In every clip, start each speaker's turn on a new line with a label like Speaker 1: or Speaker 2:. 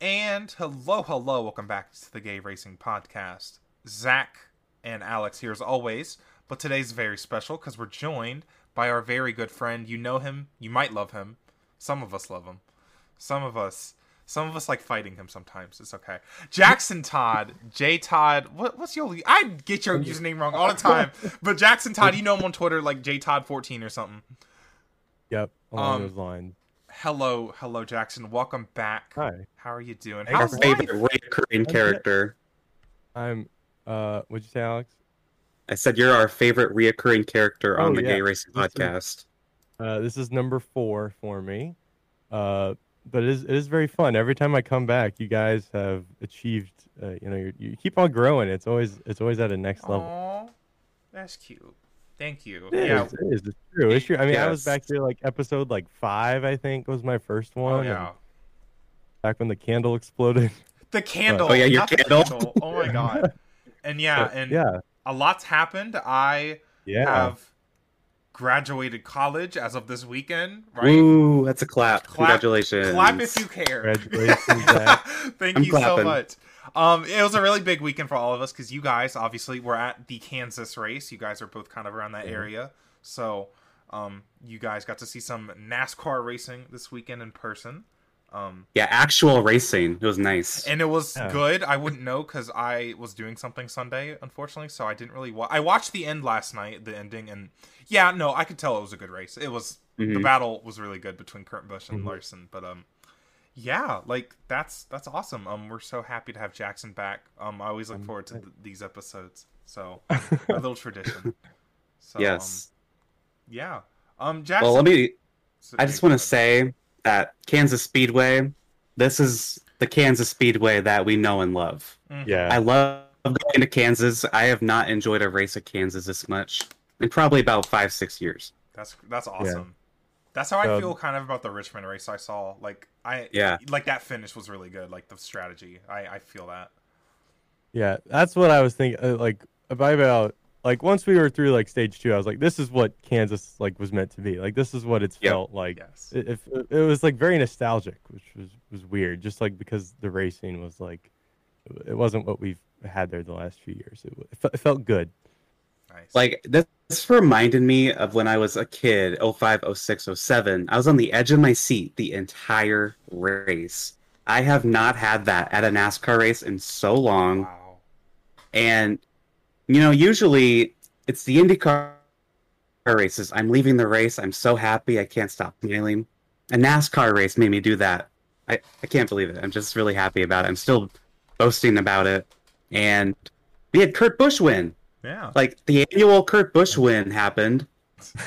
Speaker 1: And hello, hello, welcome back to the Gay Racing Podcast. Zach and Alex here as always, but today's very special because we're joined by our very good friend. You know him, you might love him. Some of us love him. Some of us, some of us like fighting him sometimes. It's okay. Jackson Todd, J Todd. What, what's your? I get your username wrong all the time. But Jackson Todd, you know him on Twitter like J Todd fourteen or something.
Speaker 2: Yep, along
Speaker 1: Um,
Speaker 2: those lines.
Speaker 1: Hello, hello, Jackson. Welcome back.
Speaker 2: Hi,
Speaker 1: How are you doing?
Speaker 2: Hey,
Speaker 1: How's
Speaker 2: Our
Speaker 1: life?
Speaker 3: favorite recurring character.
Speaker 2: I'm. Uh, what'd you say, Alex?
Speaker 3: I said you're our favorite reoccurring character on
Speaker 2: Oh,
Speaker 3: the
Speaker 2: yeah.
Speaker 3: Gay Racing
Speaker 2: Me too.
Speaker 3: Podcast.
Speaker 2: Uh, this is number four for me. Uh, but it is it is very fun. Every time I come back, you guys have achieved. Uh, you know, you you keep on growing. It's always it's always at a next level.
Speaker 1: Aw, that's cute. Thank you.
Speaker 2: It
Speaker 1: yeah.
Speaker 2: is, it is. It's true. It's true. I mean, I was
Speaker 3: Yes.
Speaker 2: back here like episode like five, I think, was my first one.
Speaker 1: Oh,
Speaker 2: and
Speaker 1: yeah.
Speaker 2: Back when the candle exploded.
Speaker 1: The candle.
Speaker 3: Oh, yeah, your
Speaker 1: not the
Speaker 3: candle.
Speaker 1: Oh my god. And yeah, and
Speaker 2: yeah,
Speaker 1: a lot's happened. I
Speaker 2: yeah.
Speaker 1: have graduated college as of this weekend, right?
Speaker 3: Ooh, that's a clap.
Speaker 1: Clap-
Speaker 3: Congratulations.
Speaker 1: Clap if you care.
Speaker 2: Congratulations, Zach.
Speaker 1: Thank
Speaker 3: I'm
Speaker 1: you so
Speaker 3: clapping.
Speaker 1: much. Um, it was a really big weekend for all of us because you guys obviously were at the Kansas race. You guys are both kind of around that
Speaker 2: Mhm.
Speaker 1: area, so um, you guys got to see some NASCAR racing this weekend in person. Um,
Speaker 3: Yeah, actual racing. It was nice.
Speaker 1: and it was
Speaker 2: Yeah.
Speaker 1: good. I wouldn't know because I was doing something Sunday, unfortunately, so I didn't really. Wa- I watched the end last night, the ending, and yeah, no, I could tell it was a good race. It was the
Speaker 3: Mhm.
Speaker 1: battle was really good between Kurt Busch and
Speaker 3: Mm-hmm.
Speaker 2: Mhm.
Speaker 1: Larson, but um, yeah, like that's that's awesome. Um, we're so happy to have Jackson back. Um, I always look
Speaker 2: I'm
Speaker 1: forward to
Speaker 2: excited.
Speaker 1: th- these episodes, so a little tradition. So,
Speaker 3: yes.
Speaker 1: um, yeah. Um, Jackson.
Speaker 3: well, let me.
Speaker 1: so-
Speaker 3: I
Speaker 1: yeah,
Speaker 3: just
Speaker 1: go
Speaker 3: want to
Speaker 1: ahead.
Speaker 3: say that Kansas Speedway, this is the Kansas Speedway that we know and love.
Speaker 1: Mhm.
Speaker 2: yeah.
Speaker 3: I love going to Kansas. I have not enjoyed a race at Kansas this much in probably about five, six years.
Speaker 1: That's that's awesome. That's how I
Speaker 2: Um,
Speaker 1: feel kind of about the Richmond race I saw. Like I
Speaker 3: Yeah.
Speaker 1: like that finish was really good. Like the strategy, I I feel that.
Speaker 2: Yeah, that's what I was thinking. Uh, like by about like once we were through like stage two, I was like, this is what Kansas like was meant to be. Like this is what it's
Speaker 3: Yep.
Speaker 2: felt like.
Speaker 1: Yes.
Speaker 2: It, if it was like very nostalgic, which was was weird. Just like because the racing was like, it wasn't what we've had there the last few years. It, w- it, fe- it felt good.
Speaker 1: Nice.
Speaker 3: Like this, this reminded me of when I was a kid, 05, 06, 07. I was on the edge of my seat the entire race. I have not had that at a NASCAR race in so long.
Speaker 1: wow.
Speaker 3: And you know, usually it's the IndyCar races. I'm leaving the race. I'm so happy. I can't stop smiling. A NASCAR race made me do that. I, I can't believe it. I'm just really happy about it. I'm still boasting about it. And we had Kurt Busch win
Speaker 1: Yeah.
Speaker 3: like the annual Kurt Busch win happened,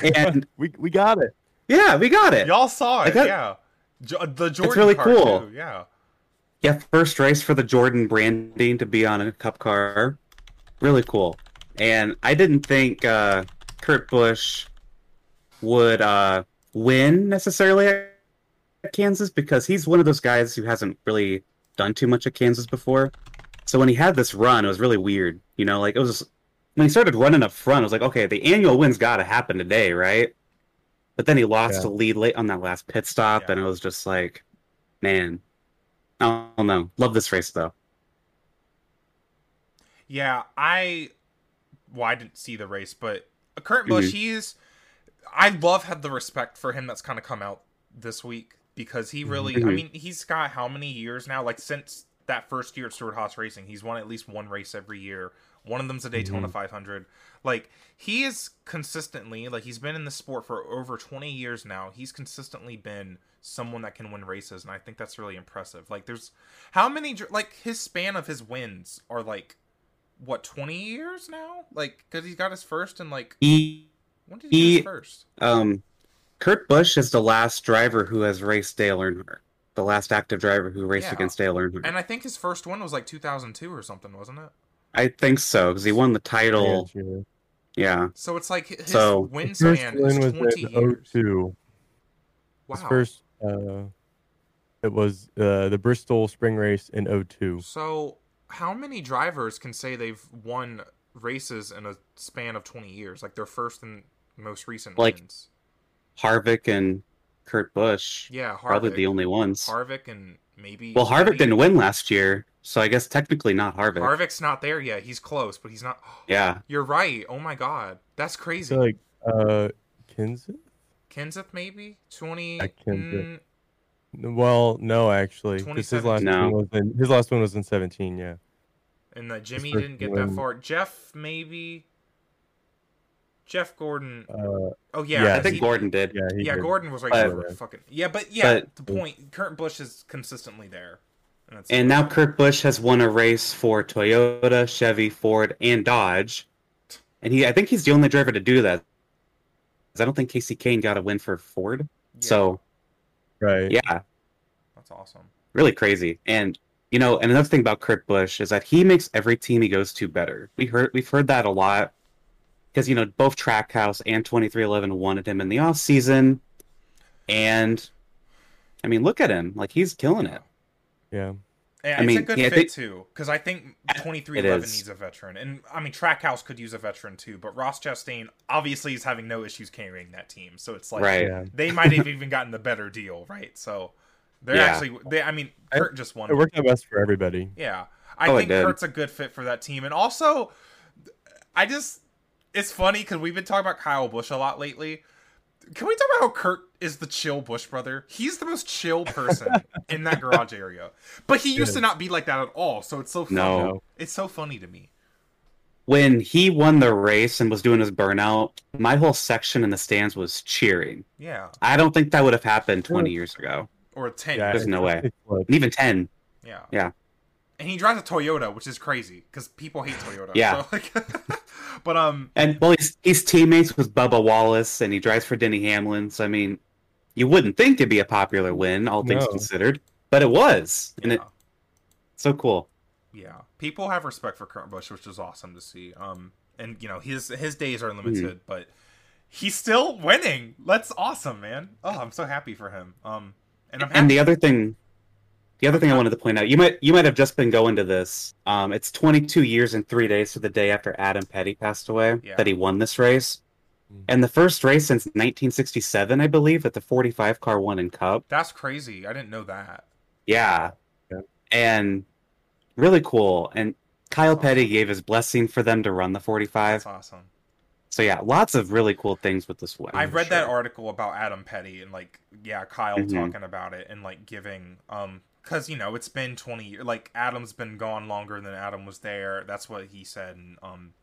Speaker 3: and
Speaker 2: We we got it.
Speaker 3: yeah, we got it.
Speaker 1: Y'all saw
Speaker 3: I
Speaker 1: it.
Speaker 3: got-
Speaker 1: yeah. Jo- the Jordan.
Speaker 3: really
Speaker 1: car,
Speaker 3: cool.
Speaker 1: too, Yeah.
Speaker 3: Yeah, first race for the Jordan branding to be on a Cup car, really cool. And I didn't think uh, Kurt Busch would uh, win necessarily at Kansas because he's one of those guys who hasn't really done too much at Kansas before. So when he had this run, it was really weird. You know, like it was when he started running up front. I was like, okay, the annual win's got to happen today, right? But then he lost
Speaker 2: Yeah.
Speaker 3: the lead late on that last pit stop,
Speaker 1: Yeah.
Speaker 3: and it was just like, man, I don't know. Love this race though.
Speaker 1: Yeah. I. Well, I didn't see the race, but Kurt Busch, he's. I love had the respect for him that's kind of come out this week because he really. I
Speaker 3: Mhm.
Speaker 1: mean, he's got how many years now? Like since that first year at Stuart Haas Racing, he's won at least one race every year. One of them's a Daytona 500. Like he is consistently like he's been in the sport for over 20 years now. He's consistently been someone that can win races and I think that's really impressive. Like there's how many dr- like his span of his wins are like what 20 years now? Like cuz he's got his first and like
Speaker 3: He,
Speaker 1: when did he, get
Speaker 3: He-
Speaker 1: his first?
Speaker 3: um, Kurt Busch is the last driver who has raced Dale Earnhardt, the last active driver who raced
Speaker 1: Yeah.
Speaker 3: against Dale Earnhardt.
Speaker 1: And I think his first one was like 2002 or something, wasn't it?
Speaker 3: I think so because he won the title.
Speaker 2: Yeah, sure.
Speaker 3: Yeah,
Speaker 1: So it's like his
Speaker 3: So,
Speaker 1: win
Speaker 2: First
Speaker 1: span is
Speaker 2: win was
Speaker 1: 20
Speaker 2: in
Speaker 1: years.
Speaker 2: 02.
Speaker 1: Wow.
Speaker 2: His first. Uh, it was uh, the Bristol Spring Race in 02.
Speaker 1: So how many drivers can say they've won races in a span of 20 years? Like their first and most recent
Speaker 3: Like-
Speaker 1: wins.
Speaker 3: Harvick and Kurt Busch,
Speaker 1: Yeah, Harvick.
Speaker 3: probably the only ones.
Speaker 1: Harvick and Maybe.
Speaker 3: Well, Harvick
Speaker 1: maybe-
Speaker 3: didn't win last year, so I guess technically not Harvick.
Speaker 1: Harvick's not there yet. He's close, but he's not.
Speaker 3: Yeah,
Speaker 1: You're right. Oh my god, that's crazy.
Speaker 2: So like uh Kenseth?
Speaker 1: Kenseth maybe twenty.
Speaker 2: Yeah, Kenseth.
Speaker 1: mm,
Speaker 2: Well, no, actually. 'cause His last
Speaker 1: 2017.
Speaker 3: No.
Speaker 2: one was in his last one was in seventeen, yeah.
Speaker 1: and that Jimmy
Speaker 2: first
Speaker 1: didn't get that
Speaker 2: win.
Speaker 1: far. Jeff maybe. Jeff Gordon.
Speaker 2: Uh
Speaker 1: Oh yeah,
Speaker 2: yeah,
Speaker 3: I think
Speaker 1: he-
Speaker 3: Gordon did.
Speaker 2: yeah, he
Speaker 1: Yeah,
Speaker 2: did.
Speaker 1: Gordon was right
Speaker 3: But-
Speaker 1: there. for Fucking yeah, but yeah,
Speaker 3: But-
Speaker 1: the point. Kurt Busch is consistently there, and, that's
Speaker 3: And now Kurt Busch has won a race for Toyota, Chevy, Ford, and Dodge, and he I think he's the only driver to do that. 'Cause I don't think Casey Kane got a win for Ford.
Speaker 1: yeah,
Speaker 3: So
Speaker 2: Right.
Speaker 3: yeah,
Speaker 1: that's awesome.
Speaker 3: really crazy. And you know, and another thing about Kurt Busch is that he makes every team he goes to better. We heard we've heard that a lot because you know both Trackhouse and 2311 wanted him in the off season, and I mean, look at him, like he's killing it.
Speaker 2: Yeah.
Speaker 1: Yeah, it's
Speaker 3: I
Speaker 1: a
Speaker 3: mean,
Speaker 1: good
Speaker 3: yeah, I
Speaker 1: fit
Speaker 3: think-
Speaker 1: too, because I think 2311
Speaker 3: is.
Speaker 1: needs a veteran, and I mean Trackhouse could use a veteran too. But Ross Chastain obviously is having no issues carrying that team, so it's like
Speaker 3: Right.
Speaker 2: Yeah.
Speaker 1: they might have even gotten the better deal, right? So they're
Speaker 3: Yeah.
Speaker 1: actually they. I mean,
Speaker 2: I-
Speaker 1: Kurt just won.
Speaker 2: It worked out best for everybody.
Speaker 1: Yeah. I
Speaker 3: Oh, it
Speaker 1: think
Speaker 3: did.
Speaker 1: Kurt's a good fit for that team. And also, I just, it's funny because we've been talking about Kyle Bush a lot lately. Can we talk about how Kurt is the chill Bush brother? He's the most chill person in that garage area. But he used to not be like that at all. So it's so funny.
Speaker 3: No.
Speaker 1: It's so funny to me.
Speaker 3: When he won the race and was doing his burnout, my whole section in the stands was cheering.
Speaker 1: Yeah.
Speaker 3: I don't think that would have happened 20 years ago,
Speaker 1: Or a 10.
Speaker 2: Yeah,
Speaker 1: Yeah.
Speaker 3: There's
Speaker 2: it-
Speaker 3: no way.
Speaker 2: it flipped.
Speaker 3: and even 10. Yeah.
Speaker 1: And he drives a Toyota, which is crazy because people hate Toyota.
Speaker 3: Yeah.
Speaker 1: So, like, but, um,
Speaker 3: And well, he's, he's teammates with Bubba Wallace, and he drives for Denny Hamlin. So I mean, you wouldn't think it'd be a popular win, all things
Speaker 2: No.
Speaker 3: considered, but it was, and
Speaker 1: yeah.
Speaker 3: it's so cool.
Speaker 1: Yeah, people have respect for Kurt Busch, which is awesome to see. Um, and you know his his days are
Speaker 3: Mm-hmm.
Speaker 1: limited, but he's still winning. That's awesome, man. Oh, I'm so happy for him. Um, and I'm happy.
Speaker 3: And the other thing, the other thing I wanted to point out, you might you might have just been going to this. Um, it's 22 years and three days to the day after Adam Petty passed away
Speaker 1: Yeah.
Speaker 3: that he won this race,
Speaker 2: Mm.
Speaker 3: and the first race since 1967, I believe, that the 45 car won in Cup.
Speaker 1: That's crazy. I didn't know that.
Speaker 3: Yeah.
Speaker 2: Yeah.
Speaker 3: And really cool. And Kyle
Speaker 1: Awesome.
Speaker 3: Petty gave his blessing for them to run the 45.
Speaker 1: That's awesome.
Speaker 3: So yeah, lots of really cool things with this win.
Speaker 1: I
Speaker 3: for
Speaker 1: read that
Speaker 3: Oh, sure.
Speaker 1: article about Adam Petty and like yeah, Kyle
Speaker 3: Mhm.
Speaker 1: talking about it and like giving um cuz you know, it's been 20 years like Adam's been gone longer than Adam was there. That's what he said and um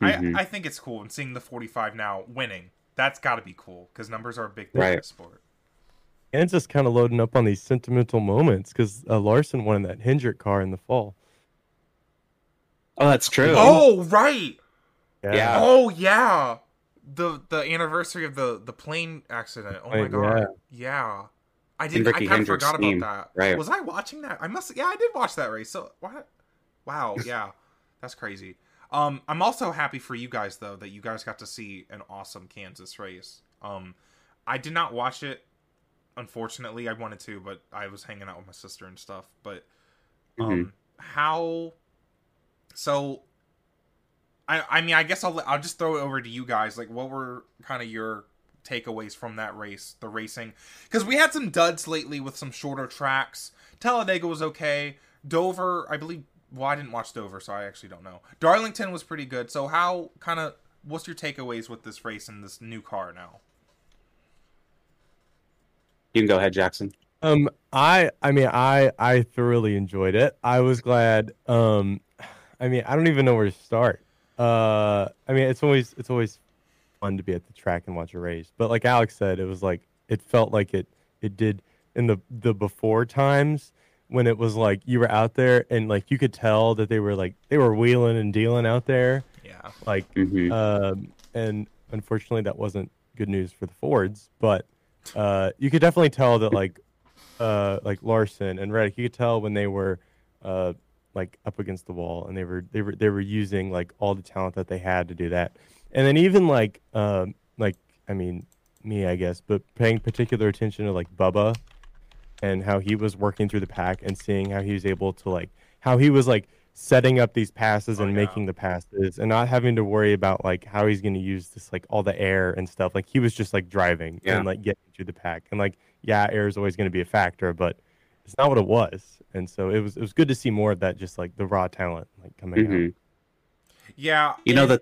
Speaker 3: Mhm.
Speaker 1: I I think it's cool and seeing the 45 now winning. That's got to be cool cuz numbers are a big thing in
Speaker 3: Right.
Speaker 1: this sport.
Speaker 2: And it's just kind of loading up on these sentimental moments because uh, Larson won in that Hendrick car in the fall.
Speaker 3: Oh, that's true.
Speaker 1: Oh, right.
Speaker 3: Yeah.
Speaker 1: Oh, yeah. The the anniversary of the the plane accident. Oh my
Speaker 2: Plane,
Speaker 1: god.
Speaker 2: yeah.
Speaker 1: Yeah. I didn't I
Speaker 3: Ricky
Speaker 1: kind of
Speaker 3: Hendricks'
Speaker 1: forgot
Speaker 3: team.
Speaker 1: about that.
Speaker 3: Right.
Speaker 1: Was I watching that? I must yeah, I did watch that race. So what wow, yeah. That's crazy. Um I'm also happy for you guys though that you guys got to see an awesome Kansas race. Um I did not watch it unfortunately. I wanted to, but I was hanging out with my sister and stuff, but um
Speaker 3: Mhm.
Speaker 1: how so I I mean, I guess I'll I'll just throw it over to you guys. Like what were kind of your takeaways from that race, the racing? Cuz we had some duds lately with some shorter tracks. Talladega was okay. Dover, I believe well, I didn't watch Dover, so I actually don't know. Darlington was pretty good. So how kind of what's your takeaways with this race and this new car now?
Speaker 3: You can go ahead, Jackson.
Speaker 2: Um, I I mean I I thoroughly enjoyed it. I was glad. Um, I mean I don't even know where to start. Uh, I mean it's always it's always fun to be at the track and watch a race. But like Alex said, it was like it felt like it it did in the the before times when it was like you were out there and like you could tell that they were like they were wheeling and dealing out there.
Speaker 1: Yeah.
Speaker 2: Like
Speaker 3: hmm
Speaker 2: um, and unfortunately, that wasn't good news for the Fords. But uh, you could definitely tell that, like, uh, like Larson and Reddick, you could tell when they were uh, like up against the wall, and they were they were they were using like all the talent that they had to do that. And then even like um, like I mean me, I guess, but paying particular attention to like Bubba and how he was working through the pack and seeing how he was able to like how he was like setting up these passes
Speaker 1: Oh,
Speaker 2: and
Speaker 1: yeah.
Speaker 2: making the passes and not having to worry about like how he's going to use this like all the air and stuff like he was just like driving
Speaker 3: Yeah.
Speaker 2: and like getting through the pack and like yeah air is always going to be a factor but it's not what it was. And so it was it was good to see more of that, just like the raw talent like coming
Speaker 3: Mhm.
Speaker 1: Mm-hmm.
Speaker 2: out.
Speaker 1: Yeah,
Speaker 3: You know
Speaker 1: and
Speaker 3: the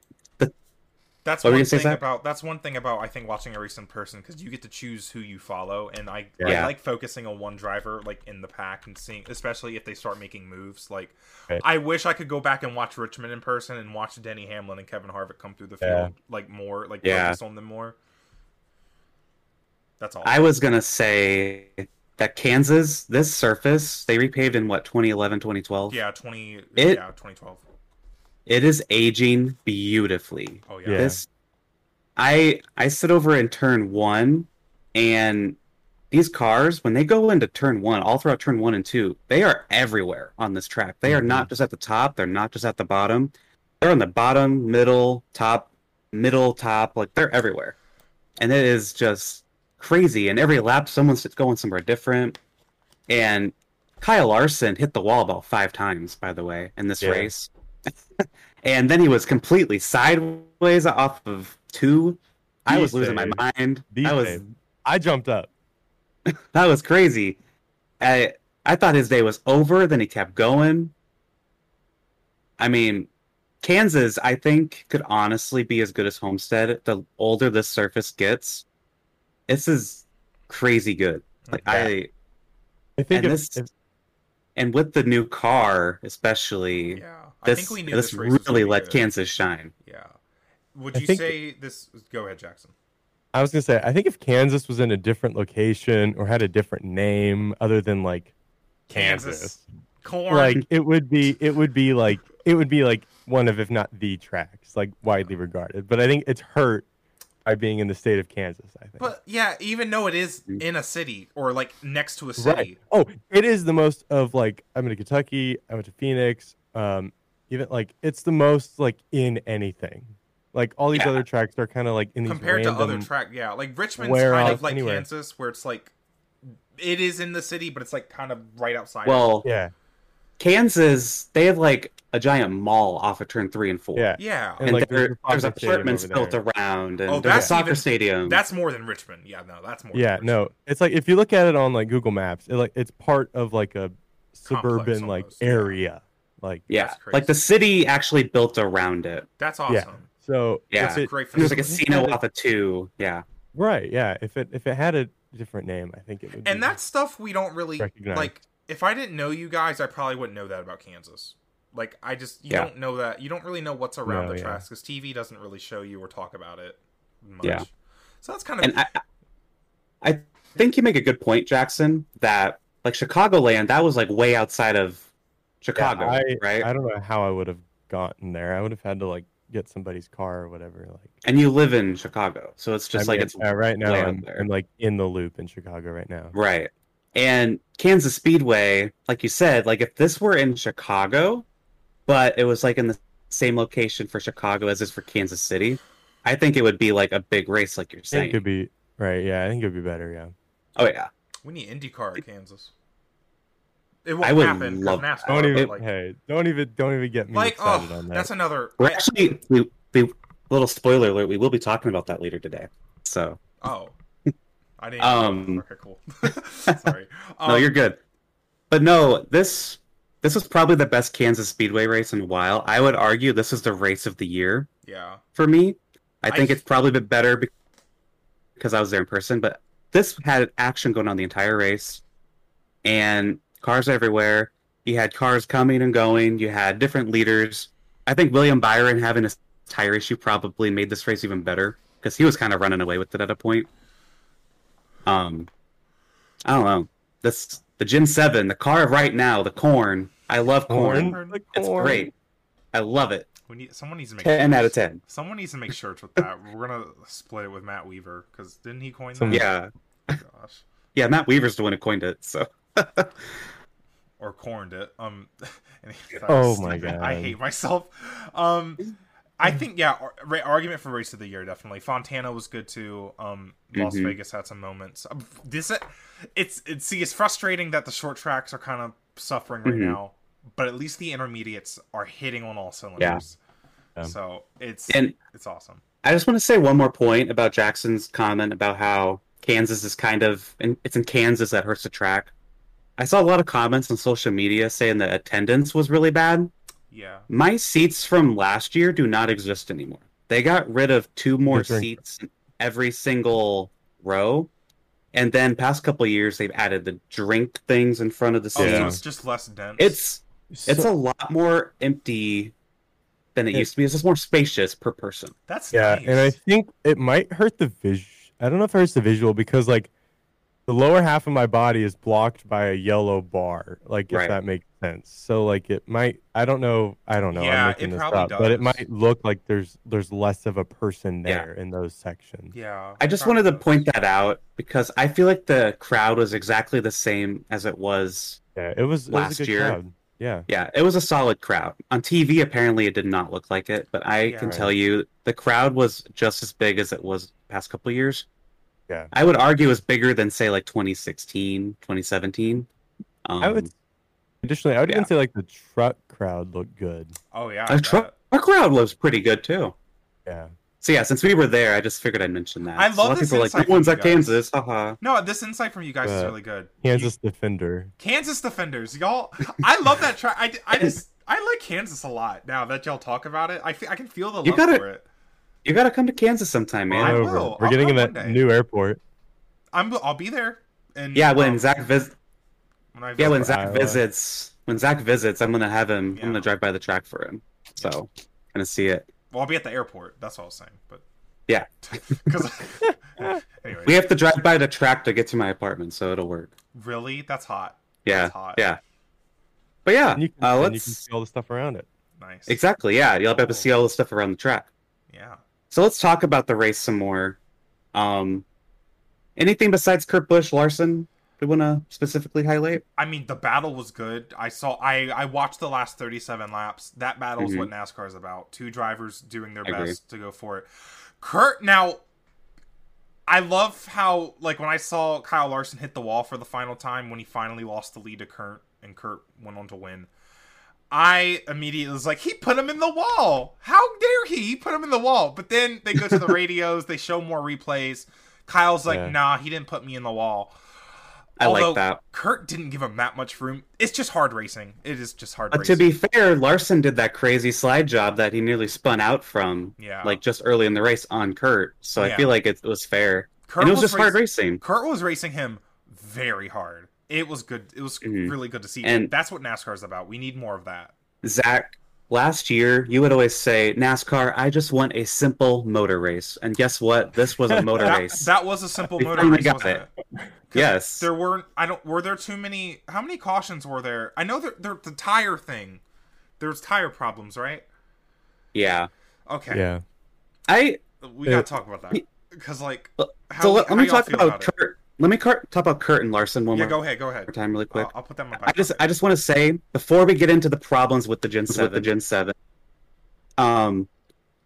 Speaker 1: that's
Speaker 3: what
Speaker 1: one
Speaker 3: were you
Speaker 1: thing
Speaker 3: gonna say, Zach?
Speaker 1: about that's one thing about I think watching a race in person because you get to choose who you follow, and I, I
Speaker 3: Yeah.
Speaker 1: like focusing on one driver like in the pack and seeing, especially if they start making moves. Like,
Speaker 2: Right.
Speaker 1: I wish I could go back and watch Richmond in person and watch Denny Hamlin and Kevin Harvick come through the field
Speaker 2: Yeah.
Speaker 1: like more, like
Speaker 3: Yeah.
Speaker 1: focus on them more. That's all.
Speaker 3: I was gonna say that Kansas, this surface, they repaved in what 2011, 2012.
Speaker 1: yeah, twenty.
Speaker 3: It-
Speaker 1: yeah, twenty twelve.
Speaker 3: It is aging beautifully.
Speaker 1: Oh yeah.
Speaker 2: Yeah.
Speaker 3: This, I I sit over in turn one, and these cars when they go into turn one, all throughout turn one and two, they are everywhere on this track. They are
Speaker 2: Mm-hmm.
Speaker 3: not just at the top. They're not just at the bottom. They're on the bottom, middle, top, middle, top. Like they're everywhere, and it is just crazy. And every lap, someone's going somewhere different. And Kyle Larson hit the wall about five times, by the way, in this
Speaker 2: Yeah.
Speaker 3: race. and then he was completely sideways off of two. I
Speaker 2: These
Speaker 3: was losing
Speaker 2: days.
Speaker 3: my mind.
Speaker 2: These
Speaker 3: I was
Speaker 2: days. I jumped up.
Speaker 3: that was crazy. I I thought his day was over. Then he kept going. I mean, Kansas, I think, could honestly be as good as Homestead. The older this surface gets, this is crazy good.
Speaker 1: Mm-hmm.
Speaker 3: Like I
Speaker 2: I think
Speaker 3: And
Speaker 2: if,
Speaker 3: this-
Speaker 2: if-
Speaker 3: and with the new car, especially,
Speaker 1: Yeah, I
Speaker 3: this
Speaker 1: think we knew
Speaker 3: this,
Speaker 1: this, race was
Speaker 3: really
Speaker 1: gonna be
Speaker 3: let
Speaker 1: good.
Speaker 3: Kansas shine.
Speaker 1: Yeah. Would
Speaker 2: I
Speaker 1: you
Speaker 2: think-
Speaker 1: say this? Go ahead, Jackson.
Speaker 2: I was gonna say, I think if Kansas was in a different location or had a different name other than like Kansas,
Speaker 1: Corn.
Speaker 2: like it would be it would be like it would be like one of if not the tracks like widely regarded. But I think it's hurt by being in the state of Kansas. I think.
Speaker 1: But yeah, even though it is in a city or like next to a city,
Speaker 2: Mm. Right. Oh, it is the most of like I went to Kentucky, I went to Phoenix, um, even like it's the most like in anything. Like all these
Speaker 3: Yeah.
Speaker 2: other tracks are kind of like in these
Speaker 1: compared to other
Speaker 2: random-
Speaker 1: track, yeah, like Richmond's
Speaker 2: where
Speaker 1: kind of
Speaker 2: else,
Speaker 1: like
Speaker 2: anywhere.
Speaker 1: Kansas, where it's like it is in the city, but it's like kind of right outside.
Speaker 3: Well,
Speaker 2: Yeah,
Speaker 3: Kansas, they have like a giant mall off of turn three and four.
Speaker 2: yeah.
Speaker 1: yeah,
Speaker 2: And,
Speaker 3: and,
Speaker 2: like,
Speaker 3: there,
Speaker 2: there's
Speaker 3: there's,
Speaker 2: a soccer stadium
Speaker 3: apartments
Speaker 2: over there.
Speaker 3: built around, and
Speaker 1: Oh,
Speaker 3: there's
Speaker 1: that's
Speaker 3: a soccer
Speaker 1: even-
Speaker 3: stadium.
Speaker 1: that's more than Richmond. Yeah, no, that's more.
Speaker 2: Yeah,
Speaker 1: than
Speaker 2: no. It's like if you look at it on like Google Maps, it like it's part of like a suburban like
Speaker 1: almost, yeah.
Speaker 2: area. Like
Speaker 3: yeah,
Speaker 1: that's crazy.
Speaker 3: like the city actually built around it.
Speaker 1: that's
Speaker 2: yeah.
Speaker 1: awesome.
Speaker 2: so
Speaker 3: Yeah.
Speaker 2: if
Speaker 1: That's
Speaker 2: it,
Speaker 1: great for
Speaker 3: There's a
Speaker 2: Like a
Speaker 3: casino
Speaker 2: city.
Speaker 3: off of two. Yeah,
Speaker 2: right, yeah. If it if it had a different name, I think it would be
Speaker 1: and that's stuff we don't really
Speaker 2: Recognized.
Speaker 1: like. If I didn't know you guys, I probably wouldn't know that about Kansas. Like I just you
Speaker 3: Yeah.
Speaker 1: don't know that you don't really know what's around
Speaker 2: No,
Speaker 1: the
Speaker 2: yeah.
Speaker 1: tracks because TV doesn't really show you or talk about it much.
Speaker 3: Yeah.
Speaker 1: So that's kind of
Speaker 3: and I, I think you make a good point, Jackson. That like Chicagoland, that was like way outside of Chicago,
Speaker 2: I-
Speaker 3: right?
Speaker 2: I don't know how I would have gotten there. I would have had to like get somebody's car or whatever like
Speaker 3: and you live in Chicago, so it's just
Speaker 2: I
Speaker 3: like
Speaker 2: mean,
Speaker 3: it's
Speaker 2: uh, right now
Speaker 3: way out
Speaker 2: I'm,
Speaker 3: there.
Speaker 2: I'm, like in the loop in Chicago right now.
Speaker 3: Right. And Kansas Speedway, like you said, like if this were in Chicago, but it was like in the same location for Chicago as is for Kansas City, I think it would be like a big race, like you're
Speaker 2: I think it
Speaker 3: saying.
Speaker 2: could be right. Yeah, I think it would be better. Yeah.
Speaker 3: Oh yeah,
Speaker 1: we need IndyCar at Kansas. It won't
Speaker 3: I would
Speaker 1: happen because
Speaker 3: love-
Speaker 1: NASCAR.
Speaker 2: Don't even.
Speaker 1: but, like,
Speaker 2: hey, don't even. Don't even get me
Speaker 1: like
Speaker 2: excited
Speaker 1: oh,
Speaker 2: on that.
Speaker 1: that's another.
Speaker 3: we're actually we, we little spoiler alert, we will be talking about that later today. So
Speaker 1: Oh, I didn't.
Speaker 3: Um,
Speaker 1: okay, cool. Sorry. Um,
Speaker 3: no, you're good. But no, this this was probably the best Kansas Speedway race in a while. I would argue this is the race of the year.
Speaker 1: Um, Yeah,
Speaker 3: for me. I
Speaker 1: I
Speaker 3: think
Speaker 1: s-
Speaker 3: it's probably been better be- because I was there in person, but this had action going on the entire race and cars everywhere. You had cars coming and going, you had different leaders. I think William Byron having a tire issue probably made this race even better because he was kind of running away with it at a point. Um, I don't know. This the Gen Seven, the car of right now, the corn. I love corn.
Speaker 1: Corn.
Speaker 2: The
Speaker 3: It's
Speaker 2: corn.
Speaker 3: great. I love it.
Speaker 1: we need someone needs to make
Speaker 3: Ten out of
Speaker 1: shirts.
Speaker 3: ten.
Speaker 1: Someone needs to make shirts with that. We're gonna split it with Matt Weaver because didn't he coin
Speaker 2: Some-
Speaker 1: that?
Speaker 3: Yeah.
Speaker 1: Gosh,
Speaker 3: Yeah, Matt Weaver's the one who coined it. So
Speaker 1: or corned it. Um. anyway, that
Speaker 2: Oh
Speaker 1: was
Speaker 2: my
Speaker 1: stupid. I
Speaker 2: God.
Speaker 1: hate myself. Um. I think yeah, ar- ra- argument for race of the year definitely. Fontana was good too. Um, Las
Speaker 3: Mhm.
Speaker 1: Vegas had some moments. Um, This it's it's see it's frustrating that the short tracks are kind of suffering right
Speaker 3: Mhm.
Speaker 1: now, but at least the intermediates are hitting on all cylinders.
Speaker 2: Yeah.
Speaker 1: So it's
Speaker 3: and
Speaker 1: it's awesome.
Speaker 3: I just want to say one more point about Jackson's comment about how Kansas is kind of and it's in Kansas that hurts the track. I saw a lot of comments on social media saying that attendance was really bad.
Speaker 1: Yeah.
Speaker 3: My seats from last year do not exist anymore. They got rid of two more
Speaker 2: Different.
Speaker 3: seats in every single row. And then past couple years they've added the drink things in front of the
Speaker 1: Oh,
Speaker 3: seats.
Speaker 1: so it's just less dense.
Speaker 3: It's it's
Speaker 2: So-
Speaker 3: a lot more empty than it
Speaker 2: Yeah.
Speaker 3: used to be. It's just more spacious per person.
Speaker 1: that's
Speaker 2: yeah,
Speaker 1: nice.
Speaker 2: and I think it might hurt the vis. I don't know if it hurts the visual because like the lower half of my body is blocked by a yellow bar. Like if
Speaker 3: Right.
Speaker 2: that makes sense. So like it might. I don't know. I don't know.
Speaker 1: Yeah,
Speaker 2: I'm making
Speaker 1: it
Speaker 2: this
Speaker 1: probably
Speaker 2: up, but it
Speaker 1: does.
Speaker 2: might look like there's there's less of a person
Speaker 3: Yeah.
Speaker 2: there in those sections.
Speaker 1: yeah.
Speaker 3: I just
Speaker 1: probably
Speaker 3: wanted to
Speaker 1: does.
Speaker 3: point that out because I feel like the crowd was exactly the same as it was.
Speaker 2: Yeah, it was it was
Speaker 3: Last
Speaker 2: a good
Speaker 3: year.
Speaker 2: crowd. Yeah,
Speaker 3: Yeah, it was a solid crowd. On TV, apparently, it did not look like it, but I
Speaker 1: Yeah.
Speaker 3: can
Speaker 2: Right.
Speaker 3: tell you the crowd was just as big as it was past couple years.
Speaker 2: Yeah.
Speaker 3: I would argue is bigger than say like 2016, 2017. Um,
Speaker 2: I would. Mm. Additionally, I would even
Speaker 3: yeah.
Speaker 2: say like the truck crowd looked good.
Speaker 1: Oh yeah.
Speaker 3: A
Speaker 1: I,
Speaker 3: tru-
Speaker 1: bet.
Speaker 3: Our crowd was pretty good too.
Speaker 2: Yeah,
Speaker 3: So yeah, since we were there, I just figured I'd mention that.
Speaker 1: I
Speaker 3: So
Speaker 1: love
Speaker 3: a lot of
Speaker 1: this
Speaker 3: people are like
Speaker 1: insight
Speaker 3: no one's
Speaker 1: from
Speaker 3: at
Speaker 1: you guys."
Speaker 3: Kansas. Haha.
Speaker 1: No, this insight from you guys is
Speaker 2: Uh,
Speaker 1: really good.
Speaker 2: Kansas defender.
Speaker 1: Kansas defenders, y'all. I love that track. I, I just I like Kansas a lot now that y'all talk about it. I fe- I can feel the love
Speaker 3: You gotta-
Speaker 1: for it.
Speaker 3: You gotta come to Kansas sometime, man.
Speaker 1: I
Speaker 2: Over.
Speaker 1: will.
Speaker 2: We're
Speaker 1: I'll
Speaker 2: getting in
Speaker 1: go
Speaker 2: that
Speaker 1: one day.
Speaker 2: new airport.
Speaker 1: I'm I'll be there. And
Speaker 3: Yeah, when
Speaker 1: um,
Speaker 3: Zach vis-
Speaker 1: when I
Speaker 3: yeah when
Speaker 1: visit-
Speaker 3: Zach
Speaker 2: Iowa.
Speaker 3: visits when Zach visits, I'm gonna have him.
Speaker 1: Yeah.
Speaker 3: I'm gonna drive by the track for him. So gonna see it.
Speaker 1: well, I'll be at the airport. That's what I was saying. But
Speaker 3: Yeah.
Speaker 1: because anyway,
Speaker 3: We have to drive by the track to get to my apartment, so it'll work.
Speaker 1: really, that's hot.
Speaker 3: Yeah,
Speaker 1: That's hot.
Speaker 3: yeah. But yeah,
Speaker 2: And you can,
Speaker 3: uh,
Speaker 2: and you can
Speaker 3: let's
Speaker 2: see all the stuff around it.
Speaker 1: Nice.
Speaker 3: exactly. Yeah, you'll be able
Speaker 1: Cool.
Speaker 3: to see all the stuff around the track.
Speaker 1: Yeah.
Speaker 3: So let's talk about the race some more. Um, anything besides Kurt Busch, Larson? Do you want to specifically highlight?
Speaker 1: I mean, the battle was good. I saw. I I watched the last thirty-seven laps. That battle is what NASCAR is about. Two drivers doing their
Speaker 3: I agree.
Speaker 1: best to go for it. Kurt now. I love how like when I saw Kyle Larson hit the wall for the final time when he finally lost the lead to Kurt and Kurt went on to win. I immediately was like, he put him in the wall. How dare he? He put him in the wall. But then they go to the radios. They show more replays. Kyle's like,
Speaker 2: Yeah.
Speaker 1: nah, he didn't put me in the wall.
Speaker 3: I
Speaker 1: Although-
Speaker 3: like that.
Speaker 1: Kurt didn't give him that much room. It's just hard racing. It is just hard
Speaker 3: But Uh, to
Speaker 1: racing.
Speaker 3: be fair, Larson did that crazy slide job that he nearly spun out from,
Speaker 1: yeah,
Speaker 3: like just early in the race on Kurt. So
Speaker 1: Yeah.
Speaker 3: I feel like it, was fair.
Speaker 1: Kurt
Speaker 3: and it was, just hard
Speaker 1: rac-
Speaker 3: racing.
Speaker 1: Kurt was racing him very hard. It was good. It was
Speaker 3: Mhm.
Speaker 1: really good to see.
Speaker 3: And-
Speaker 1: that's what NASCAR is about. We need more of that.
Speaker 3: Zach, last year you would always say, NASCAR, I just want a simple motor race. And guess what? This was a motor
Speaker 1: That,
Speaker 3: race.
Speaker 1: that was a simple
Speaker 3: We
Speaker 1: motor
Speaker 3: finally
Speaker 1: race.
Speaker 3: got
Speaker 1: wasn't
Speaker 3: it.
Speaker 1: it? 'Cause
Speaker 3: Yes.
Speaker 1: There weren't. I don't. Were there too many? How many cautions were there? I know there. there the tire thing. There's tire problems, right?
Speaker 3: Yeah.
Speaker 1: Okay.
Speaker 2: Yeah.
Speaker 3: I
Speaker 1: We gotta talk about that because, like,
Speaker 3: Well,
Speaker 1: how,
Speaker 3: Uh, so
Speaker 1: how
Speaker 3: let, let me
Speaker 1: y'all
Speaker 3: talk
Speaker 1: feel
Speaker 3: about,
Speaker 1: it?
Speaker 3: Kurt. Let me car- talk about Kurt and Larson one
Speaker 1: Yeah,
Speaker 3: more
Speaker 1: go ahead. Go Oh, ahead.
Speaker 3: time, really quick.
Speaker 1: I'll, I'll put that in my.
Speaker 3: I
Speaker 1: back
Speaker 3: just
Speaker 1: pocket.
Speaker 3: I just want to say before we get into the problems with the Gen
Speaker 2: With
Speaker 3: Seven,
Speaker 2: the
Speaker 3: Gen Seven, um,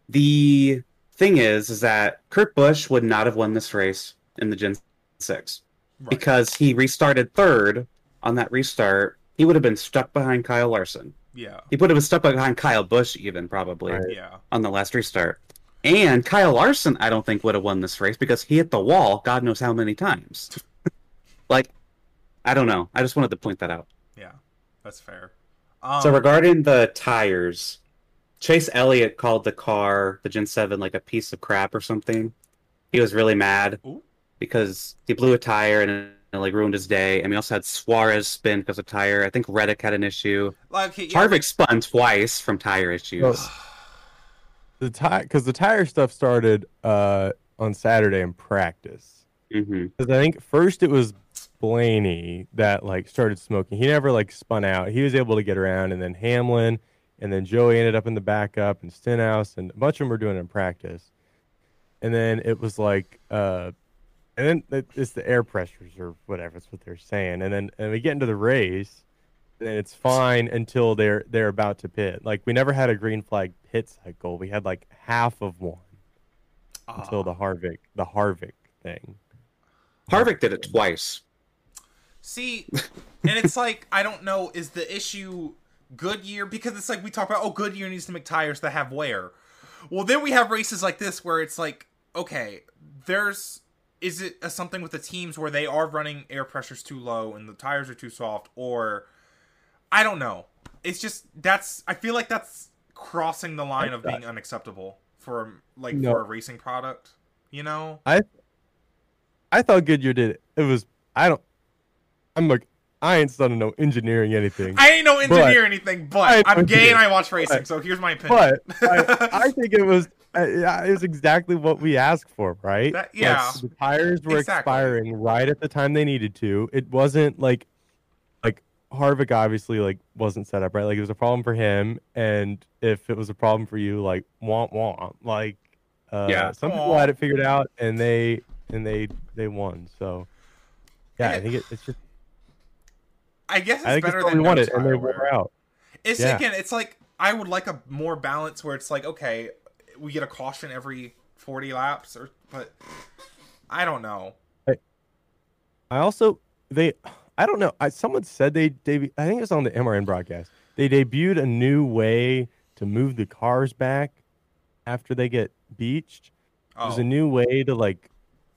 Speaker 3: the thing is, is that Kurt Busch would not have won this race in the Gen Six
Speaker 1: Right.
Speaker 3: because he restarted third on that restart. He would have been stuck behind Kyle Larson.
Speaker 1: yeah.
Speaker 3: He would have been stuck behind Kyle Busch even probably
Speaker 2: Right.
Speaker 1: Yeah.
Speaker 3: on the last restart. And Kyle Larson, I don't think would have won this race because he hit the wall, God knows how many times. like, I don't know. I just wanted to point that out.
Speaker 1: Yeah, that's fair. Um,
Speaker 3: So regarding the tires, Chase Elliott called the car, the Gen 7, like a piece of crap or something. He was really mad
Speaker 1: Ooh.
Speaker 3: because he blew a tire and it like ruined his day. And we also had Suarez spin because of tire. I think Reddick had an issue.
Speaker 1: like, okay, yeah,
Speaker 3: Harvick spun twice from tire issues.
Speaker 2: Well, The tire because the tire stuff started uh on Saturday in practice.
Speaker 3: hmm
Speaker 2: Because I think first it was Blaney that like started smoking. He never like spun out. He was able to get around, and then Hamlin, and then Joey ended up in the backup, and Stenhouse, and a bunch of them were doing it in practice. And then it was like, uh, and then it- it's the air pressures or whatever. That's what they're saying. And then and we get into the race, and it's fine until they're they're about to pit. Like we never had a green flag pit cycle. We had like half of one
Speaker 1: ah,
Speaker 2: until the Harvick the Harvick thing.
Speaker 3: Harvick did it twice.
Speaker 1: see, and it's like I don't know. Is the issue Goodyear? Because it's like we talk about. Oh, Goodyear needs to make tires that have wear. Well, then we have races like this where it's like, okay, there's is it a, something with the teams where they are running air pressures too low and the tires are too soft, or I don't know. It's just that's I feel like that's crossing the line of being unacceptable for like
Speaker 2: No.
Speaker 1: for a racing product. You know,
Speaker 2: I thought Goodyear did it. It was I don't. I'm like I ain't studying no engineering anything,
Speaker 1: I ain't no engineer or anything, but
Speaker 2: I-
Speaker 1: I'm gay and I watch racing,
Speaker 2: but-
Speaker 1: so here's my opinion.
Speaker 2: but I, I think it was uh, yeah, it was exactly what we asked for, right?
Speaker 1: That-
Speaker 2: Like,
Speaker 1: yeah.
Speaker 2: the tires were
Speaker 1: Exactly.
Speaker 2: expiring right at the time they needed to. It wasn't like like Harvick obviously like wasn't set up right. Like it was a problem for him, and if it was a problem for you, like womp womp. Like uh,
Speaker 3: Yeah.
Speaker 2: some people
Speaker 1: Aw.
Speaker 2: had it figured out, and they and they they won. So yeah, I
Speaker 1: And
Speaker 2: think it, it's just
Speaker 1: I guess it's
Speaker 2: I think it's
Speaker 1: better
Speaker 2: what we
Speaker 1: than no
Speaker 2: wanted, and they
Speaker 1: tire
Speaker 2: wore
Speaker 1: wear.
Speaker 2: out.
Speaker 1: It's
Speaker 2: Yeah.
Speaker 1: again, it's like I would like a more balance where it's like okay, we get a caution every 40 laps, or but I don't know.
Speaker 2: I also they I don't know. I someone said they debu- I think it was on the MRN broadcast. They debuted a new way to move the cars back after they get beached.
Speaker 1: Oh,
Speaker 2: There's a new way to like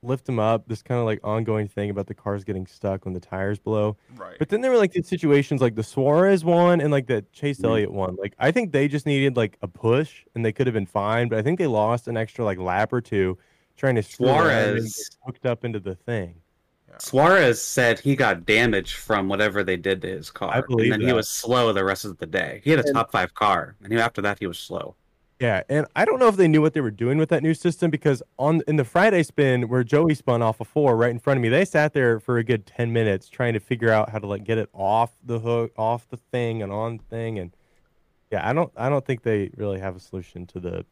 Speaker 2: lift them up. This kind of like ongoing thing about the cars getting stuck when the tires blow.
Speaker 1: right.
Speaker 2: But then there were like these situations like the Suarez one and like the Chase
Speaker 3: Mhm.
Speaker 2: Elliott one. Like I think they just needed like a push and they could have been fine, but I think they lost an extra like lap or two trying to screw around and
Speaker 3: Suarez.
Speaker 2: get hooked up into the thing.
Speaker 3: Suarez said he got damage from whatever they did to his car.
Speaker 2: I believe
Speaker 3: and then he
Speaker 2: that.
Speaker 3: was slow the rest of the day. He had a
Speaker 2: And-
Speaker 3: top five car, and after that he was slow.
Speaker 2: Yeah, and I don't know if they knew what they were doing with that new system because on in the Friday spin where Joey spun off a four right in front of me, they sat there for a good ten minutes trying to figure out how to like get it off the hook, off the thing, and on the thing, and yeah, I don't, I don't think they really have a solution to the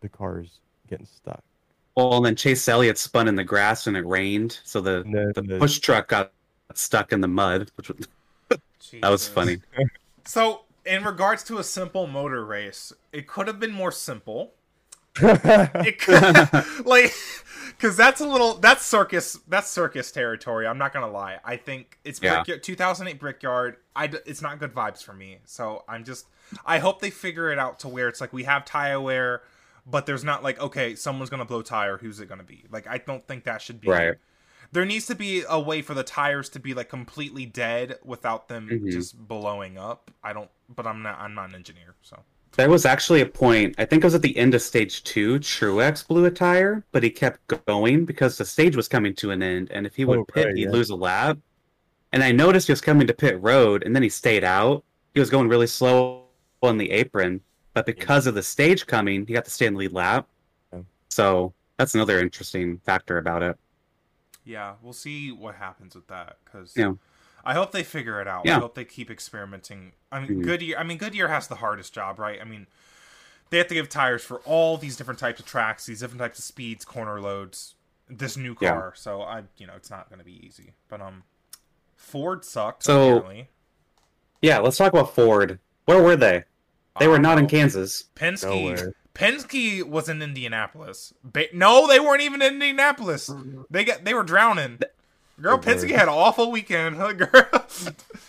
Speaker 2: the cars getting stuck.
Speaker 3: Well, and then Chase Elliott spun in the grass and it rained, so the,
Speaker 2: And then
Speaker 3: the
Speaker 2: the-
Speaker 3: push truck got stuck in the mud, which was, that was
Speaker 1: Jesus.
Speaker 3: funny.
Speaker 1: So, in regards to a simple motor race, it could have been more simple. It could, like, because that's a little that's circus that's circus territory. I'm not gonna lie. I think it's
Speaker 3: Yeah.
Speaker 1: Brickyard- 2008 Brickyard. I d- it's not good vibes for me. So I'm just I hope they figure it out to where it's like we have tire wear, but there's not like okay someone's gonna blow tire. Who's it gonna be? Like I don't think that should be
Speaker 3: Right.
Speaker 1: there needs to be a way for the tires to be like completely dead without them
Speaker 3: Mhm.
Speaker 1: just blowing up. I don't, but I'm not. I'm not an engineer, so
Speaker 3: There was actually a point, I think it was at the end of stage two, Truex blew a tire, but he kept going because the stage was coming to an end, and if he would
Speaker 2: Oh,
Speaker 3: pit,
Speaker 2: right,
Speaker 3: he'd
Speaker 2: yeah.
Speaker 3: lose a lap. And I noticed he was coming to pit road, and then he stayed out. He was going really slow on the apron, but because of the stage coming, he got to stay in the lead lap.
Speaker 2: Yeah.
Speaker 3: So that's another interesting factor about it.
Speaker 1: yeah, we'll see what happens with that. Because
Speaker 3: Yeah.
Speaker 1: I hope they figure it out. I
Speaker 3: Yeah.
Speaker 1: hope they keep experimenting. I mean,
Speaker 3: Mhm.
Speaker 1: Goodyear. I mean, Goodyear has the hardest job, right? I mean, they have to give tires for all these different types of tracks, these different types of speeds, corner loads. This new
Speaker 3: Yeah.
Speaker 1: car, so I, you know, it's not going to be easy. But um, Ford sucked.
Speaker 3: So-
Speaker 1: apparently.
Speaker 3: Yeah, let's talk about Ford. Where were they? They were
Speaker 1: Oh.
Speaker 3: not in Kansas.
Speaker 1: Um, Penske.
Speaker 2: Nowhere.
Speaker 1: Penske was in Indianapolis. Ba- no, they weren't even in Indianapolis. They got they were drowning. Girl,
Speaker 2: They were.
Speaker 1: Penske had an awful weekend. Huh, girl?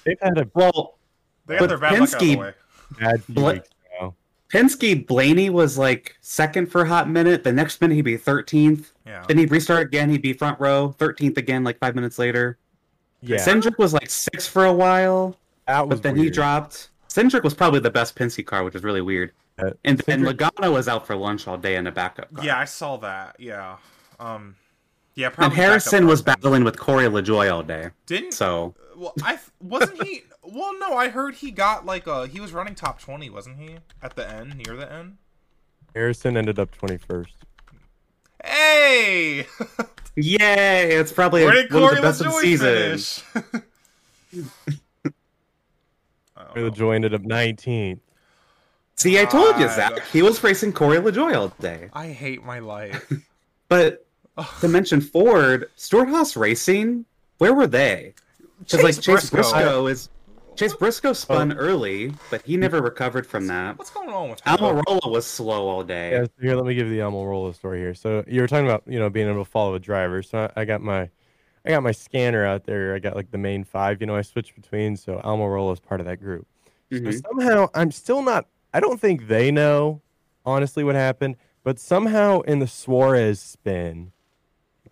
Speaker 2: They've had a
Speaker 3: Well,
Speaker 1: they got
Speaker 3: But
Speaker 1: their bad luck out of the
Speaker 3: Penske-
Speaker 1: way.
Speaker 2: bad few
Speaker 3: Bla-
Speaker 2: weeks now.
Speaker 3: Penske Blaney was like second for a hot minute. The next minute he'd be 13th.
Speaker 1: Yeah.
Speaker 3: Then he'd restart again. He'd be front row, 13th again, like five minutes later.
Speaker 2: Yeah,
Speaker 3: Cindric was like sixth for a while,
Speaker 2: that was
Speaker 3: but then he
Speaker 2: weird.
Speaker 3: dropped. Cindric was probably the best Penske car, which is really weird.
Speaker 2: Uh,
Speaker 3: and then
Speaker 2: Cindric-
Speaker 3: Logano was out for lunch all day in a backup car.
Speaker 1: Yeah, I saw that. Yeah. Um yeah,
Speaker 3: And
Speaker 1: probably backed
Speaker 3: Harrison
Speaker 1: up
Speaker 3: was
Speaker 1: Harrison.
Speaker 3: battling with Corey LaJoy all day.
Speaker 1: Didn't
Speaker 3: So,
Speaker 1: well I th- wasn't he well no, I heard he got like a he was running top 20, wasn't he? At the end, near the end.
Speaker 2: Harrison ended up twenty first.
Speaker 1: Hey!
Speaker 3: yay! It's probably
Speaker 1: Where
Speaker 3: one
Speaker 1: did
Speaker 3: of the
Speaker 1: Corey
Speaker 3: best of the
Speaker 1: LaJoy
Speaker 3: season.
Speaker 1: finish? Oh, I don't know.
Speaker 2: LaJoy ended up nineteenth.
Speaker 3: See, I told you,
Speaker 1: God.
Speaker 3: Zach. He was racing Corey LaJoy all day.
Speaker 1: I hate my life.
Speaker 3: But
Speaker 1: Ugh.
Speaker 3: to mention Ford, Stuarthouse Racing, where were they? Because like Chase Briscoe, Oh. is Chase Briscoe spun early, but he never recovered from that.
Speaker 1: What's going on with him?
Speaker 3: Almirola was slow all day.
Speaker 2: Yeah, so here, let me give you the Almarola story here. So you were talking about you know being able to follow a driver. So I, I got my, I got my scanner out there. I got like the main five. You know, I switched between. So Almarola is part of that group. So
Speaker 3: Mhm.
Speaker 2: somehow I'm still not. I don't think they know honestly what happened. But somehow in the Suarez spin,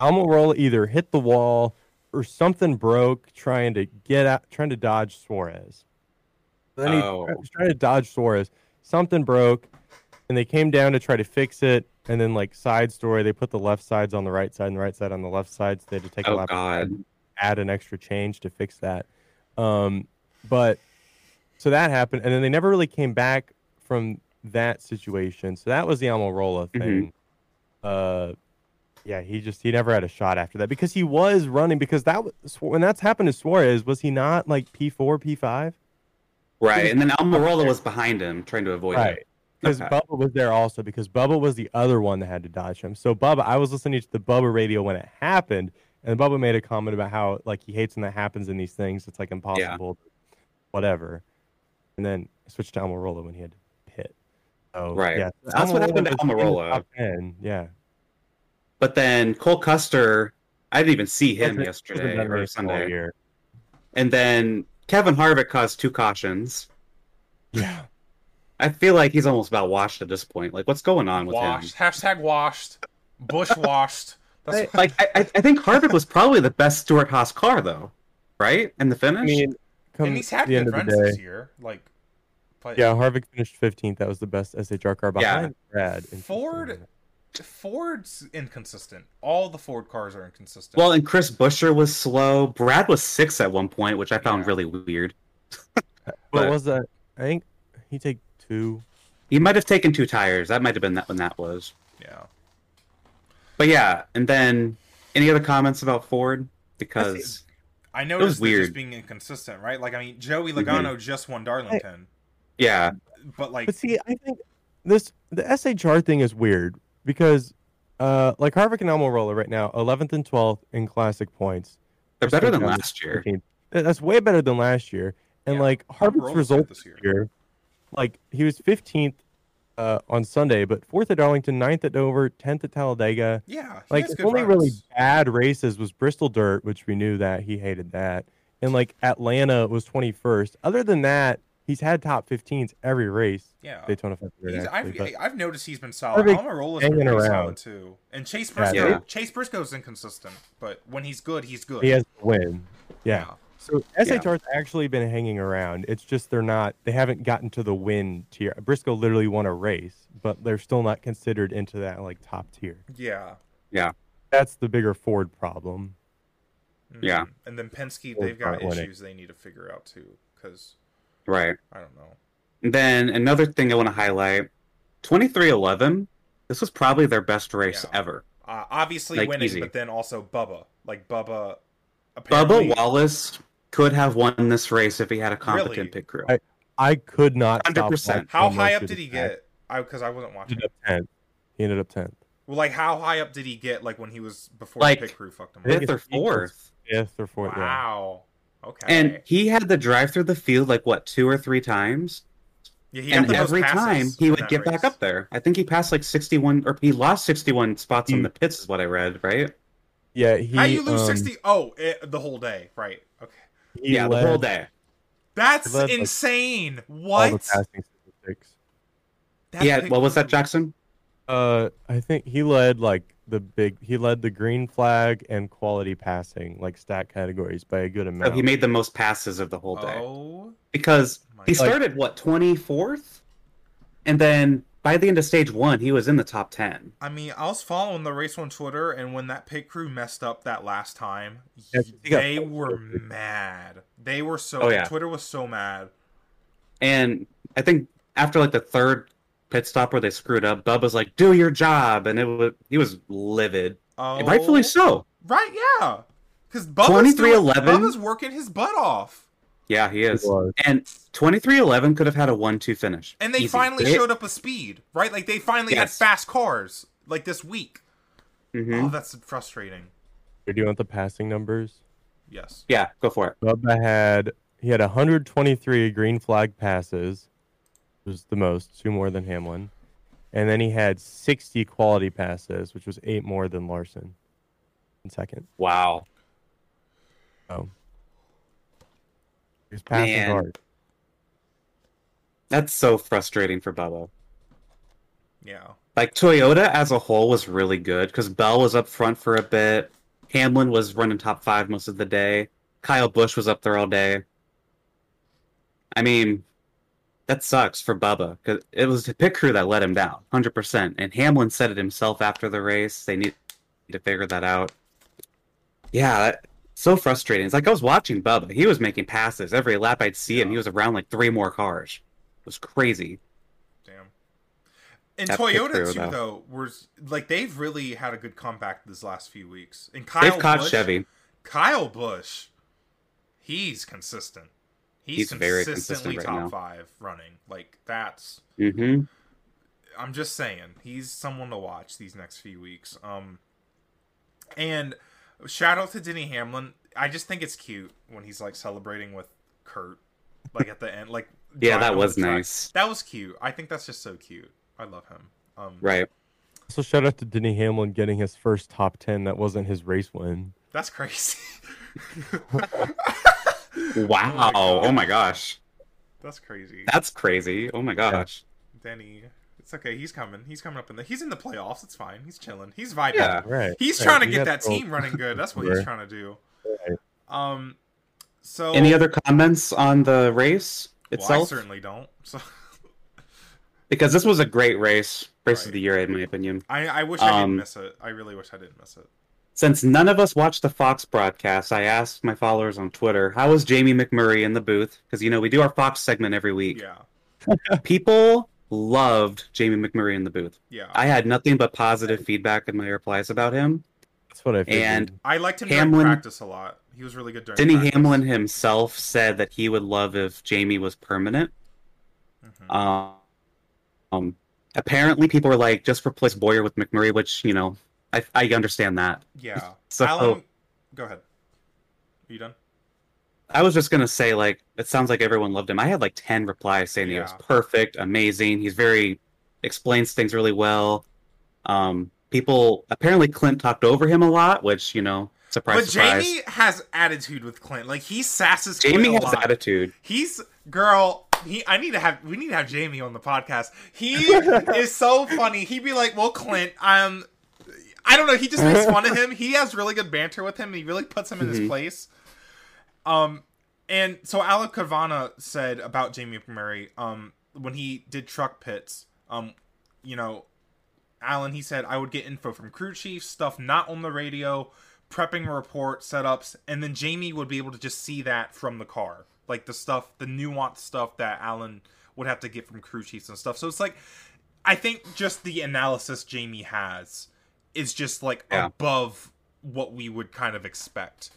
Speaker 2: Almirola either hit the wall or something broke trying to get out, trying to dodge Suarez. Then he
Speaker 3: Oh.
Speaker 2: oh. trying to dodge Suarez. Something broke, and they came down to try to fix it. And then, like side story, they put the left sides on the right side and the right side on the left side. So they had to take a
Speaker 3: Oh
Speaker 2: lap
Speaker 3: God.
Speaker 2: add an extra change to fix that. Um, but so that happened, and then they never really came back from that situation. So that was the Almirola thing. Uh, yeah, he just he never had a shot after that because he was running because that was when that's happened to Suarez was he not like P four P five
Speaker 3: Right. And then Almirola was behind him trying to avoid
Speaker 2: right.
Speaker 3: it.
Speaker 2: Because
Speaker 3: Okay.
Speaker 2: Bubba was there also, because Bubba was the other one that had to dodge him. So Bubba, I was listening to the Bubba radio when it happened, and Bubba made a comment about how like he hates when that happens in these things. It's like impossible, whatever. And then I switched to Almirola when he had to pit. Oh,
Speaker 3: Right.
Speaker 2: Yeah,
Speaker 3: That's what happened to
Speaker 2: was in the
Speaker 3: Almirola.
Speaker 2: top 10, Yeah,
Speaker 3: But then Cole Custer, I didn't even see him
Speaker 2: Wasn't-
Speaker 3: yesterday
Speaker 2: wasn't that
Speaker 3: or
Speaker 2: race all
Speaker 3: Sunday.
Speaker 2: year.
Speaker 3: And then Kevin Harvick caused two cautions.
Speaker 2: Yeah,
Speaker 3: I feel like he's almost about washed at this point. Like, what's going on with
Speaker 1: washed. Hashtag washed. Bush washed. That's
Speaker 3: him? Like, I, I I think Harvick was probably the best Stuart Haas car, though, right? In the finish?
Speaker 2: I mean, come
Speaker 1: and he's had
Speaker 2: the
Speaker 1: good
Speaker 2: end of
Speaker 1: runs
Speaker 2: the day,
Speaker 1: this year. Like, but
Speaker 2: yeah, Harvick finished 15th. That was the best SHR car behind Brad.
Speaker 1: Ford- Ford's inconsistent. All the Ford cars are inconsistent.
Speaker 3: well, and Chris Busher was slow. Brad was six at one point, which I found
Speaker 1: Yeah.
Speaker 3: really weird.
Speaker 2: What
Speaker 3: But-
Speaker 2: was that? I think he take two.
Speaker 3: He might have taken two tires. That might have been that when that was.
Speaker 1: yeah.
Speaker 3: But yeah, and then any other comments about Ford? Because
Speaker 1: I noticed they're
Speaker 3: weird.
Speaker 1: just being inconsistent, right? Like, I mean, Joey Logano just won Darlington,
Speaker 3: yeah,
Speaker 1: but like,
Speaker 2: But see, I think this the SHR thing is weird because, uh, like Harvick and Almirola right now, 11th and 12th in classic points.
Speaker 3: they're better than last year.
Speaker 2: 13th. That- That's way better than last year. And
Speaker 1: Yeah.
Speaker 2: like
Speaker 1: Rollins
Speaker 2: Harvick's
Speaker 1: did
Speaker 2: result
Speaker 1: this year.
Speaker 2: year. Like he was 15th uh, on Sunday, but fourth at Darlington, 9th at Dover, 10th at Talladega.
Speaker 1: yeah, he
Speaker 2: Like
Speaker 1: has
Speaker 2: the
Speaker 1: good
Speaker 2: only really
Speaker 1: runs.
Speaker 2: bad races was Bristol Dirt, which we knew that he hated that, and like Atlanta was 21st. Other than that, he's had top 15s every race.
Speaker 1: yeah.
Speaker 2: Daytona 500.
Speaker 1: Uh, He's, I've,
Speaker 2: actually, but-
Speaker 1: I've noticed he's been solid.
Speaker 2: Harvick
Speaker 1: Almirola's
Speaker 2: hanging
Speaker 1: been pretty solid
Speaker 2: around.
Speaker 1: too, and Chase
Speaker 2: Yeah,
Speaker 1: Briscoe.
Speaker 3: yeah.
Speaker 1: Chase Briscoe's inconsistent, but when he's good, he's good.
Speaker 2: He has to win. Yeah. So
Speaker 3: Yeah.
Speaker 2: SHR's actually been hanging around. It's just they're not. They haven't gotten to the win tier. Briscoe literally won a race, but they're still not considered into that like top tier.
Speaker 1: yeah,
Speaker 2: That's the bigger Ford problem.
Speaker 1: Mhm.
Speaker 3: Yeah.
Speaker 1: And then Penske,
Speaker 2: Or
Speaker 1: they've got
Speaker 2: front-running.
Speaker 1: issues they need to figure out too, because
Speaker 3: Right.
Speaker 1: I don't know.
Speaker 3: Then another thing I want to highlight 2311. This was probably their best race
Speaker 1: Yeah.
Speaker 3: ever.
Speaker 1: Uh, obviously
Speaker 3: Like,
Speaker 1: winning,
Speaker 3: easy.
Speaker 1: but then also Bubba, like Bubba. apparently-
Speaker 3: Bubba Wallace could have won this race if he had a competent
Speaker 1: Really?
Speaker 3: pit crew.
Speaker 2: I- I could not. stop
Speaker 3: 100%.
Speaker 2: watching
Speaker 1: How
Speaker 2: him
Speaker 1: high
Speaker 2: most
Speaker 1: up
Speaker 2: of
Speaker 1: did
Speaker 2: the
Speaker 1: he
Speaker 2: time.
Speaker 1: get? I because I wasn't
Speaker 2: He
Speaker 1: watching.
Speaker 2: ended up 10th. He ended up 10th.
Speaker 1: Well, like how high up did he get? Like when he was before
Speaker 3: Like,
Speaker 1: the pit crew fucked him.
Speaker 2: I think
Speaker 3: Fifth or
Speaker 2: it's equal.
Speaker 3: fourth.
Speaker 2: Fifth or fourth. yeah.
Speaker 1: Wow. Okay.
Speaker 3: And he had to drive through the field like what two or three times,
Speaker 1: yeah, he
Speaker 3: and
Speaker 1: got the most
Speaker 3: every
Speaker 1: passes
Speaker 3: time
Speaker 1: in
Speaker 3: he would
Speaker 1: that
Speaker 3: get
Speaker 1: race.
Speaker 3: back up there. I think he passed like sixty-one, or he lost sixty-one spots on
Speaker 2: Hmm.
Speaker 3: the pits, is what I read. Right?
Speaker 2: Yeah, he.
Speaker 1: How you lose
Speaker 2: um,
Speaker 1: sixty? Oh, it, the whole day, right? Okay,
Speaker 2: He
Speaker 3: yeah,
Speaker 2: led
Speaker 3: the whole day.
Speaker 1: that's
Speaker 2: led, like,
Speaker 1: insane.
Speaker 2: All the
Speaker 1: What?
Speaker 2: passing statistics.
Speaker 1: That
Speaker 3: Yeah.
Speaker 1: pit
Speaker 3: What was that,
Speaker 1: crew-
Speaker 3: Jackson?
Speaker 2: Uh, I think he led like the big. He led the green flag and quality passing like stat categories by a good
Speaker 3: So
Speaker 2: amount.
Speaker 3: he made the most passes of the whole day.
Speaker 1: Oh
Speaker 3: because
Speaker 1: my
Speaker 3: he
Speaker 1: God.
Speaker 3: started what 24th and then by the end of stage one he was in the top 10
Speaker 1: I mean, I was following the race on Twitter, and when that pit crew messed up that last time,
Speaker 2: Yeah, he got-
Speaker 1: they were mad. They were so.
Speaker 3: Oh, yeah.
Speaker 1: Twitter was so mad.
Speaker 3: and i think after like the third pit stop where they screwed up bub was like do your job and it was he was livid
Speaker 1: Oh,
Speaker 3: And rightfully so
Speaker 1: Right? Yeah. Because Bubba's, doing-
Speaker 3: 23-11?
Speaker 1: Bubba's working his butt off,
Speaker 3: yeah he
Speaker 2: He
Speaker 3: is
Speaker 2: was.
Speaker 3: and 2311 could have had a 1-2 finish
Speaker 1: and they
Speaker 3: Easy.
Speaker 1: finally
Speaker 3: They-
Speaker 1: showed up with speed, right? Like they finally had
Speaker 3: Yes.
Speaker 1: fast cars, like this week.
Speaker 3: Mhm.
Speaker 1: Oh, that's frustrating.
Speaker 2: You're doing the passing numbers.
Speaker 1: Yes.
Speaker 3: yeah go for it
Speaker 2: Bubba had he had 123 green flag passes, was the most, two more than Hamlin, and then he had 60 quality passes, which was eight more than Larson, in second.
Speaker 3: wow
Speaker 2: So he was passing
Speaker 3: Man.
Speaker 2: hard.
Speaker 3: that's so frustrating for bubba
Speaker 1: Yeah.
Speaker 3: Like Toyota as a whole was really good because Bell was up front for a bit. Hamlin was running top five most of the day. Kyle Bush was up there all day. I mean, that sucks for Bubba because it was the pit crew that let him down, hundred percent. And Hamlin said it himself after the race. They need to figure that out. Yeah, that, so frustrating. It's like I was watching Bubba. He was making passes every lap. I'd see him. He was around like three more cars. It was crazy.
Speaker 1: Damn. And
Speaker 3: That pit
Speaker 1: Toyota
Speaker 3: crew,
Speaker 1: too,
Speaker 3: though.
Speaker 1: though, was like they've really had a good comeback these last few weeks. And Kyle
Speaker 3: They've caught
Speaker 1: Busch,
Speaker 3: Chevy.
Speaker 1: Kyle Bush, he's consistent. He's,
Speaker 3: He's very consistent
Speaker 1: consistently
Speaker 3: right
Speaker 1: top
Speaker 3: now.
Speaker 1: five running. Like that's
Speaker 3: Mm-hmm.
Speaker 1: I'm just saying he's someone to watch these next few weeks. Um, and shout out to Denny Hamlin. I just think it's cute when he's like celebrating with Kurt, like at the end. Like
Speaker 3: Yeah,
Speaker 1: driving
Speaker 3: that
Speaker 1: on
Speaker 3: was
Speaker 1: the track.
Speaker 3: nice.
Speaker 1: That was cute. I think that's just so cute. I love him. Um,
Speaker 3: Right.
Speaker 2: So shout out to Denny Hamlin getting his first top ten. That wasn't his race win.
Speaker 1: That's crazy.
Speaker 3: Wow.
Speaker 1: Oh my God.
Speaker 3: Oh my gosh.
Speaker 1: that's crazy.
Speaker 3: That's crazy. Oh my gosh.
Speaker 1: Denny. It's okay. He's coming. He's coming up in the. He's in the playoffs. It's fine. He's chilling. He's vibing.
Speaker 3: Yeah.
Speaker 2: Right.
Speaker 1: He's
Speaker 2: right.
Speaker 1: trying to
Speaker 2: We
Speaker 1: get
Speaker 2: got
Speaker 1: that
Speaker 2: the-
Speaker 1: team running good. That's what he's
Speaker 2: Right.
Speaker 1: trying to do.
Speaker 2: Right.
Speaker 1: Um. So
Speaker 3: Any other comments on the race
Speaker 1: Well,
Speaker 3: itself?
Speaker 1: I certainly don't. So
Speaker 3: Because this was a great race, race
Speaker 1: Right.
Speaker 3: of the year, in my opinion.
Speaker 1: I, I wish I didn't
Speaker 3: Um,
Speaker 1: miss it. I really wish I didn't miss it.
Speaker 3: Since none of us watched the Fox broadcast, I asked my followers on Twitter, how was Jamie McMurray in the booth? Because, you know, we do our Fox segment every week.
Speaker 1: Yeah.
Speaker 3: People loved Jamie McMurray in the booth.
Speaker 1: Yeah. I,
Speaker 3: I had nothing but positive feedback in my replies about him.
Speaker 2: That's what I figured.
Speaker 3: And
Speaker 1: liked him during
Speaker 3: Hamlin-
Speaker 1: practice a lot. He was really good during
Speaker 3: Denny
Speaker 1: practice.
Speaker 3: Hamlin himself said that he would love if Jamie was permanent.
Speaker 1: Mhm.
Speaker 3: Um, um, apparently, people were like, just replace Boyer with McMurray, which, you know, I, I understand that.
Speaker 1: yeah.
Speaker 3: So
Speaker 1: Alan, go ahead. Are you done?
Speaker 3: I was just going to say, like, it sounds like everyone loved him. I had like 10 replies saying he was
Speaker 1: Yeah.
Speaker 3: perfect, amazing. He's very, explains things really well. Um, people, apparently, Clint talked over him a lot, which, you know, surprise,
Speaker 1: but
Speaker 3: surprise.
Speaker 1: Jamie has attitude with Clint. Like he sasses Clint
Speaker 3: Jamie
Speaker 1: a
Speaker 3: has
Speaker 1: lot.
Speaker 3: attitude.
Speaker 1: He's girl. He, I need to have. We need to have Jamie on the podcast. He is so funny. He'd be like, "Well, Clint, um, I don't know." He just makes fun of him. He has really good banter with him. And he really puts him in his
Speaker 3: Mhm.
Speaker 1: place. Um, and so Alec Cavana said about Jamie Murray, um, when he did truck pits, um, you know, Alan, he said, I would get info from crew chiefs, stuff not on the radio, prepping a report, setups, and then Jamie would be able to just see that from the car. Like the stuff, the nuanced stuff that Alan would have to get from crew chiefs and stuff. So it's like, I think just the analysis Jamie has is just like
Speaker 3: Yeah.
Speaker 1: above what we would kind of expect.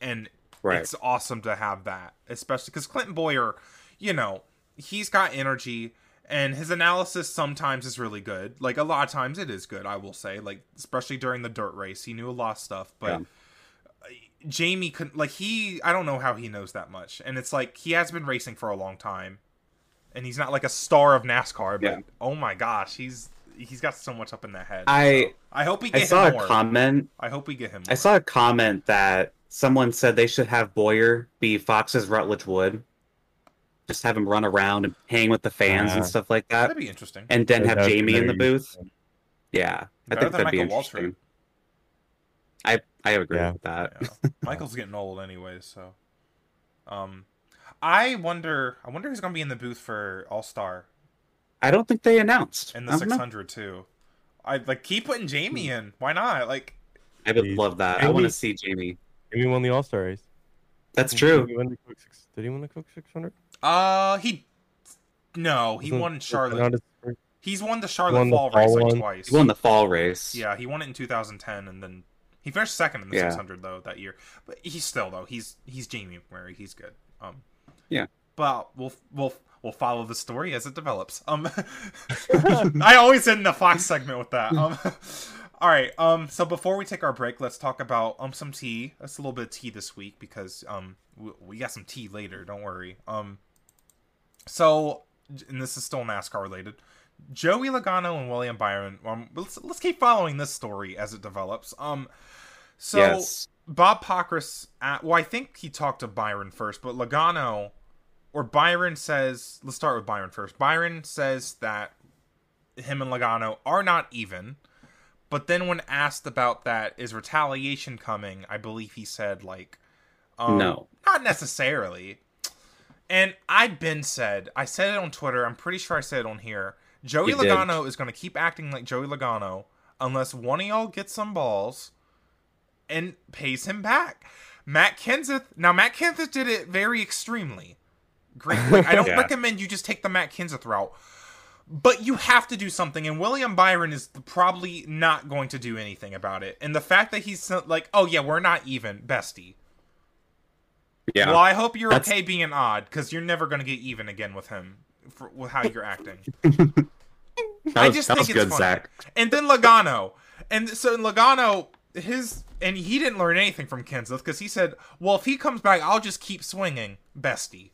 Speaker 1: And
Speaker 3: Right.
Speaker 1: it's awesome to have that, especially because Clinton Boyer, you know, he's got energy and his analysis sometimes is really good. Like a lot of times it is good, I will say. Like especially during the dirt race, he knew a lot of stuff, but
Speaker 3: Yeah.
Speaker 1: Jamie couldn't like he I don't know how he knows that much. And it's like he has been racing for a long time. And he's not like a star of NASCAR, but
Speaker 3: Yeah.
Speaker 1: oh my gosh, he's he's got so much up in that head.
Speaker 3: I-
Speaker 1: so I hope we
Speaker 3: I
Speaker 1: get
Speaker 3: saw
Speaker 1: him
Speaker 3: a
Speaker 1: more.
Speaker 3: comment
Speaker 1: I hope we get him.
Speaker 3: I
Speaker 1: more.
Speaker 3: saw a comment that someone said they should have Boyer be Fox's Rutledge Wood. Just have him run around and hang with the fans
Speaker 2: Ah.
Speaker 3: and stuff like that.
Speaker 1: that'd be interesting.
Speaker 3: And then have
Speaker 2: That's
Speaker 3: Jamie in the
Speaker 2: very
Speaker 3: booth. Yeah. I
Speaker 1: Better
Speaker 3: think
Speaker 1: than
Speaker 3: that'd be
Speaker 1: Michael Waltrip.
Speaker 3: interesting. I, I agree
Speaker 2: Yeah.
Speaker 3: with that.
Speaker 1: Yeah. Michael's getting old anyway, so um I wonder I wonder who's gonna be in the booth for All Star
Speaker 3: I don't think they announced.
Speaker 1: and
Speaker 3: I
Speaker 1: the
Speaker 3: don't
Speaker 1: six
Speaker 3: know.
Speaker 1: hundred too. I like keep putting Jamie
Speaker 2: Hmm.
Speaker 1: in. Why not? Like
Speaker 3: I would
Speaker 2: Please.
Speaker 3: love that. I
Speaker 2: Jamie-
Speaker 3: want to see Jamie.
Speaker 2: Jamie won the All Star race.
Speaker 3: That's
Speaker 2: Did
Speaker 3: true.
Speaker 2: he win the Coke six- did he win the Coke 600?
Speaker 1: uh he No, Oh, he won
Speaker 2: Wasn't-
Speaker 1: in
Speaker 2: wasn't that
Speaker 1: Charlotte.
Speaker 2: his first-
Speaker 1: He's won the Charlotte
Speaker 2: won the
Speaker 1: Fall
Speaker 2: fall
Speaker 1: race like
Speaker 2: one?
Speaker 1: twice.
Speaker 3: He won the fall race.
Speaker 1: Yeah, he won it in two thousand ten and then he finished second in the
Speaker 3: Yeah.
Speaker 1: six hundred though that year. But he's still though, he's he's Jamie McMurray, he's good. Um
Speaker 3: Yeah.
Speaker 1: But we'll we'll we'll follow the story as it develops. Um I always end the Fox segment with that. Um, all right. Um, so before we take our break, let's talk about um some tea. That's a little bit of tea this week because um we, we got some tea later. Don't worry. Um, so and this is still NASCAR related. Joey Logano and William Byron. Um, let's let's keep following this story as it develops. Um, so
Speaker 3: yes.
Speaker 1: Bob Pockris, at, well, I think he talked to Byron first, but Logano or Byron says, let's start with Byron first. Byron says that him and Logano are not even. But then when asked about that, is retaliation coming? I believe he said like, um,
Speaker 3: No.
Speaker 1: not necessarily. And I Ben said, I said it on Twitter. I'm pretty sure I said it on here. Joey
Speaker 3: You did.
Speaker 1: Logano is going to keep acting like Joey Logano unless one of y'all gets some balls and pays him back. Matt Kenseth. Now Matt Kenseth did it very extremely. Great. Like, I don't
Speaker 3: Yeah.
Speaker 1: recommend you just take the Matt Kenseth route, but you have to do something. And William Byron is probably not going to do anything about it. And the fact that he's so- like, "Oh yeah, we're not even, bestie."
Speaker 3: Yeah.
Speaker 1: Well, I hope you're
Speaker 3: That's-
Speaker 1: okay being odd because you're never going to get even again with him for with how you're acting.
Speaker 3: that
Speaker 1: I
Speaker 3: was,
Speaker 1: just
Speaker 3: that
Speaker 1: think
Speaker 3: was
Speaker 1: it's
Speaker 3: good,
Speaker 1: funny.
Speaker 3: Zach.
Speaker 1: And then Logano. And so Logano, his and he didn't learn anything from Kenseth because he said, "Well, if he comes back, I'll just keep swinging, bestie.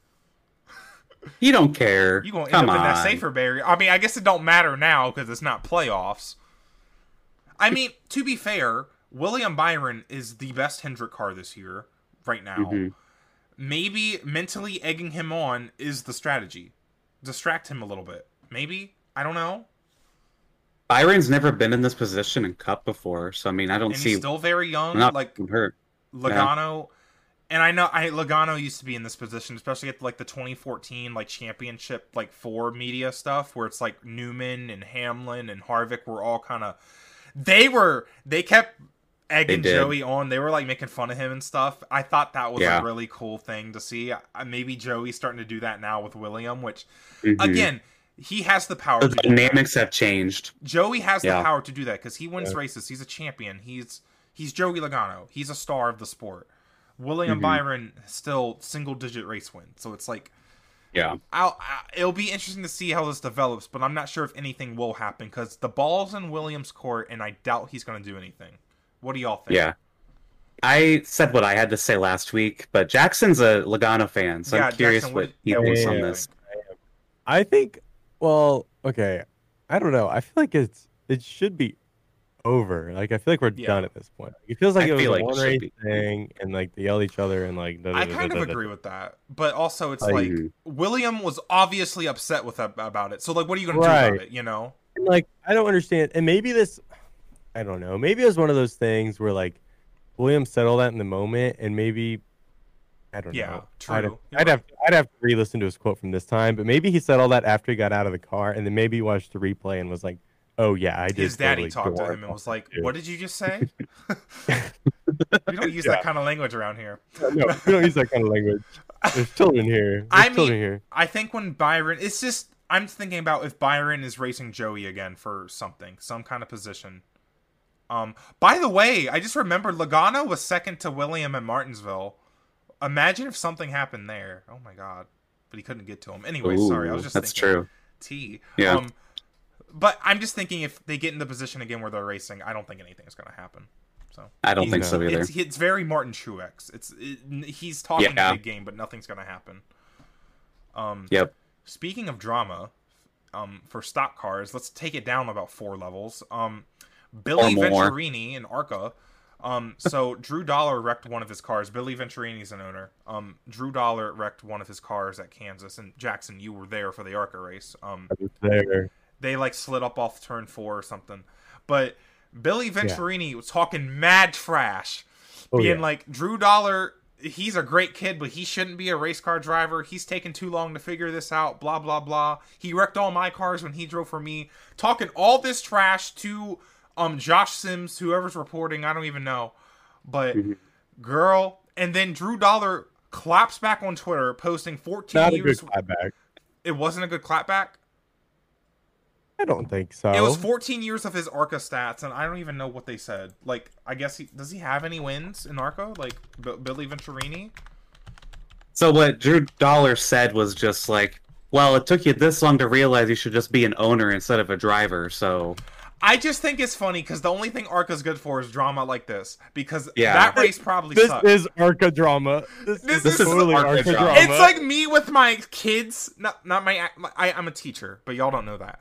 Speaker 3: You don't care.
Speaker 1: You gonna
Speaker 3: Come
Speaker 1: end up
Speaker 3: on.
Speaker 1: in that safer barrier. I mean, I guess it don't matter now because it's not playoffs. I mean, to be fair, William Byron is the best Hendrick car this year right now.
Speaker 3: Mhm.
Speaker 1: Maybe mentally egging him on is the strategy. Distract him a little bit. Maybe I don't know.
Speaker 3: Byron's never been in this position in Cup before, so I mean, I don't
Speaker 1: And
Speaker 3: see
Speaker 1: he's still very young.
Speaker 3: not
Speaker 1: like
Speaker 3: hurt.
Speaker 1: Logano, and I know I Logano used to be in this position, especially at like the 2014 like championship like four media stuff where it's like Newman and Hamlin and Harvick were all kind of they were they kept egging
Speaker 3: did.
Speaker 1: Joey on. They were like making fun of him and stuff. I thought that was
Speaker 3: Yeah.
Speaker 1: a really cool thing to see. I, maybe Joey's starting to do that now with William, which
Speaker 3: Mhm.
Speaker 1: again he has the power.
Speaker 3: the
Speaker 1: to do that.
Speaker 3: dynamics have changed.
Speaker 1: Joey has the
Speaker 3: Yeah.
Speaker 1: power to do that because he wins
Speaker 2: Yeah.
Speaker 1: races. He's a champion. He's he's Joey Logano. He's a star of the sport. William
Speaker 3: Mhm.
Speaker 1: Byron still single digit race win. So it's like
Speaker 3: Yeah.
Speaker 1: I'll, I, it'll be interesting to see how this develops. But I'm not sure if anything will happen because the ball's in Williams' court, and I doubt he's going to do anything. What do y'all think?
Speaker 3: Yeah. I said what I had to say last week, but Jackson's a Logano fan, so
Speaker 1: Yeah,
Speaker 3: I'm curious
Speaker 1: Jackson,
Speaker 3: what
Speaker 1: what-
Speaker 3: he
Speaker 2: yeah, what
Speaker 3: thinks
Speaker 2: do
Speaker 3: on
Speaker 2: you
Speaker 3: this.
Speaker 2: I think. Well, okay. I don't know. I feel like it's it should be over. Like I feel like we're
Speaker 1: Yeah.
Speaker 2: done at this point. It feels like
Speaker 3: I
Speaker 2: it was
Speaker 3: feel
Speaker 2: a
Speaker 3: like it
Speaker 2: one
Speaker 3: should
Speaker 2: race
Speaker 3: be.
Speaker 2: thing, and like they yell each other and like. da- da-
Speaker 1: I
Speaker 2: da-
Speaker 1: kind
Speaker 2: da-
Speaker 1: of
Speaker 2: da- da-
Speaker 1: agree with that, but also it's
Speaker 2: Like-
Speaker 1: like
Speaker 3: Mhm.
Speaker 1: William was obviously upset with ab- about it. So like, what are you going to do
Speaker 2: Right.
Speaker 1: about it? You know?
Speaker 2: And, like I don't understand. And maybe this, I don't know. Maybe it was one of those things where like William said all that in the moment, and maybe I don't
Speaker 1: Yeah,
Speaker 2: know.
Speaker 1: true.
Speaker 2: I'd,
Speaker 1: You're
Speaker 2: I'd have I'd have to re-listen to his quote from this time, but maybe he said all that after he got out of the car, and then maybe he watched the replay and was like, "Oh yeah, I did."
Speaker 1: his daddy
Speaker 2: totally
Speaker 1: talked to
Speaker 2: gore
Speaker 1: him and was
Speaker 2: myself,
Speaker 1: like,
Speaker 2: too."
Speaker 1: "What did you just say?" we don't use that
Speaker 2: Yeah.
Speaker 1: kind of language around here.
Speaker 2: no, we don't use that kind of language. There's children here. There's
Speaker 1: I mean-
Speaker 2: children here.
Speaker 1: I think when Byron, it's just I'm thinking about if Byron is racing Joey again for something, some kind of position. Um. By the way, I just remembered Logano was second to William at Martinsville. Imagine if something happened there. Oh my god! But he couldn't get to him. Anyway, sorry. I
Speaker 3: Ooh,
Speaker 1: was just
Speaker 3: that's
Speaker 1: thinking.
Speaker 3: true.
Speaker 1: T.
Speaker 3: Yeah.
Speaker 1: Um, but I'm just thinking if they get in the position again where they're racing, I don't think anything is going to happen. So
Speaker 3: I don't
Speaker 1: He's-
Speaker 3: think so
Speaker 2: No.
Speaker 3: either.
Speaker 1: It's, it's very Martin Truex. It's it, n- he's talking
Speaker 3: Yeah.
Speaker 1: a big game, but nothing's gonna happen. Um,
Speaker 3: Yep.
Speaker 1: Speaking of drama, um, for stock cars, let's take it down about four levels. Um, Billy
Speaker 3: more.
Speaker 1: Venturini and Arca. Um, so Drew Dollar wrecked one of his cars. Billy Venturini's an owner. Um, Drew Dollar wrecked one of his cars at Kansas, and Jackson, you were there for the Arca race. Um,
Speaker 2: I was there.
Speaker 1: they like slid up off turn four or something. But Billy Venturini was talking mad trash,
Speaker 2: Oh,
Speaker 1: being
Speaker 2: yeah.
Speaker 1: like Drew Dollar. He's a great kid, but he shouldn't be a race car driver. He's taking too long to figure this out. Blah blah blah. He wrecked all my cars when he drove for me. Talking all this trash to um Josh Sims, whoever's reporting. I don't even know, but
Speaker 2: Mm-hmm.
Speaker 3: Mhm.
Speaker 1: girl. And then Drew Dollar claps back on Twitter, posting 14
Speaker 2: Not a good
Speaker 1: years.
Speaker 2: clapback.
Speaker 1: It wasn't a good clapback.
Speaker 2: I don't think so.
Speaker 1: It was 14 years of his Arca stats, and I don't even know what they said. Like, I guess he does he have any wins in Arca? Like B- Billy Venturini?
Speaker 3: So what Drew Dollar said was just like, well, it took you this long to realize you should just be an owner instead of a driver. So
Speaker 1: I just think it's funny because the only thing Arca's good for is drama like this. Because
Speaker 3: Yeah.
Speaker 1: that race probably
Speaker 2: this
Speaker 1: sucked.
Speaker 2: is Arca drama. This,
Speaker 1: This
Speaker 2: is
Speaker 1: is
Speaker 2: totally
Speaker 3: Arca
Speaker 2: Arca
Speaker 3: drama.
Speaker 2: drama.
Speaker 1: it's like me with my kids. Not not my. my- I, I'm a teacher, but y'all don't know that.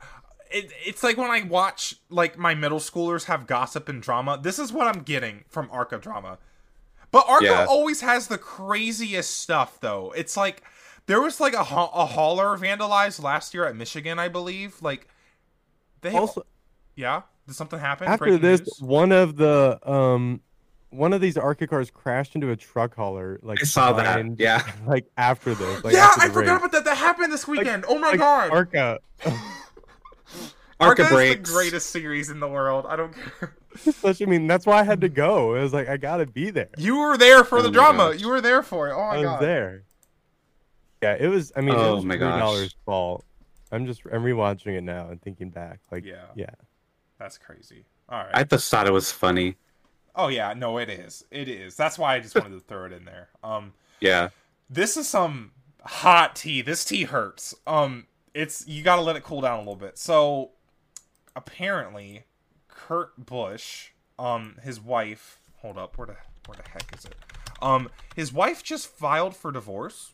Speaker 1: It, it's like when I watch like my middle schoolers have gossip and drama. This is what I'm getting from Arca drama. But Arca
Speaker 3: Yeah.
Speaker 1: always has the craziest stuff, though. It's like there was like a, ha- a hauler vandalized last year at Michigan, I believe. Like They have-
Speaker 2: Also,
Speaker 1: yeah. Did something happen?
Speaker 2: after
Speaker 1: Breaking
Speaker 2: this,
Speaker 1: news?
Speaker 2: one of the um, one of these ARCA cars crashed into a truck hauler. Like
Speaker 3: I saw that.
Speaker 2: behind-
Speaker 3: Yeah.
Speaker 2: Like after this. Like,
Speaker 1: yeah,
Speaker 2: after
Speaker 1: I
Speaker 2: the
Speaker 1: forgot
Speaker 2: race.
Speaker 1: about that. That happened this weekend. oh my
Speaker 2: Like,
Speaker 1: god.
Speaker 2: Arca.
Speaker 1: Arca
Speaker 3: Arca
Speaker 1: is the
Speaker 3: breaks.
Speaker 1: greatest series in the world. I don't care.
Speaker 2: Such, I mean, that's why I had to go. It was like I gotta be there.
Speaker 1: You were there for
Speaker 3: Oh
Speaker 1: the
Speaker 3: my
Speaker 1: drama.
Speaker 3: gosh.
Speaker 1: You were there for it. Oh my
Speaker 2: I was
Speaker 1: god.
Speaker 2: there. Yeah, it was. I mean, it
Speaker 3: Oh
Speaker 2: was
Speaker 3: my
Speaker 2: three dollars
Speaker 3: gosh.
Speaker 2: fault. I'm just I'm rewatching it now and thinking back. Like,
Speaker 1: Yeah.
Speaker 2: yeah.
Speaker 1: That's crazy. All right.
Speaker 3: I just thought it was funny.
Speaker 1: Oh yeah, no, it is. It is. That's why I just wanted to throw it in there. Um,
Speaker 3: Yeah.
Speaker 1: this is some hot tea. This tea hurts. Um, it's you got to let it cool down a little bit. So, apparently, Kurt Busch, um, his wife. Hold up, where the where the heck is it? Um, his wife just filed for divorce.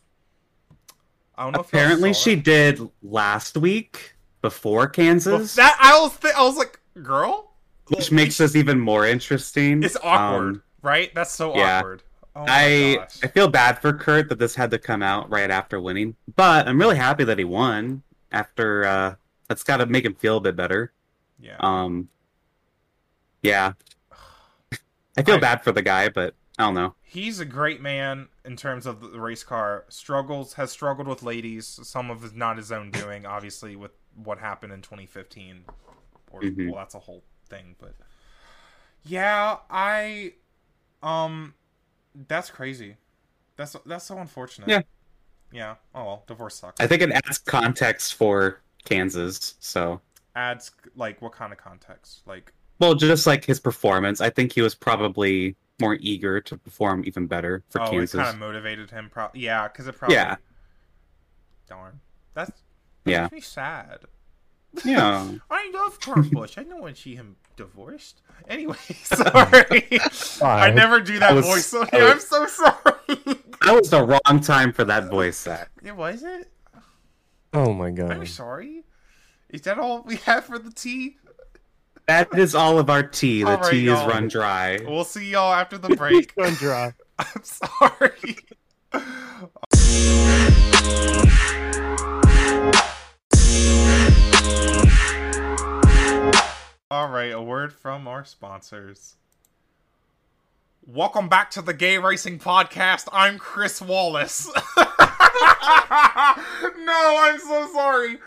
Speaker 1: I don't know. if y'all
Speaker 3: Apparently,
Speaker 1: saw
Speaker 3: she
Speaker 1: that.
Speaker 3: did last week before Kansas,
Speaker 1: that I was th- I was like, girl,
Speaker 3: which makes this even more interesting.
Speaker 1: it's awkward,
Speaker 3: Um,
Speaker 1: right? That's so
Speaker 3: yeah.
Speaker 1: awkward. Oh my
Speaker 3: I
Speaker 1: gosh.
Speaker 3: I feel bad for Kurt that this had to come out right after winning, but I'm really happy that he won. After uh, that's got to make him feel a bit better.
Speaker 1: yeah.
Speaker 3: Um, yeah, I feel
Speaker 1: I-
Speaker 3: bad for the guy, but I don't know.
Speaker 1: he's a great man in terms of the race car struggles has struggled with ladies some of it's not his own doing obviously with what happened in 2015 or
Speaker 3: Mhm.
Speaker 1: well that's a whole thing but yeah i um that's crazy that's that's so unfortunate
Speaker 3: Yeah.
Speaker 1: yeah oh well divorce sucks
Speaker 3: I think it adds context for Kansas. So,
Speaker 1: adds like what kind of context like
Speaker 3: well, just like his performance, I think he was probably more eager to perform even better for
Speaker 1: oh
Speaker 3: Kansas.
Speaker 1: it kind of motivated him pro- yeah because it probably
Speaker 3: Yeah.
Speaker 1: darn that's, that's
Speaker 3: Yeah.
Speaker 1: pretty sad
Speaker 3: Yeah.
Speaker 1: I love Kurt Bush. I know when she him divorced. Anyway, sorry. I never do that
Speaker 3: I was-
Speaker 1: voice. on
Speaker 3: I
Speaker 1: here. I'm
Speaker 3: was-
Speaker 1: so sorry.
Speaker 3: That was the wrong time for that voice set.
Speaker 1: it wasn't.
Speaker 2: Oh my
Speaker 1: I'm
Speaker 2: god.
Speaker 1: sorry. Is that all we have for the tea?
Speaker 3: That is all of our tea. The
Speaker 1: All right,
Speaker 3: tea
Speaker 1: y'all.
Speaker 3: is run dry.
Speaker 1: We'll see y'all after the break.
Speaker 2: Don't draw.
Speaker 1: I'm sorry. All right, a word from our sponsors. Welcome back to the Gay Racing Podcast. I'm Chris Wallace. no, I'm so sorry.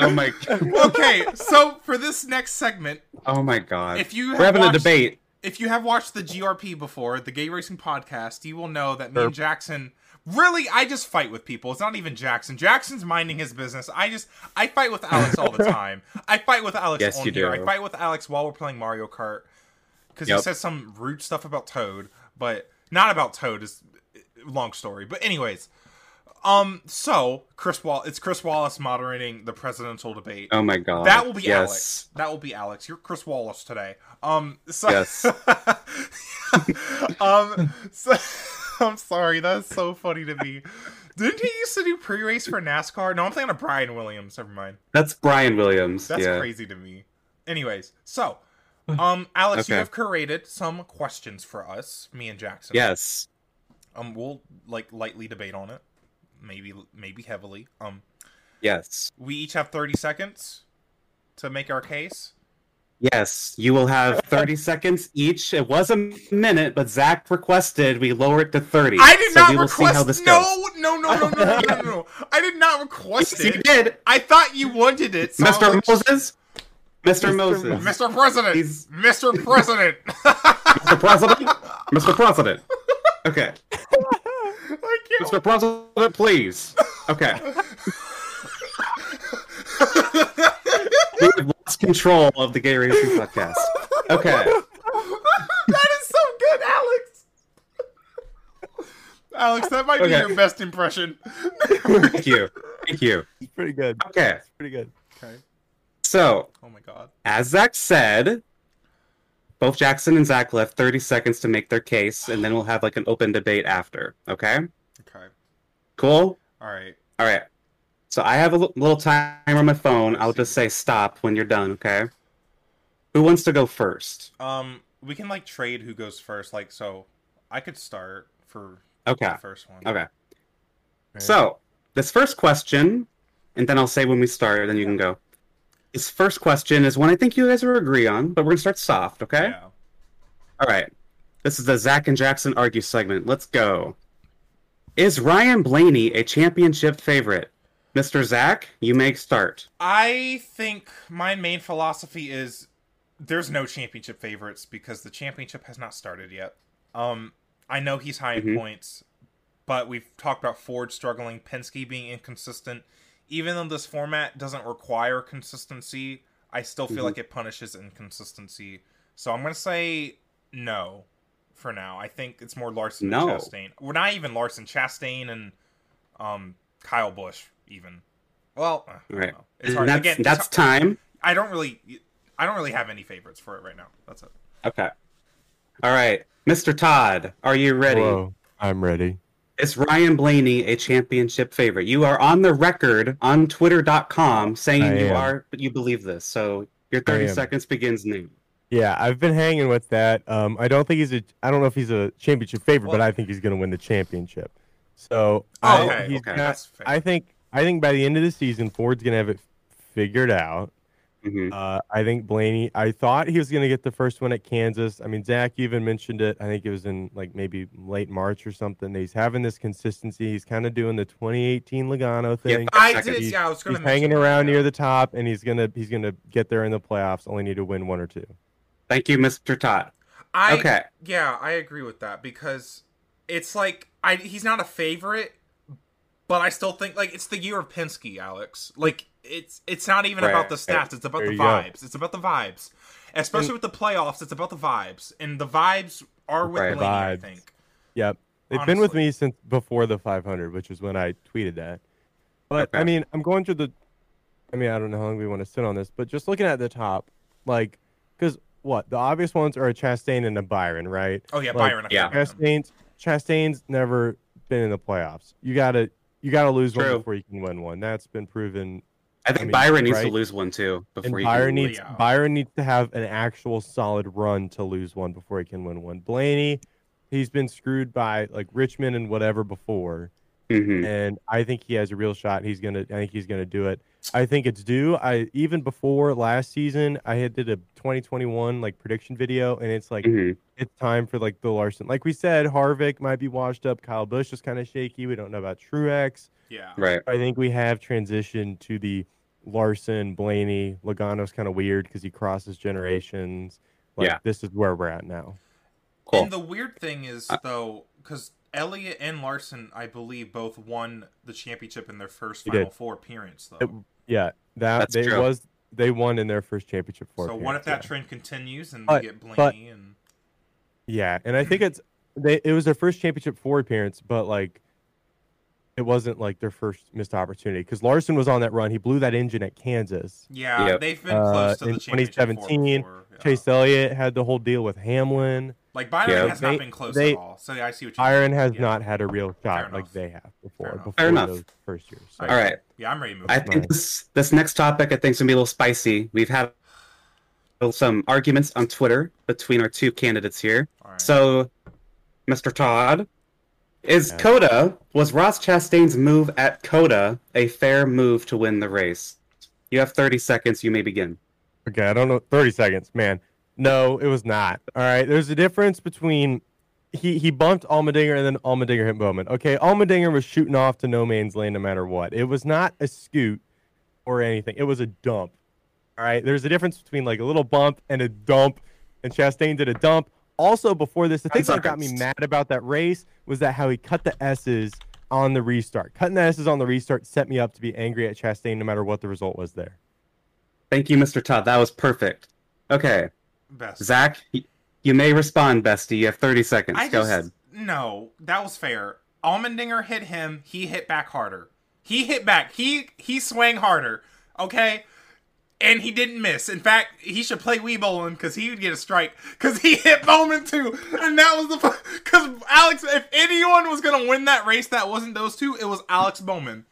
Speaker 3: Oh my!
Speaker 1: okay, so for this next segment,
Speaker 3: Oh my God!
Speaker 1: if you have
Speaker 3: We're having
Speaker 1: watched-
Speaker 3: a debate.
Speaker 1: if you have watched the GRP before, the Gay Racing Podcast, you will know that me and Jackson really I just fight with people. It's not even Jackson. Jackson's minding his business. I just I fight with Alex all the time. I fight with Alex
Speaker 3: Yes,
Speaker 1: on
Speaker 3: you
Speaker 1: here.
Speaker 3: do.
Speaker 1: I fight with Alex while we're playing Mario Kart because he
Speaker 3: Yep.
Speaker 1: says some rude stuff about Toad, but not about Toad. Is long story. But anyways, um, so Chris Wall, it's Chris Wallace moderating the presidential debate.
Speaker 3: Oh my God!
Speaker 1: That will be
Speaker 3: yes.
Speaker 1: Alex. That will be Alex. You're Chris Wallace today. Um. So,
Speaker 3: Yes.
Speaker 1: um. So, I'm sorry. That's so funny to me. Didn't he used to do pre-race for NASCAR? No, I'm thinking of Brian Williams. Never mind.
Speaker 3: That's Brian Williams.
Speaker 1: That's
Speaker 3: yeah.
Speaker 1: crazy to me. Anyways, so, um, Alex, you
Speaker 3: Okay.
Speaker 1: have curated some questions for us, me and Jackson.
Speaker 3: Yes.
Speaker 1: Um, we'll like lightly debate on it, maybe maybe heavily. Um,
Speaker 3: Yes.
Speaker 1: we each have 30 seconds to make our case.
Speaker 3: Yes. You will have 30 seconds each. It was a minute, but Zach requested we lower it to 30.
Speaker 1: I did
Speaker 3: so
Speaker 1: not
Speaker 3: we will
Speaker 1: request.
Speaker 3: see how this goes.
Speaker 1: no, no, no, no, no, no, no, no, no. I did not request
Speaker 3: Yes, you
Speaker 1: it.
Speaker 3: did,
Speaker 1: I thought you wanted it, so I was
Speaker 3: Mr.
Speaker 1: like,
Speaker 3: Moses. Mr.
Speaker 2: Mr.
Speaker 3: Moses.
Speaker 1: Mr. President,
Speaker 3: He's-
Speaker 1: Mr. President.
Speaker 3: Mr. President. Mr. President. Okay.
Speaker 1: I can't.
Speaker 3: Mr. President, please. Okay. We have lost control of the Gay Racing Podcast. Okay.
Speaker 1: that is so good, Alex. Alex, that might
Speaker 3: Okay.
Speaker 1: be your best impression.
Speaker 3: Thank you. Thank you.
Speaker 2: It's pretty good.
Speaker 3: Okay.
Speaker 2: It's pretty good.
Speaker 1: Okay.
Speaker 3: So,
Speaker 1: Oh my god.
Speaker 3: as Zach said, both Jackson and Zach left 30 seconds to make their case, and then we'll have like an open debate after. Okay.
Speaker 1: Okay.
Speaker 3: Cool.
Speaker 1: All right.
Speaker 3: All right. So, I have a l- little timer on my phone. I'll just say stop when you're done. Okay. Who wants to go first?
Speaker 1: Um, we can like trade who goes first. Like, so I could start for
Speaker 3: Okay.
Speaker 1: the first one.
Speaker 3: Okay. So, this first question, and then I'll say when we start, then you can go. This first question is one I think you guys will agree on, but we're gonna start soft, okay?
Speaker 1: Yeah.
Speaker 3: All right. This is the Zach and Jackson argue segment. Let's go. Is Ryan Blaney a championship favorite? Mr. Zach, you may start.
Speaker 1: I think my main philosophy is there's no championship favorites because the championship has not started yet. Um, I know he's high in
Speaker 3: Mhm.
Speaker 1: points, but we've talked about Ford struggling, Penske being inconsistent. Even though this format doesn't require consistency, I still feel
Speaker 3: Mhm.
Speaker 1: like it punishes inconsistency. So I'm gonna say no for now. I think it's more Larson
Speaker 3: No.
Speaker 1: and Chastain. Well, not even Larson, Chastain, and um, Kyle Bush. Even well, uh, I don't
Speaker 3: Right.
Speaker 1: know. It's hard.
Speaker 3: That's,
Speaker 1: Again,
Speaker 3: that's
Speaker 1: it's-
Speaker 3: time.
Speaker 1: I don't really, I don't really have any favorites for it right now. That's it.
Speaker 3: Okay. All right. Mr. Todd, are you ready?
Speaker 2: Whoa, I'm ready.
Speaker 3: Is Ryan Blaney a championship favorite? You are on the record on twitter.com saying
Speaker 2: I
Speaker 3: you
Speaker 2: am.
Speaker 3: are but you believe this. So your 30
Speaker 2: am.
Speaker 3: seconds begins now.
Speaker 2: Yeah, I've been hanging with that. Um, I don't think he's a. I don't know if he's a championship favorite, but
Speaker 1: Well-
Speaker 2: I think he's going to win the championship. So I,
Speaker 1: Oh, okay,
Speaker 2: he's
Speaker 3: okay.
Speaker 2: got-
Speaker 1: That's fair.
Speaker 2: Uh, I think. I think by the end of the season, Ford's going to have it figured out.
Speaker 3: Mhm.
Speaker 2: Uh, I think Blaney. I thought he was going to get the first one at Kansas. I mean, Zach even mentioned it. I think it was in like maybe late March or something. He's having this consistency. He's kind of doing the 2018 Logano
Speaker 3: Yeah,
Speaker 2: thing.
Speaker 1: I
Speaker 3: Second.
Speaker 1: did.
Speaker 2: He's-
Speaker 1: Yeah, I was gonna.
Speaker 2: He's hanging
Speaker 1: mention that,
Speaker 2: around
Speaker 1: yeah.
Speaker 2: near the top, and he's gonna he's gonna get there in the playoffs. Only need to win one or two.
Speaker 3: Thank you, Mr. Todd.
Speaker 1: I,
Speaker 3: okay.
Speaker 1: Yeah, I agree with that because it's like I he's not a favorite, but I still think like it's the year of Penske, Alex. Like it's it's not even
Speaker 3: Right,
Speaker 1: about the
Speaker 3: right.
Speaker 1: stats, it's about
Speaker 2: There
Speaker 1: the
Speaker 2: you go. Mm.
Speaker 1: vibes. It's about the vibes. Especially with the playoffs, it's about the vibes. And the vibes are with
Speaker 3: Right.
Speaker 1: Blaney, I
Speaker 2: Vibes.
Speaker 1: think.
Speaker 2: Yep, they've been with
Speaker 1: Honestly.
Speaker 2: me since before the 500, which is when I tweeted that. But I
Speaker 3: Okay.
Speaker 2: mean, I'm going through the. I mean, I don't know how long we want to sit on this, but just looking at the top, like, because what the obvious ones are a Chastain and a Byron, right?
Speaker 1: Oh yeah,
Speaker 2: Like,
Speaker 1: Byron. I
Speaker 3: yeah.
Speaker 1: forgot about him.
Speaker 2: Chastain's Chastain's never been in the playoffs. You gotta you gotta lose
Speaker 3: True.
Speaker 2: one before you can win one. That's been proven
Speaker 3: I think
Speaker 2: mean,
Speaker 3: Byron needs to
Speaker 2: right?
Speaker 3: lose one too before
Speaker 2: And
Speaker 3: he
Speaker 2: Byron
Speaker 1: can-
Speaker 2: needs
Speaker 1: Yeah.
Speaker 2: Byron needs to have an actual solid run to lose one before he can win one. Blaney, he's been screwed by like Richmond and whatever before,
Speaker 3: Mhm.
Speaker 2: and I think he has a real shot. He's gonna, I think he's gonna do it. I think it's due. I even before last season, I had did a 2021 like prediction video, and it's like
Speaker 3: Mhm.
Speaker 2: it's time for like the Larson. Like we said, Harvick might be washed up. Kyle Bush is kind of shaky. We don't know about Truex.
Speaker 1: Yeah.
Speaker 3: Right.
Speaker 2: I think we have transitioned to the Larson, Blaney, Logano's kind of weird because he crosses generations. Like
Speaker 3: Yeah.
Speaker 2: this is where we're at now.
Speaker 3: Cool.
Speaker 1: And the weird thing is
Speaker 3: Uh,
Speaker 1: though, because Elliott and Larson, I believe, both won the championship in their first
Speaker 2: They
Speaker 1: Final
Speaker 2: did.
Speaker 1: Four appearance, though.
Speaker 2: It- Yeah, that
Speaker 3: That's
Speaker 2: they
Speaker 3: true.
Speaker 2: was they won in their first championship.
Speaker 1: so
Speaker 2: Four
Speaker 1: what if that trend
Speaker 2: appearance,
Speaker 1: continues and
Speaker 2: But-
Speaker 1: we get Blaney
Speaker 2: but-
Speaker 1: and
Speaker 2: Yeah, and I think it's they it was their first championship four appearance, but like it wasn't like their first missed opportunity because Larson was on that run. He blew that engine at Kansas.
Speaker 1: yeah,
Speaker 3: Yep.
Speaker 1: they've been
Speaker 2: Uh,
Speaker 1: close to
Speaker 2: in
Speaker 1: the championship four
Speaker 2: 2017,
Speaker 1: before, yeah.
Speaker 2: Chase Elliott had the whole deal with Hamlin.
Speaker 1: Like Byron
Speaker 3: Yeah.
Speaker 1: has
Speaker 2: They-
Speaker 1: not been close
Speaker 2: they-
Speaker 1: at all. So I see what you.
Speaker 2: Byron has
Speaker 1: Yeah.
Speaker 2: not had a real
Speaker 1: enough.
Speaker 2: shot like they have
Speaker 1: Fair
Speaker 2: before
Speaker 1: enough.
Speaker 2: before
Speaker 3: Fair enough.
Speaker 2: those first years. So-
Speaker 1: All
Speaker 3: All right.
Speaker 1: Yeah, I'm ready to move.
Speaker 3: I
Speaker 1: on.
Speaker 3: think
Speaker 2: Right.
Speaker 3: this this next topic I think is gonna be a little spicy. We've had some arguments on Twitter between our two candidates here.
Speaker 1: All right.
Speaker 3: So, Mr. Todd, is
Speaker 2: Yeah.
Speaker 3: Coda was Ross Chastain's move at Coda a fair move to win the race? You have thirty seconds. You may begin.
Speaker 2: Okay, I don't know. 30 seconds, man. No, it was not. All right. There's a difference between he he bumped Almendinger and then Almendinger hit Bowman. Okay, Almendinger was shooting off to no man's land no matter what. It was not a scoot or anything. It was a dump. All right. There's a difference between like a little bump and a dump. And Chastain did a dump. Also, before this, the thing that got me
Speaker 3: Suckers.
Speaker 2: mad about that race was that how he cut the S's on the restart. Cutting the S's on the restart set me up to be angry at Chastain no matter what the result was there.
Speaker 3: Thank you, Mr. Todd. That was perfect. Okay,
Speaker 1: Best.
Speaker 3: Zach, y- you may respond, Bestie. You have thirty seconds.
Speaker 1: I
Speaker 3: Go
Speaker 1: just-
Speaker 3: ahead.
Speaker 1: No, that was fair. Almendinger hit him. He hit back harder. He hit back. He he swang harder. Okay. And he didn't miss. In fact, he should play Wee Bowling because he would get a strike because he hit Bowman too. And that was the because Alex, if anyone was gonna win that race, that wasn't those two. It was Alex Bowman.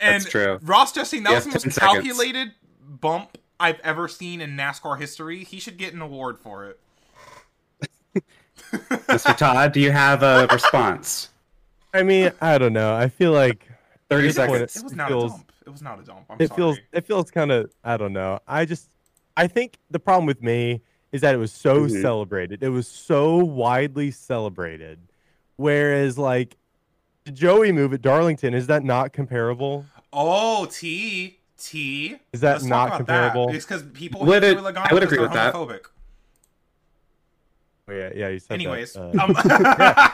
Speaker 1: And
Speaker 3: That's true.
Speaker 1: Ross Jesse that
Speaker 3: You
Speaker 1: was the
Speaker 3: have
Speaker 1: most
Speaker 3: 10 seconds.
Speaker 1: calculated bump I've ever seen in NASCAR history. He should get an award for it.
Speaker 3: Mr. Todd, do you have a response?
Speaker 2: I mean, I don't know. I feel like
Speaker 3: Thirty
Speaker 2: It was-
Speaker 1: It
Speaker 3: seconds.
Speaker 1: was not
Speaker 2: feels-
Speaker 1: a dump. It was not a dump. I'm
Speaker 2: it
Speaker 1: sorry.
Speaker 2: feels it feels kind of I don't know. I just I think the problem with me is that it was so
Speaker 1: Mm-hmm.
Speaker 3: Mhm.
Speaker 2: celebrated. It was so widely celebrated. Whereas like the Joey move at Darlington is that not comparable?
Speaker 1: Oh, T T.
Speaker 2: Is that
Speaker 1: Let's talk
Speaker 2: not
Speaker 1: about
Speaker 2: comparable?
Speaker 1: That. It's because people
Speaker 3: Would
Speaker 1: hate
Speaker 3: it-
Speaker 1: Joey Logano
Speaker 3: I would
Speaker 1: because
Speaker 3: agree
Speaker 1: they're
Speaker 3: with that.
Speaker 1: homophobic.
Speaker 2: Oh, yeah, yeah, you said that,
Speaker 1: Anyways,
Speaker 2: uh,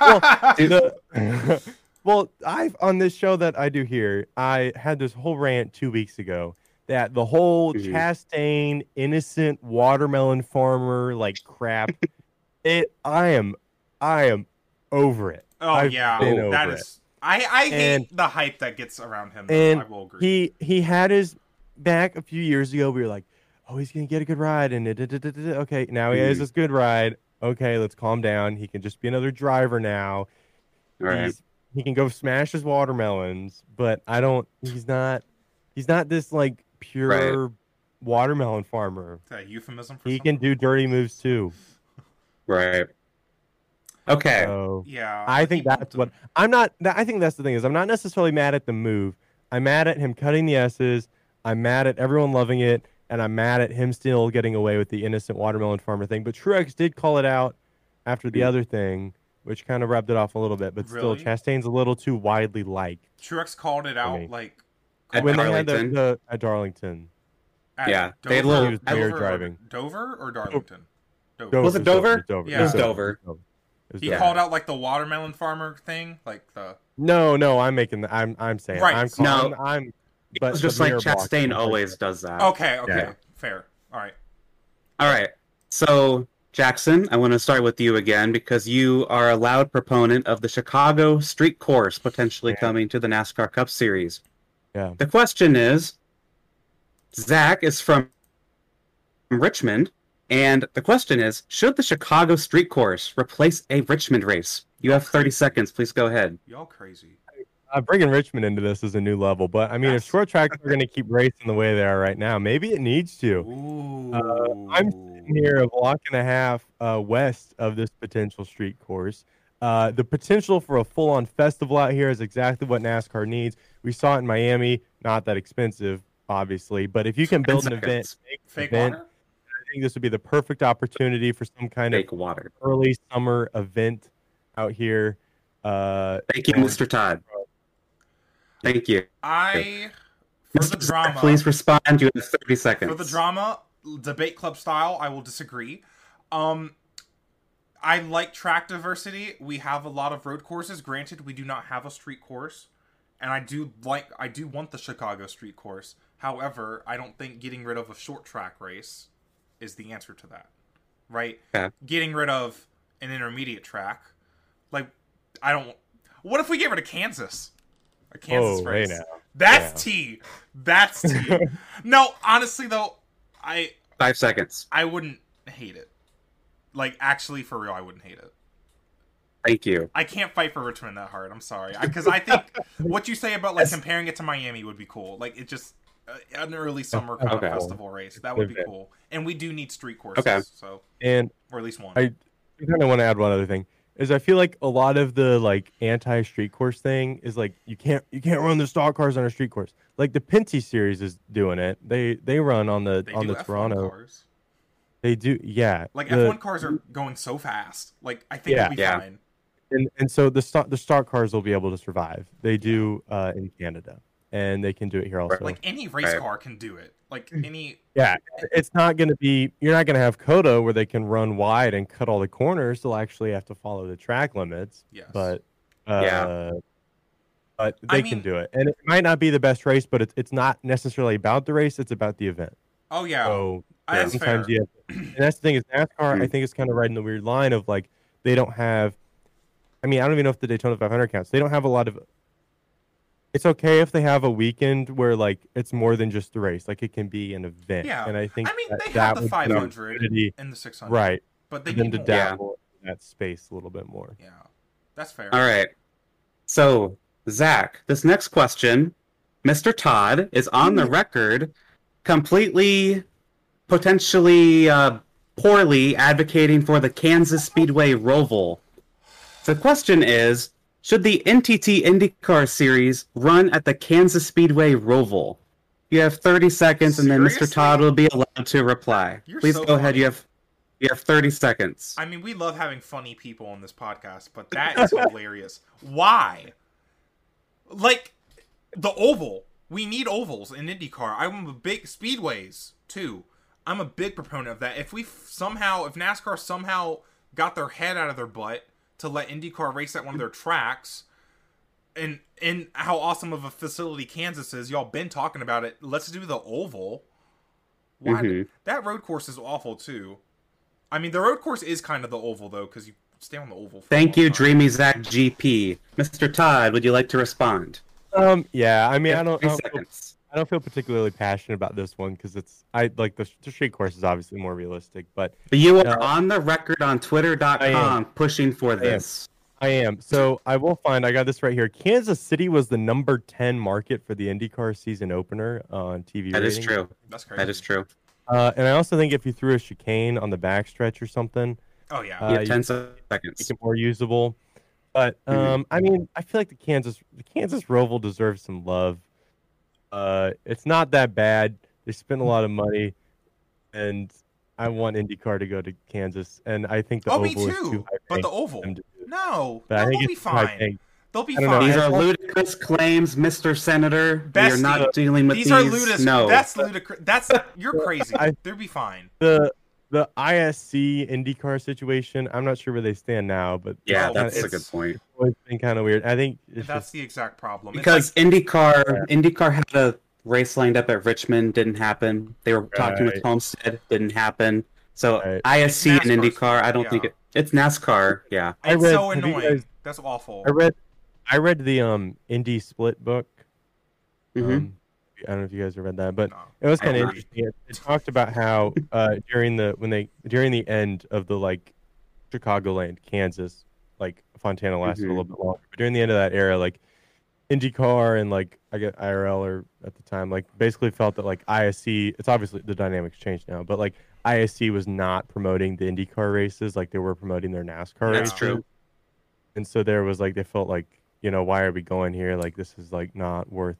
Speaker 1: um,
Speaker 2: The- well, I've on this show that I do here, I had this whole rant two weeks ago that the whole
Speaker 3: Mhm.
Speaker 2: Chastain innocent watermelon farmer like crap. it, I am, I am over it.
Speaker 1: oh
Speaker 2: I've
Speaker 1: yeah,
Speaker 2: been
Speaker 1: that
Speaker 2: over
Speaker 1: is. I I hate
Speaker 2: And-
Speaker 1: the hype that gets around him. though,
Speaker 2: and
Speaker 1: I will agree.
Speaker 2: He he had his back a few years ago. We were like, oh, he's gonna get a good ride, and da- da- da- da- da- okay, now he has
Speaker 3: Mhm.
Speaker 2: this good ride. Okay, let's calm down. He can just be another driver now.
Speaker 3: All right.
Speaker 2: He's- he can go smash his watermelons, but I don't. He's not. He's not this like pure watermelon farmer.
Speaker 1: Is that a euphemism for
Speaker 2: He
Speaker 1: something?
Speaker 2: can do dirty moves too.
Speaker 3: Right. Okay.
Speaker 2: So
Speaker 1: Yeah,
Speaker 2: I
Speaker 1: but
Speaker 2: think
Speaker 1: he
Speaker 2: that's
Speaker 1: bumped
Speaker 2: what
Speaker 1: him.
Speaker 2: I'm not. that- I think that's the thing is I'm not necessarily mad at the move. I'm mad at him cutting the s's. I'm mad at everyone loving it, and I'm mad at him still getting away with the innocent watermelon farmer thing. But Truex did call it out after the
Speaker 3: Mm.
Speaker 2: other thing, which kind of rubbed it off a little bit. But
Speaker 1: Really?
Speaker 2: still, Chastain's a little too widely liked.
Speaker 1: Truex called it out
Speaker 2: me.
Speaker 1: like
Speaker 3: At
Speaker 2: Uh, when they had the,
Speaker 3: Darlington.
Speaker 2: the at Darlington.
Speaker 1: at
Speaker 3: Yeah,
Speaker 1: Dover,
Speaker 3: they had little-
Speaker 2: He was beer
Speaker 1: or-
Speaker 2: driving.
Speaker 1: Dover or Darlington. Dover.
Speaker 3: Was it Dover?
Speaker 2: Dover.
Speaker 1: Yeah. It was
Speaker 3: Dover.
Speaker 2: It was
Speaker 1: He
Speaker 2: Dover.
Speaker 1: called out like the watermelon farmer thing, like the
Speaker 2: No, no, I'm making. The, I'm, I'm saying.
Speaker 1: Right.
Speaker 2: I'm
Speaker 3: No.
Speaker 2: calling. I'm. But
Speaker 3: It's
Speaker 2: the
Speaker 3: just like
Speaker 2: mirror box
Speaker 3: Chastain
Speaker 2: was like-
Speaker 3: always does that.
Speaker 1: Okay, okay,
Speaker 2: Yeah.
Speaker 1: fair. All right.
Speaker 3: All right. So, Jackson, I want to start with you again because you are a loud proponent of the Chicago Street Course potentially
Speaker 2: Yeah.
Speaker 3: coming to the NASCAR Cup Series.
Speaker 2: Yeah.
Speaker 3: The question is Zach is from Richmond, and the question is should the Chicago Street Course replace a Richmond race? You have 30 seconds. Please go ahead.
Speaker 1: Y'all crazy.
Speaker 2: Uh, bringing Richmond into this is a new level, but I mean, if
Speaker 1: Yes.
Speaker 2: short tracks are going to keep racing the way they are right now, maybe it needs to.
Speaker 1: Ooh.
Speaker 2: Uh, I'm sitting here a block and a half uh, west of this potential street course. Uh, the potential for a full-on festival out here is exactly what NASCAR needs. We saw it in Miami, not that expensive, obviously, but if you can build an event
Speaker 3: Seconds.
Speaker 1: Fake
Speaker 2: event.
Speaker 1: water?
Speaker 2: I think this would be the perfect opportunity for some kind of
Speaker 3: Take water.
Speaker 2: early summer event out here. Uh,
Speaker 3: Thank you, Mr. Todd. Thank you.
Speaker 1: I for the
Speaker 3: Mr. Zach,
Speaker 1: drama
Speaker 3: Please respond. You have 30 seconds.
Speaker 1: for the drama debate club style, I will disagree. Um I like track diversity. We have a lot of road courses. Granted, we do not have a street course, and I do like I do want the Chicago street course. However, I don't think getting rid of a short track race is the answer to that. Right?
Speaker 3: Yeah.
Speaker 1: Getting rid of an intermediate track. Like I don't What if we get rid of Kansas? A Kansas
Speaker 2: oh, hey
Speaker 1: race.
Speaker 2: now.
Speaker 1: That's tea. That's tea. no, honestly though, I
Speaker 3: Five seconds.
Speaker 1: I wouldn't hate it. Like actually, for real, I wouldn't hate it.
Speaker 3: Thank you.
Speaker 1: I can't fight for Richmond that hard. I'm sorry, because I, think what you say about like comparing it to Miami would be cool. Like it just uh, an early summer kind
Speaker 3: Okay.
Speaker 1: of festival race that would be
Speaker 2: Okay.
Speaker 1: cool. And we do need street courses,
Speaker 3: Okay.
Speaker 1: so
Speaker 2: And
Speaker 1: or at least one.
Speaker 2: I- I kind of want to add one other thing. Is I feel like a lot of the like anti street course thing is like you can't you can't run the stock cars on a street course. Like the Pinty series is doing it. They they run on the
Speaker 1: they
Speaker 2: on
Speaker 1: do
Speaker 2: the
Speaker 1: F1
Speaker 2: Toronto.
Speaker 1: cars.
Speaker 2: They do yeah.
Speaker 1: Like
Speaker 2: the-
Speaker 1: F1 cars are going so fast. Like I think
Speaker 2: Yeah.
Speaker 1: it'll be
Speaker 3: Yeah.
Speaker 1: fine.
Speaker 2: and, and so the stock the stock cars will be able to survive. They do uh, in Canada and they can do it here also.
Speaker 1: Like any race
Speaker 3: Right.
Speaker 1: car can do it. Like any
Speaker 2: yeah, it's not going to be you're not going to have Coda where they can run wide and cut all the corners. They'll actually have to follow the track limits.
Speaker 1: yes.
Speaker 2: but uh,
Speaker 3: Yeah.
Speaker 2: but
Speaker 1: I
Speaker 2: they can
Speaker 1: mean-
Speaker 2: do it, and it might not be the best race, but it's it's not necessarily about the race; it's about the event.
Speaker 1: oh yeah,
Speaker 2: So
Speaker 1: Uh, that's fair. Hmm.
Speaker 2: sometimes you, have, and that's the thing is NASCAR. I think is kind of riding the weird line of like they don't have. I mean, I don't even know if the Daytona 500 counts. They don't have a lot of. It's okay if they have a weekend where like it's more than just the race; like it can be an event.
Speaker 1: Yeah.
Speaker 2: and I think
Speaker 1: I mean,
Speaker 2: that,
Speaker 1: they have
Speaker 2: that
Speaker 1: the
Speaker 2: would be an
Speaker 1: 500.
Speaker 2: opportunity,
Speaker 1: in the 600.
Speaker 2: right?
Speaker 1: But they
Speaker 2: For them
Speaker 1: need
Speaker 2: to
Speaker 1: more.
Speaker 3: Yeah.
Speaker 2: dabble in that space a little bit more.
Speaker 1: Yeah, that's fair.
Speaker 3: All right. So, Zach, this next question, Mr. Todd is on
Speaker 1: Hmm.
Speaker 3: the record completely, potentially uh, poorly advocating for the Kansas Speedway Roval. The question is Should the NTT IndyCar series run at the Kansas Speedway Roval? You have 30 seconds, and then
Speaker 1: Seriously?
Speaker 3: Mr. Todd will be allowed to reply.
Speaker 1: You're
Speaker 3: Please
Speaker 1: so
Speaker 3: go ahead. You have you have 30 seconds.
Speaker 1: I mean, we love having funny people on this podcast, but that is hilarious. Why? Like the oval. We need ovals in IndyCar. I'm a big speedways too. I'm a big proponent of that. If we f- somehow, if NASCAR somehow got their head out of their butt to let IndyCar race at one of their tracks, and and how awesome of a facility Kansas is, y'all been talking about it. Let's do the oval. Why
Speaker 3: Mhm.
Speaker 1: that road course is awful too. I mean, the road course is kind of the oval though, because you stay on the oval. For a
Speaker 3: Thank
Speaker 1: long
Speaker 3: you,
Speaker 1: time.
Speaker 3: Dreamy Zach GP. Mr. Todd, would you like to respond?
Speaker 2: Um, yeah, I mean, I don't, I
Speaker 3: 30
Speaker 2: don't, feel,
Speaker 3: seconds.
Speaker 2: I don't feel particularly passionate about this one because it's, I like the, the street course is obviously more realistic, but
Speaker 3: But you are
Speaker 2: No.
Speaker 3: on the record on
Speaker 2: I am.
Speaker 3: Twitter.com pushing for
Speaker 2: am.
Speaker 3: this.
Speaker 2: I am. So I will find. I got this right here. Kansas City was the number ten market for the IndyCar season opener on TV.
Speaker 3: That is
Speaker 2: ratings.
Speaker 3: true.
Speaker 1: That's crazy.
Speaker 3: That is true.
Speaker 2: Uh, and I also think if you threw a chicane on the backstretch or something,
Speaker 1: Oh yeah.
Speaker 2: Uh,
Speaker 3: you
Speaker 2: you-
Speaker 3: have 10
Speaker 2: make
Speaker 3: seconds.
Speaker 2: it more usable. But
Speaker 1: Mm-hmm.
Speaker 2: um, I mean, I feel like the Kansas the Kansas Roval deserves some love. Uh, it's not that bad. They
Speaker 1: Mm-hmm.
Speaker 2: spent a lot of money, and I want IndyCar to go to Kansas, and I think the
Speaker 1: oh,
Speaker 2: Oval
Speaker 1: me
Speaker 2: is too
Speaker 1: too.
Speaker 2: high.
Speaker 1: But the
Speaker 2: paying
Speaker 1: oval.
Speaker 2: for them to do.
Speaker 1: No,
Speaker 2: But I
Speaker 1: no,
Speaker 2: think
Speaker 1: they'll be
Speaker 2: it's too high
Speaker 1: fine.
Speaker 2: paying.
Speaker 1: They'll be
Speaker 2: I don't know,
Speaker 1: fine.
Speaker 3: These are ludicrous claims, Mr. Senator. We are
Speaker 1: Bestie.
Speaker 3: not dealing with
Speaker 1: These
Speaker 3: these.
Speaker 1: are ludicrous.
Speaker 3: No.
Speaker 1: That's ludicrous. That's you're crazy.
Speaker 2: I-
Speaker 1: They'll be fine.
Speaker 2: the the ISC IndyCar situation. I'm not sure where they stand now, but
Speaker 3: yeah,
Speaker 1: No,
Speaker 3: that's a
Speaker 1: it's-
Speaker 3: good point.
Speaker 2: it's always been kind of weird. I think it's
Speaker 1: That's
Speaker 2: just,
Speaker 1: the exact problem. It's
Speaker 3: Because IndyCar, IndyCar had a race lined up at Richmond, didn't happen. They were talking
Speaker 2: Right.
Speaker 3: with Homestead, didn't happen. So
Speaker 2: Right.
Speaker 3: ISC
Speaker 1: It's
Speaker 3: and
Speaker 1: NASCAR's
Speaker 3: IndyCar, I don't
Speaker 1: fault,
Speaker 3: think
Speaker 1: yeah.
Speaker 3: it, it's NASCAR. Yeah,
Speaker 1: like,
Speaker 2: I
Speaker 1: it's
Speaker 2: read-
Speaker 1: so
Speaker 2: have you
Speaker 1: annoying.
Speaker 2: guys-
Speaker 1: That's awful.
Speaker 2: I read I read the um Indy Split book.
Speaker 3: Mhm.
Speaker 2: Um, I don't know if you guys have read that, but
Speaker 1: No.
Speaker 2: it was
Speaker 3: I
Speaker 2: kind of
Speaker 3: have not.
Speaker 2: interesting. It, it talked about how uh, during the when they during the end of the like Chicagoland, Kansas, like Fontana lasted
Speaker 3: Mhm.
Speaker 2: a little bit longer. But during the end of that era, like IndyCar and like I get IRL or at the time, like basically felt that like ISC. It's obviously the dynamics changed now, but like ISC was not promoting the IndyCar races like they were promoting their NASCAR.
Speaker 3: that's
Speaker 1: Yeah.
Speaker 3: true.
Speaker 2: And so there was like they felt like you know why are we going here? Like this is like not worth.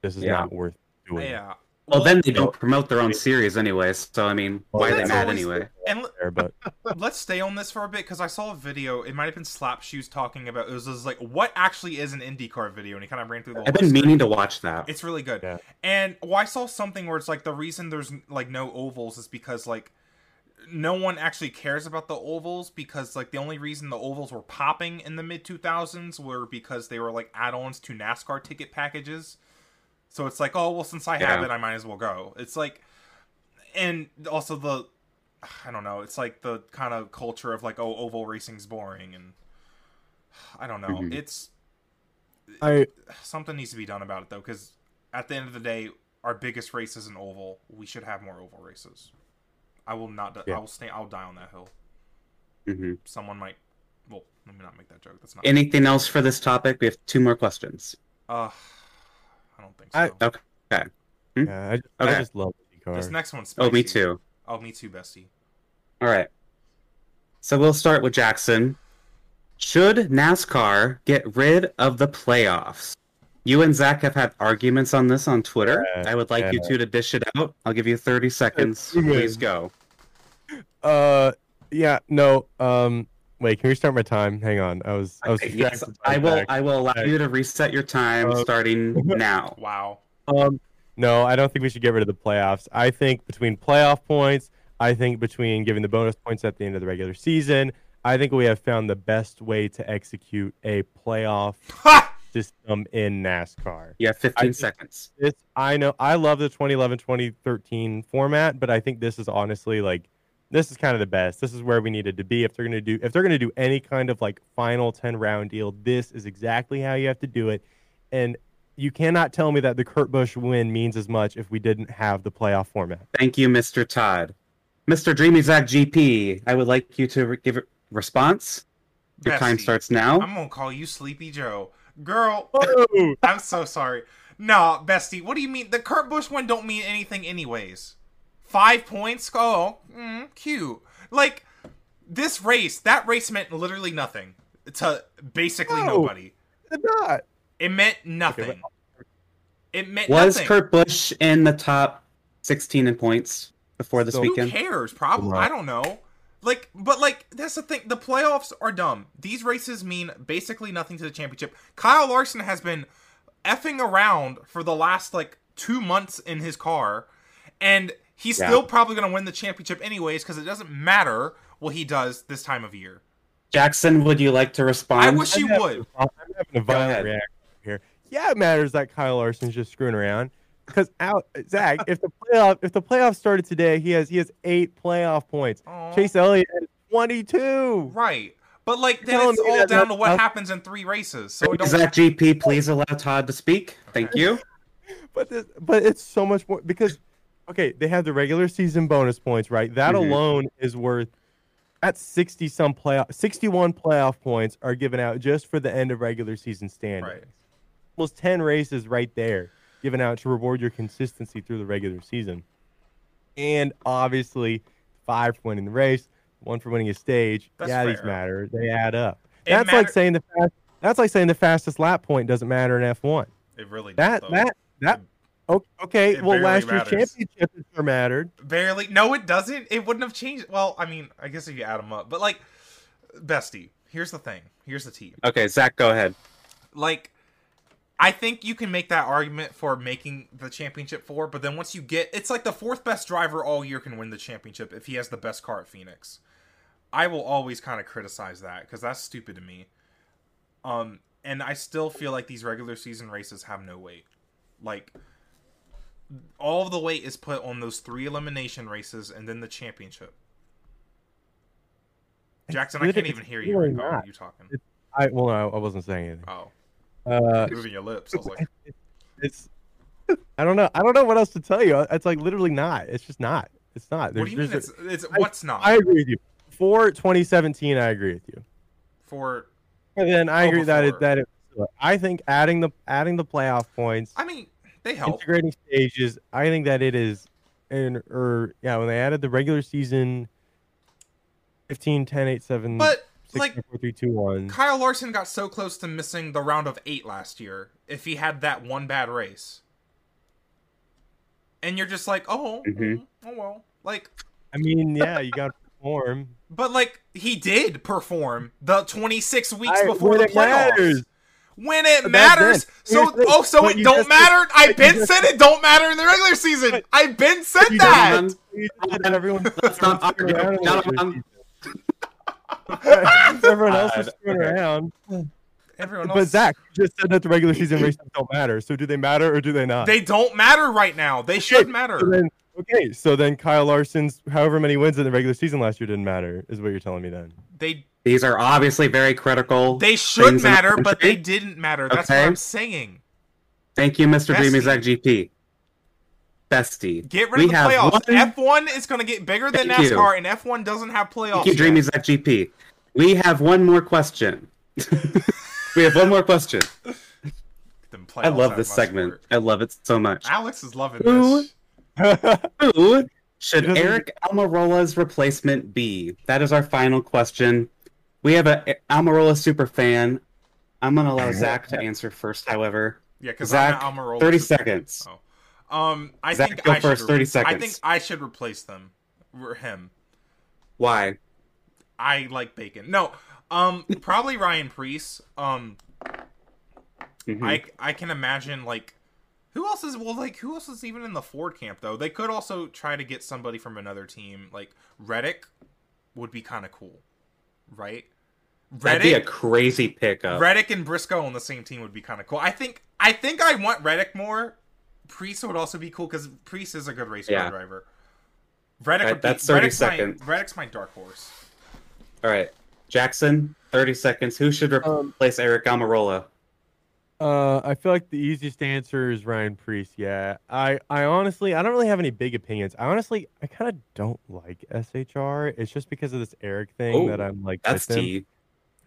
Speaker 2: This is
Speaker 3: Yeah.
Speaker 2: not worth doing.
Speaker 1: Yeah.
Speaker 3: Well, then they don't promote their own series anyway. So I mean,
Speaker 2: Well,
Speaker 3: why are they
Speaker 1: that's
Speaker 3: mad
Speaker 1: always-
Speaker 3: anyway?
Speaker 1: And l-
Speaker 2: There, but
Speaker 1: let's stay on this for a bit because I saw a video. It might have been Slap Shoes talking about. It was, it was like, what actually is an IndyCar video? And he kind of ran through the.
Speaker 3: I've
Speaker 1: whole
Speaker 3: been meaning to watch that.
Speaker 1: It's really good.
Speaker 2: Yeah.
Speaker 1: And well, I saw something where it's like the reason there's like no ovals is because like no one actually cares about the ovals because like the only reason the ovals were popping in the mid 2000s were because they were like add-ons to NASCAR ticket packages. So it's like, oh well, since I have
Speaker 3: Yeah.
Speaker 1: it, I might as well go. It's like, and also the, I don't know. It's like the kind of culture of like, oh, oval racing's boring, and I don't know.
Speaker 2: Mm-hmm.
Speaker 3: Mhm.
Speaker 1: It's
Speaker 2: I
Speaker 1: something needs to be done about it though because at the end of the day our biggest race is an oval we should have more oval races i will not di-
Speaker 2: Yeah.
Speaker 1: i will stay i'll die on that hill
Speaker 3: hmm
Speaker 1: someone might well let me not make that joke that's not
Speaker 3: Anything else for this topic? We have two more questions.
Speaker 1: uh i don't think so
Speaker 2: I-
Speaker 3: Okay. Hmm?
Speaker 2: yeah, I, just, I
Speaker 3: Okay.
Speaker 2: just love IndyCar.
Speaker 1: this next one's
Speaker 3: Oh, me
Speaker 1: spicy.
Speaker 3: too.
Speaker 1: oh me too bestie
Speaker 3: All right. So we'll start with Jackson. Should NASCAR get rid of the playoffs? You and Zach have had arguments on this on Twitter.
Speaker 2: Yeah,
Speaker 3: I would like you
Speaker 2: yeah.
Speaker 3: two to dish it out. I'll give you 30 seconds.
Speaker 2: Yeah.
Speaker 3: Please go.
Speaker 2: Uh, yeah, no. Um, wait, can we start my time? Hang on, I was, I was.
Speaker 3: Okay, yes,
Speaker 2: distracted by
Speaker 3: I will.
Speaker 2: Zach.
Speaker 3: I will allow you to reset your time
Speaker 2: Uh,
Speaker 3: starting now.
Speaker 1: wow
Speaker 2: Um, no, I don't think we should get rid of the playoffs. I think between playoff points, I think between giving the bonus points at the end of the regular season, I think we have found the best way to execute a playoff
Speaker 1: ha!
Speaker 2: system in NASCAR.
Speaker 3: You have 15
Speaker 2: I-
Speaker 3: seconds.
Speaker 2: This I know. I love the 2011 2013 format, but I think this is honestly like this is kind of the best. This is where we needed to be. If they're gonna do if they're gonna do any kind of like final 10 round deal, this is exactly how you have to do it. And you cannot tell me that the Kurt Busch win means as much if we didn't have the playoff format.
Speaker 3: Thank you, Mr. Todd. Mr. Dreamy Zach GP, I would like you to re- give a response. Your time
Speaker 1: Bestie,
Speaker 3: starts now.
Speaker 1: i'm gonna call you sleepy joe girl
Speaker 2: Oh,
Speaker 1: i'm so sorry nah bestie what do you mean the kurt bush one don't mean anything anyways five points oh mm, cute like this race that race meant literally nothing to basically
Speaker 2: No.
Speaker 1: nobody.
Speaker 2: Did not.
Speaker 1: It meant nothing. It meant
Speaker 3: Was
Speaker 1: nothing.
Speaker 3: Kurt Busch in the top 16 in points before this
Speaker 2: So-
Speaker 1: Who
Speaker 3: weekend?
Speaker 1: cares? Probably.
Speaker 2: Right.
Speaker 1: I don't know. Like, but like, that's the thing. The playoffs are dumb. These races mean basically nothing to the championship. Kyle Larson has been effing around for the last like two months in his car, and he's
Speaker 3: Yeah.
Speaker 1: still probably going to win the championship anyways because it doesn't matter what he does this time of year.
Speaker 3: Jackson, would you like to respond?
Speaker 1: I wish you
Speaker 2: I'm
Speaker 1: would.
Speaker 2: having a
Speaker 3: ahead.
Speaker 2: violent reaction here. Yeah, it matters that Kyle Larson's just screwing around. Because out Zach, if the playoff if the playoffs started today, he has he has eight playoff points.
Speaker 1: Aw.
Speaker 2: Chase Elliott has twenty two.
Speaker 1: Right. But like, then
Speaker 2: Telling
Speaker 1: it's
Speaker 2: me
Speaker 1: all
Speaker 2: that
Speaker 1: down to
Speaker 2: that's
Speaker 1: what
Speaker 2: not-
Speaker 1: happens in three races. So it don't.
Speaker 3: Is that GP? Please allow Todd to speak. Thank you.
Speaker 2: But this, but it's so much more because okay, they have the regular season bonus points, right? That
Speaker 1: Mm-hmm.
Speaker 3: Mhm.
Speaker 2: alone is worth at sixty some playoff sixty one playoff points are given out just for the end of regular season standing.
Speaker 1: Right.
Speaker 2: Almost ten races right there given out to reward your consistency through the regular season. And obviously five for winning the race, one for winning a stage.
Speaker 1: That's
Speaker 2: yeah, these
Speaker 1: fair.
Speaker 2: matter. They add up.
Speaker 1: It
Speaker 2: That's like
Speaker 1: matter-
Speaker 2: saying the fast, that's like saying the fastest lap point doesn't matter in F one.
Speaker 1: It really does,
Speaker 2: That
Speaker 1: though.
Speaker 2: that that o- okay.
Speaker 1: mm. it
Speaker 2: well,
Speaker 1: barely
Speaker 2: last year's
Speaker 1: matters.
Speaker 2: championship is sure mattered.
Speaker 1: Barely. No, it doesn't. It wouldn't have changed. Well, I mean, I guess if you add them up, but like, bestie, here's the thing. Here's the tea.
Speaker 3: Okay, Zach, go ahead.
Speaker 1: Like, I think you can make that argument for making the championship four, but then once you get, it's like the fourth best driver all year can win the championship if he has the best car at Phoenix. I will always kind of criticize that because that's stupid to me. Um, and I still feel like these regular season races have no weight. Like, all of the weight is put on those three elimination races and then the championship. Jackson, I
Speaker 2: really-
Speaker 1: can't
Speaker 2: it's
Speaker 1: even hear you
Speaker 2: really
Speaker 1: right now.
Speaker 2: not.
Speaker 1: You talking?
Speaker 2: I well, no, I wasn't saying anything.
Speaker 1: Oh,
Speaker 2: Uh,
Speaker 1: moving your lips. I was like,
Speaker 2: it's I don't know. I don't know what else to tell you. It's like literally not. It's just not. It's not.
Speaker 1: what do you
Speaker 2: There's-
Speaker 1: mean? It's,
Speaker 2: there's-
Speaker 1: it's what's not
Speaker 2: I agree with you. For 2017, I agree with you.
Speaker 1: for?
Speaker 2: And then I
Speaker 1: Oh,
Speaker 2: agree that
Speaker 1: before.
Speaker 2: it that it. I think adding the adding the playoff points,
Speaker 1: I mean, they help.
Speaker 2: integrating stages. I think that it is, and or yeah, when they added the regular season, 15, 10, 8, 7,
Speaker 1: But
Speaker 2: six,
Speaker 1: like,
Speaker 2: five, four, three, two, one.
Speaker 1: Kyle Larson got so close to missing the round of eight last year if he had that one bad race. And you're just like, oh,
Speaker 2: Mm-hmm.
Speaker 3: Mhm.
Speaker 1: oh well, like,
Speaker 2: I mean, yeah, you got to perform.
Speaker 1: but like he did perform the 26 weeks
Speaker 2: I-
Speaker 1: before
Speaker 2: when
Speaker 1: the
Speaker 2: it
Speaker 1: playoffs.
Speaker 2: matters.
Speaker 1: When it
Speaker 2: Back
Speaker 1: matters,
Speaker 2: then.
Speaker 1: so
Speaker 2: Here's the-
Speaker 1: oh, so
Speaker 2: but
Speaker 1: it
Speaker 2: you
Speaker 1: don't
Speaker 2: just-
Speaker 1: matter. I've
Speaker 2: but
Speaker 1: been
Speaker 2: you just-
Speaker 1: said it don't matter in the regular season.
Speaker 2: But-
Speaker 1: I've been said
Speaker 2: you
Speaker 1: that.
Speaker 3: Gentlemen,
Speaker 2: You just let everyone,
Speaker 3: Let's
Speaker 2: everyone
Speaker 3: not argue.
Speaker 2: screw around in the
Speaker 3: Gentlemen.
Speaker 2: regular season. everyone else is
Speaker 3: God,
Speaker 2: screwing
Speaker 3: okay.
Speaker 2: around.
Speaker 1: Everyone else,
Speaker 2: But Zach you just said that the regular season races don't matter. So do they matter or do they not?
Speaker 1: they don't matter right now. They should matter.
Speaker 2: So then, okay, so then Kyle Larson's however many wins in the regular season last year didn't matter, is what you're telling me then.
Speaker 1: They
Speaker 3: These are obviously very critical.
Speaker 1: They should
Speaker 3: things in the
Speaker 1: matter, but
Speaker 3: country.
Speaker 1: they didn't matter. That's
Speaker 3: Okay.
Speaker 1: what I'm saying.
Speaker 3: Thank you, Mr. Dreamy
Speaker 1: Bestie.
Speaker 3: Zach GP. Bestie.
Speaker 1: Get rid
Speaker 3: We
Speaker 1: of the
Speaker 3: have
Speaker 1: playoffs.
Speaker 3: one-
Speaker 1: F1 is going to get bigger than
Speaker 3: Thank you.
Speaker 1: NASCAR, and F1 doesn't have playoffs.
Speaker 3: Thank you,
Speaker 1: yet.
Speaker 3: Dreamy Zach GP. We have one more question. we have one more question.
Speaker 1: Them
Speaker 3: I
Speaker 1: playoffs
Speaker 3: love
Speaker 1: out
Speaker 3: this
Speaker 1: of my
Speaker 3: segment.
Speaker 1: sport.
Speaker 3: I love it so much.
Speaker 1: Alex is loving
Speaker 3: Who-
Speaker 1: this.
Speaker 3: Who
Speaker 2: It
Speaker 3: should
Speaker 2: doesn't-
Speaker 3: Eric Almirola's replacement be? That is our final question. We have a Almirola super fan. I'm gonna allow Zach to answer first. However,
Speaker 1: Yeah, because I'm
Speaker 3: Zach,
Speaker 1: not Almirola.
Speaker 3: thirty seconds.
Speaker 1: Oh. Um, I
Speaker 3: Zach,
Speaker 1: think
Speaker 3: go
Speaker 1: I should.
Speaker 3: first, 30
Speaker 1: I think
Speaker 3: seconds.
Speaker 1: I should replace them. Or him.
Speaker 3: Why?
Speaker 1: I like bacon. No. Um, probably Ryan Priest. Um,
Speaker 3: Mhm.
Speaker 1: I I can imagine like who else is well like who else is even in the Ford camp though? They could also try to get somebody from another team. Like Reddick would be kind of cool, right?
Speaker 3: That'd be a
Speaker 1: Reddick,
Speaker 3: crazy pickup.
Speaker 1: Reddick and Briscoe on the same team would be kind of cool. I think I think I want Reddick more. Priest would also be cool because Priest is a good race car
Speaker 3: Yeah.
Speaker 1: driver. Reddick,
Speaker 3: That-
Speaker 1: would be,
Speaker 3: that's 30
Speaker 1: Reddick's my-
Speaker 3: seconds.
Speaker 1: Reddick's my dark horse.
Speaker 3: All right, Jackson, thirty seconds. Who should
Speaker 2: Um,
Speaker 3: replace Eric Almirola?
Speaker 2: Uh, I feel like the easiest answer is Ryan Priest. Yeah, I, I honestly, I don't really have any big opinions. I honestly, I kind of don't like SHR. It's just because of this Eric thing
Speaker 3: Oh,
Speaker 2: that I'm like.
Speaker 3: That's
Speaker 2: with him.
Speaker 3: T.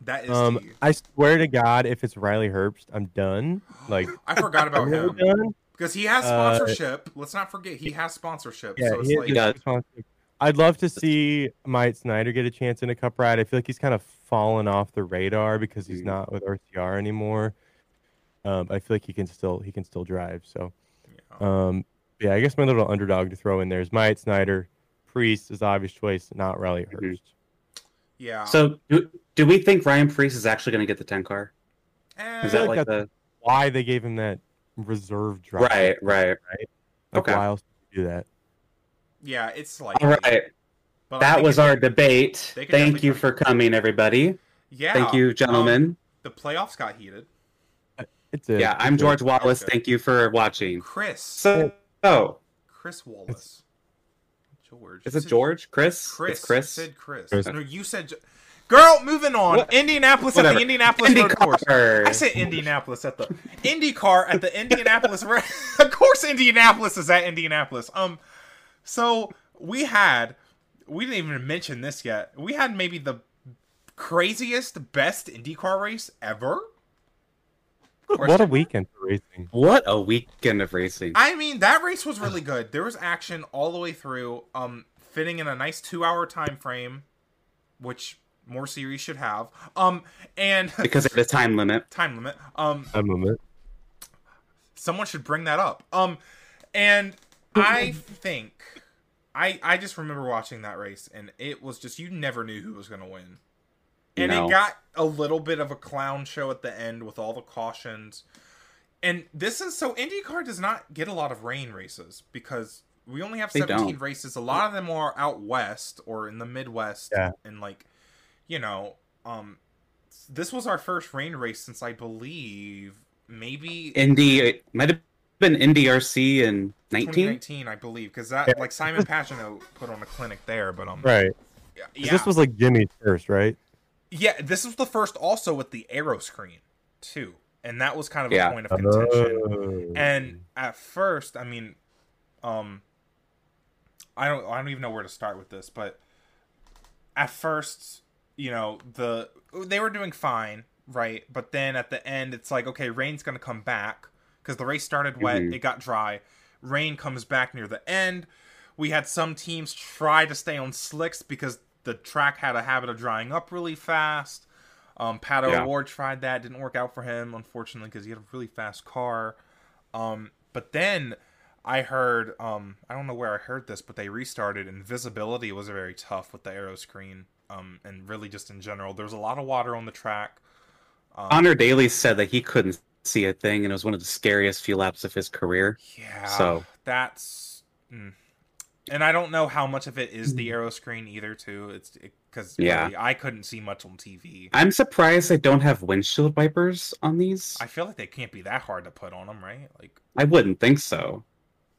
Speaker 1: That is.
Speaker 2: Um,
Speaker 1: tea.
Speaker 2: I swear to God, if it's Riley Herbst, I'm done. Like,
Speaker 1: I forgot about
Speaker 2: I'm really
Speaker 1: him.
Speaker 2: done.
Speaker 1: Because he has
Speaker 2: Uh,
Speaker 1: sponsorship. Let's not forget he has sponsorship.
Speaker 2: Yeah,
Speaker 1: so it's
Speaker 2: he-
Speaker 1: like
Speaker 2: he's
Speaker 3: does.
Speaker 2: responsive. I'd love to see Mike Snyder get a chance in a cup ride. I feel like he's kind of fallen off the radar because he's
Speaker 3: Mhm.
Speaker 2: not with RCR anymore. Um, I feel like he can still he can still drive. So
Speaker 3: Uh,
Speaker 1: Yeah.
Speaker 2: um, yeah, I guess my little underdog to throw in there is Myatt Snyder. Priest is obvious choice, not Riley
Speaker 3: Mhm.
Speaker 2: Hurst.
Speaker 1: yeah.
Speaker 3: So do, do we think Ryan Priest is actually going to get the 10 car?
Speaker 1: Eh,
Speaker 3: Is
Speaker 2: feel
Speaker 3: that
Speaker 2: like
Speaker 3: like the
Speaker 2: Why they gave him that reserve drive?
Speaker 3: right? Right.
Speaker 2: Like,
Speaker 3: okay.
Speaker 2: Why else did you do that?
Speaker 1: yeah, it's like
Speaker 3: All right.
Speaker 1: But I
Speaker 3: That
Speaker 1: think
Speaker 3: was
Speaker 1: it-
Speaker 3: our debate.
Speaker 1: they could
Speaker 3: Thank
Speaker 1: definitely
Speaker 3: you
Speaker 1: come-
Speaker 3: for coming, everybody.
Speaker 1: Yeah.
Speaker 3: Thank you, gentlemen.
Speaker 1: The playoffs got heated.
Speaker 2: It's a,
Speaker 3: yeah, I'm
Speaker 2: it's a-
Speaker 3: George Wallace.
Speaker 1: Okay.
Speaker 3: Thank you for watching.
Speaker 1: Chris.
Speaker 3: So, oh,
Speaker 1: Chris Wallace. George.
Speaker 3: is
Speaker 1: You
Speaker 3: it
Speaker 1: said-
Speaker 3: George? Chris?
Speaker 1: Chris.
Speaker 3: It's Chris.
Speaker 1: Said Chris.
Speaker 2: Chris.
Speaker 1: No, you said. Jo- Girl, moving on.
Speaker 3: What-
Speaker 1: Indianapolis at
Speaker 3: Whatever.
Speaker 1: the Indianapolis
Speaker 3: Indy
Speaker 1: Road Course.
Speaker 3: Carter.
Speaker 1: I said Indianapolis at the IndyCar at the Indianapolis. Ra- of course, Indianapolis is at Indianapolis. Um, so we had we didn't even mention this yet. We had maybe the craziest, best IndyCar race ever.
Speaker 2: What a weekend for racing.
Speaker 3: What a weekend of racing.
Speaker 1: I mean, that race was really good. There was action all the way through. Um, fitting in a nice two-hour time frame, which more series should have. Um, and
Speaker 3: because of the time limit.
Speaker 1: time limit. Um,
Speaker 2: I'm a mo-
Speaker 1: someone should bring that up. Um, and I think I I just remember watching that race, and it was just you never knew who was gonna win, and
Speaker 3: No.
Speaker 1: it got a little bit of a clown show at the end with all the cautions, and this is so IndyCar does not get a lot of rain races because we only have
Speaker 3: They
Speaker 1: seventeen
Speaker 3: don't.
Speaker 1: races. A lot of them are out west or in the Midwest,
Speaker 2: Yeah.
Speaker 1: and like you know, um, this was our first rain race since I believe maybe
Speaker 3: Indy it might have been Indy RC in 19.
Speaker 1: 2019, I believe, because that
Speaker 2: Yeah.
Speaker 1: like Simon Pagino put on a clinic there, but um,
Speaker 2: Right. 'Cause
Speaker 1: yeah,
Speaker 2: This was like Jimmy's first, right?
Speaker 1: yeah, this was the first also with the arrow screen too, and that was kind of
Speaker 3: Yeah.
Speaker 1: a point of contention.
Speaker 2: Oh.
Speaker 1: And at first, I mean, um, I don't, I don't even know where to start with this, but at first, you know, the they were doing fine, right? But then at the end, it's like, okay, rain's gonna come back because the race started wet,
Speaker 3: Mhm.
Speaker 1: it got dry. Rain comes back near the end. We had some teams try to stay on slicks because the track had a habit of drying up really fast. Um, Pato
Speaker 3: Yeah.
Speaker 1: Award tried that, didn't work out for him, unfortunately, because he had a really fast car. Um, but then I heard, um, I don't know where I heard this, but they restarted, and visibility was very tough with the arrow screen, um, and really just in general. There was a lot of water on the track. Um,
Speaker 3: Connor Daly said that he couldn't see a thing, and it was one of the scariest few laps of his career.
Speaker 1: Yeah.
Speaker 3: So-
Speaker 1: that's, mm. and I don't know how much of it is the arrow screen either. Too, it's because
Speaker 3: Mm-hmm. Yeah.
Speaker 1: I couldn't see much on TV.
Speaker 3: I'm surprised they don't have windshield wipers on these.
Speaker 1: I feel like they can't be that hard to put on them, right? Like
Speaker 3: I wouldn't think so.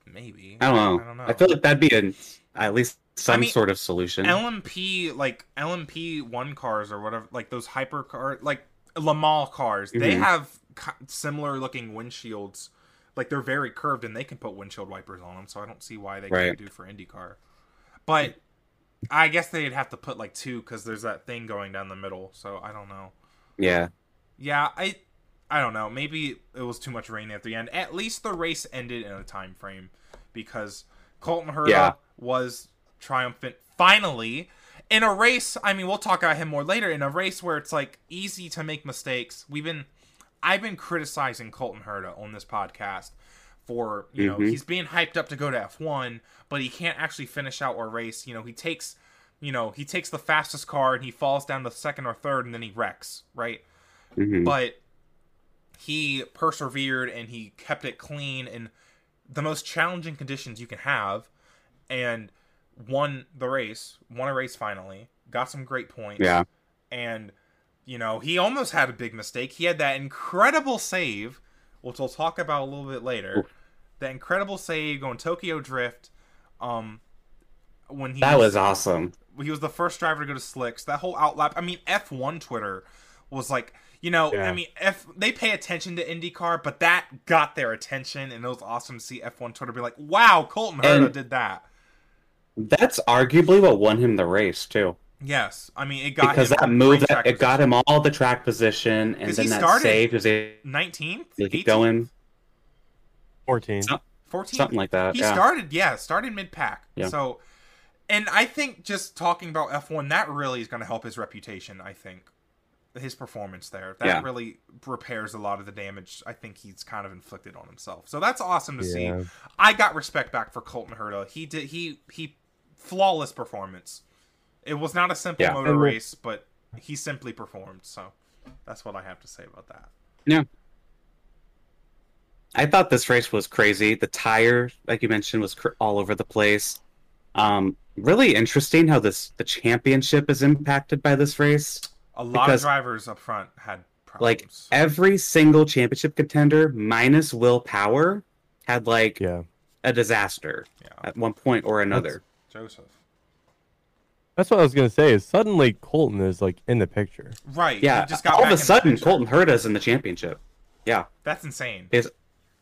Speaker 1: maybe.
Speaker 3: I don't know.
Speaker 1: I
Speaker 3: I,
Speaker 1: don't know.
Speaker 3: feel like that'd be an, at least some
Speaker 1: mean,
Speaker 3: sort of solution.
Speaker 1: LMP like LMP one cars or whatever, like those hyper car, like Lamal cars. They
Speaker 3: Mhm.
Speaker 1: have similar looking windshields. Like they're very curved, and they can put windshield wipers on them. So I don't see why they
Speaker 3: Right.
Speaker 1: can't do for IndyCar. But I guess they'd have to put like two because there's that thing going down the middle. So I don't know.
Speaker 3: yeah.
Speaker 1: Yeah, I I don't know. Maybe it was too much rain at the end. At least the race ended in a time frame because Colton Hurdle
Speaker 3: Yeah.
Speaker 1: was triumphant finally in a race. I mean, we'll talk about him more later in a race where it's like easy to make mistakes. We've been I've been criticizing Colton Herta on this podcast for, you know,
Speaker 3: Mhm.
Speaker 1: he's being hyped up to go to F1, but he can't actually finish out a race. You know, he takes, you know, he takes the fastest car and he falls down to second or third and then he wrecks, right?
Speaker 3: mhm.
Speaker 1: but he persevered and he kept it clean in the most challenging conditions you can have and won the race won a race finally got some great points
Speaker 3: Yeah.
Speaker 1: and you know he almost had a big mistake he had that incredible save which we'll talk about a little bit later that incredible save going tokyo drift um when he
Speaker 3: That was awesome.
Speaker 1: he was the first driver to go to slicks. That whole outlap. I mean, F one Twitter was like, you know, I
Speaker 2: Yeah.
Speaker 1: mean, F they pay attention to IndyCar, but that got their attention, and it was awesome to see F one Twitter be like, wow, Colton Herta
Speaker 3: And-
Speaker 1: did that.
Speaker 3: That's arguably what won him the race too,
Speaker 1: Yes, I mean, it got
Speaker 3: because
Speaker 1: him
Speaker 3: that
Speaker 1: great
Speaker 3: move that
Speaker 1: track
Speaker 3: it got him all the track position, and
Speaker 1: 'Cause
Speaker 3: then
Speaker 1: he
Speaker 3: that
Speaker 1: started-
Speaker 3: save was able
Speaker 1: position. 19th,
Speaker 3: to keep
Speaker 1: 18th,
Speaker 3: going,
Speaker 2: 14.
Speaker 3: Some-
Speaker 1: 14th.
Speaker 3: something like that.
Speaker 1: he
Speaker 3: yeah.
Speaker 1: started yeah started mid pack
Speaker 3: Yeah.
Speaker 1: so and i think just talking about f1 that really is going to help his reputation i think his performance there. That
Speaker 3: Yeah.
Speaker 1: really repairs a lot of the damage I think he's kind of inflicted on himself. So that's awesome to see.
Speaker 2: Yeah.
Speaker 1: I got respect back for Colton Herta. He did he he flawless performance. It was not a simple
Speaker 3: Yeah.
Speaker 1: motor
Speaker 2: And we-
Speaker 1: race, but he simply performed. So that's what I have to say about that.
Speaker 3: I thought this race was crazy. The tire, like you mentioned, was cr- all over the place. Um, really interesting how this the championship is impacted by this race.
Speaker 1: A lot
Speaker 3: Because-
Speaker 1: of drivers up front had
Speaker 3: Like
Speaker 1: problems.
Speaker 3: every single championship contender, minus Willpower, had like
Speaker 2: Yeah.
Speaker 3: a disaster
Speaker 1: yeah,
Speaker 3: at one point or another.
Speaker 1: Joseph.
Speaker 2: That's what I was gonna say. Is suddenly Colton is like in the picture.
Speaker 1: Right. he
Speaker 3: yeah,
Speaker 1: just got
Speaker 3: all
Speaker 1: back
Speaker 3: of
Speaker 1: in
Speaker 3: a
Speaker 1: the
Speaker 3: sudden,
Speaker 1: picture.
Speaker 3: Colton Herta is in the championship. Yeah,
Speaker 1: That's insane.
Speaker 3: is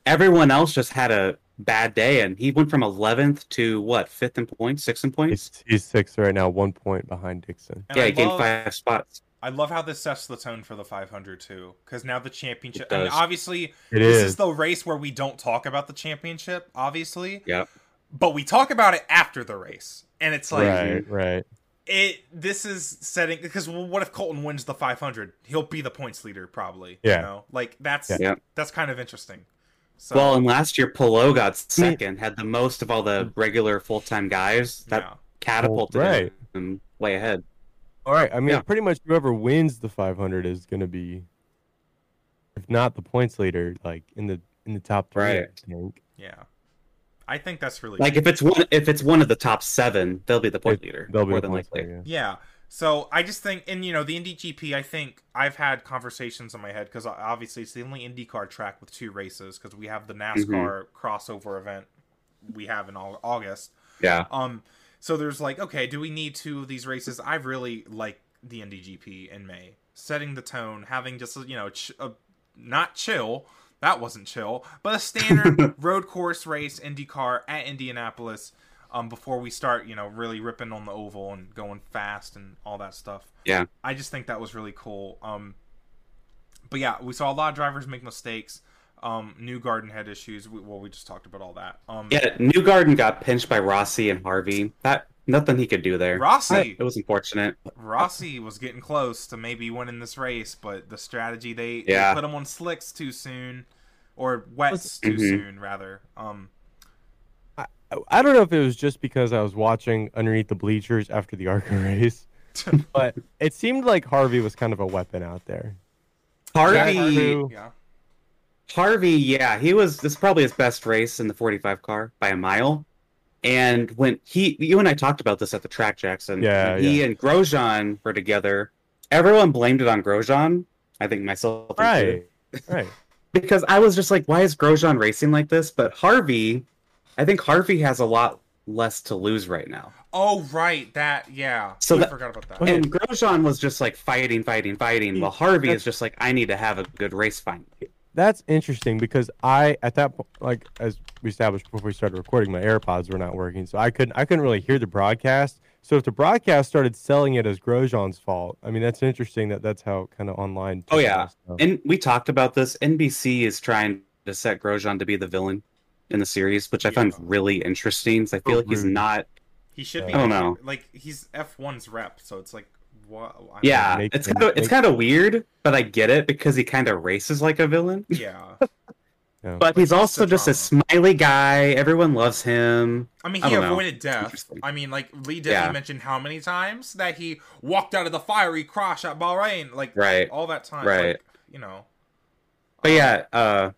Speaker 3: everyone else just had a bad day, and he went from 11th to what fifth in points, sixth in points.
Speaker 2: He's he's sixth right now, one point behind Dixon.
Speaker 1: And
Speaker 3: Yeah,
Speaker 1: I
Speaker 3: he gained
Speaker 1: love-
Speaker 3: five spots.
Speaker 1: I love how this sets the tone for the 500 too, because now the championship,
Speaker 3: It does.
Speaker 1: and obviously
Speaker 2: It
Speaker 1: this
Speaker 2: is.
Speaker 1: is the race where we don't talk about the championship, obviously,
Speaker 3: Yep.
Speaker 1: but we talk about it after the race, and it's like
Speaker 2: right, right.
Speaker 1: it. This is setting because well, what if Colton wins the 500? He'll be the points leader probably.
Speaker 2: Yeah.
Speaker 1: you know? like that's
Speaker 3: Yeah.
Speaker 1: that's kind of interesting. So
Speaker 3: Well, and last year Pelot got second, had the most of all the regular full time guys. That
Speaker 1: yeah,
Speaker 3: catapulted
Speaker 2: Right.
Speaker 3: him way ahead.
Speaker 2: All right. I mean,
Speaker 3: Yeah.
Speaker 2: pretty much whoever wins the 500 is going to be, if not the points leader, like in the in the top three.
Speaker 3: Right.
Speaker 2: I think.
Speaker 1: yeah, I think that's really
Speaker 3: Like if it's one if it's one of the top seven, they'll be the point
Speaker 2: It-
Speaker 3: leader.
Speaker 2: They'll be
Speaker 3: more
Speaker 2: the
Speaker 3: than
Speaker 2: points
Speaker 3: likely.
Speaker 2: leader. yeah.
Speaker 1: Yeah. So I just think, and you know, the IndyGP, I think I've had conversations in my head because obviously it's the only IndyCar track with two races because we have the NASCAR crossover event we have in Au- August.
Speaker 3: Yeah.
Speaker 1: Um, so there's like, okay, do we need two of these races? I really like the IndyGP in May, setting the tone, having just you know, ch- a, not chill. That wasn't chill, but a standard road course race IndyCar at Indianapolis. Um, before we start, you know, really ripping on the oval and going fast and all that stuff.
Speaker 3: Yeah.
Speaker 1: I just think that was really cool. Um, but yeah, we saw a lot of drivers make mistakes. Um, new garden head issues. We, well, we just talked about all that. Um,
Speaker 3: Yeah. New Garden got pinched by Rossi and Harvey. That nothing he could do there.
Speaker 1: Rossi.
Speaker 3: It was unfortunate.
Speaker 1: Rossi was getting close to maybe winning this race, but the strategy they, they
Speaker 3: Yeah.
Speaker 1: put him on slicks too soon, or wets too
Speaker 3: Mhm.
Speaker 1: soon rather. Um,
Speaker 2: I- I don't know if it was just because I was watching underneath the bleachers after the ARCA race, but it seemed like Harvey was kind of a weapon out there.
Speaker 3: Harvey
Speaker 2: Harvey.
Speaker 1: yeah,
Speaker 3: Harvey, yeah, he was this is probably his best race in the 45 car by a mile. And when he you and I talked about this at the track Jackson,
Speaker 2: Yeah,
Speaker 3: when he and Grosjean were together, everyone blamed it on Grosjean. I think myself included.
Speaker 2: Right. Right.
Speaker 3: because I was just like, why is Grosjean racing like this? But Harvey, I think Harvey has a lot less to lose right now.
Speaker 1: Oh right, that yeah.
Speaker 3: So
Speaker 1: I
Speaker 3: that-
Speaker 1: forgot about that.
Speaker 2: Okay.
Speaker 3: And Grosjean was just like fighting, fighting, fighting, while Harvey
Speaker 2: That's-
Speaker 3: is just like, I need to have a good race finally.
Speaker 2: That's interesting because I at that point, like as we established before we started recording, my AirPods were not working, so I couldn't I couldn't really hear the broadcast. So if the broadcast started selling it as Grosjean's fault, I mean that's interesting that that's how kind of online.
Speaker 3: Oh,
Speaker 2: people
Speaker 3: yeah.
Speaker 2: stuff.
Speaker 3: And we talked about this. NBC is trying to set Grosjean to be the villain in the series, which I found
Speaker 1: Yeah.
Speaker 3: really interesting. 'cause I feel
Speaker 2: So
Speaker 3: like he's
Speaker 2: rude.
Speaker 3: not.
Speaker 1: he should be.
Speaker 3: I don't know.
Speaker 1: Like he's F one's rep, so it's like what? I-
Speaker 3: Yeah,
Speaker 2: make
Speaker 3: it's
Speaker 2: him-
Speaker 3: kind of it's
Speaker 2: make-
Speaker 3: kind of weird, but I get it because he kind of races like a villain.
Speaker 1: yeah.
Speaker 2: Yeah.
Speaker 3: But he's
Speaker 1: Like,
Speaker 3: also just a
Speaker 1: drama.
Speaker 3: smiley guy. Everyone loves him.
Speaker 1: I mean,
Speaker 3: I
Speaker 1: he
Speaker 3: don't know.
Speaker 1: avoided death.
Speaker 3: Interesting.
Speaker 1: I mean, like Lee Dickey
Speaker 3: Yeah.
Speaker 1: mentioned how many times that he walked out of the fiery crash at Bahrain, like
Speaker 3: Right.
Speaker 1: all that time,
Speaker 3: Right.
Speaker 1: Like, you know,
Speaker 3: But yeah, uh,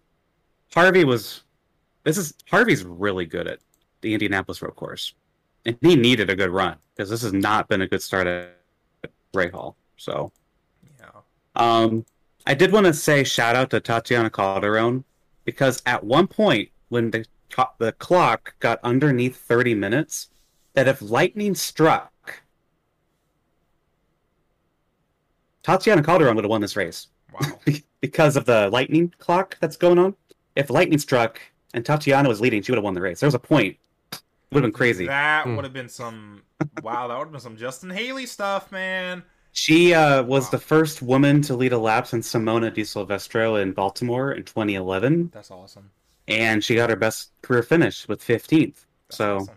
Speaker 3: Harvey was. This is Harvey's really good at the Indianapolis road course, and he needed a good run because this has not been a good start at Ray Hall. So,
Speaker 1: yeah.
Speaker 3: um, I did want to say shout out to Tatiana Calderon because at one point when the co- the clock got underneath thirty minutes, that if lightning struck, Tatiana Calderon would have won this race
Speaker 1: Wow.
Speaker 3: be- because of the lightning clock that's going on. If lightning struck and Tatiana was leading, she would have won the race. There was a point. Would have been crazy.
Speaker 1: That
Speaker 2: Hmm.
Speaker 1: would have been some wow. That would have been some Justin Haley stuff, man.
Speaker 3: She uh, was
Speaker 1: Wow.
Speaker 3: the first woman to lead a lap since Simona Di Silvestro in Baltimore in 2011,
Speaker 1: That's awesome.
Speaker 3: and she got her best career finish with 15th.
Speaker 1: That's
Speaker 3: So
Speaker 1: awesome.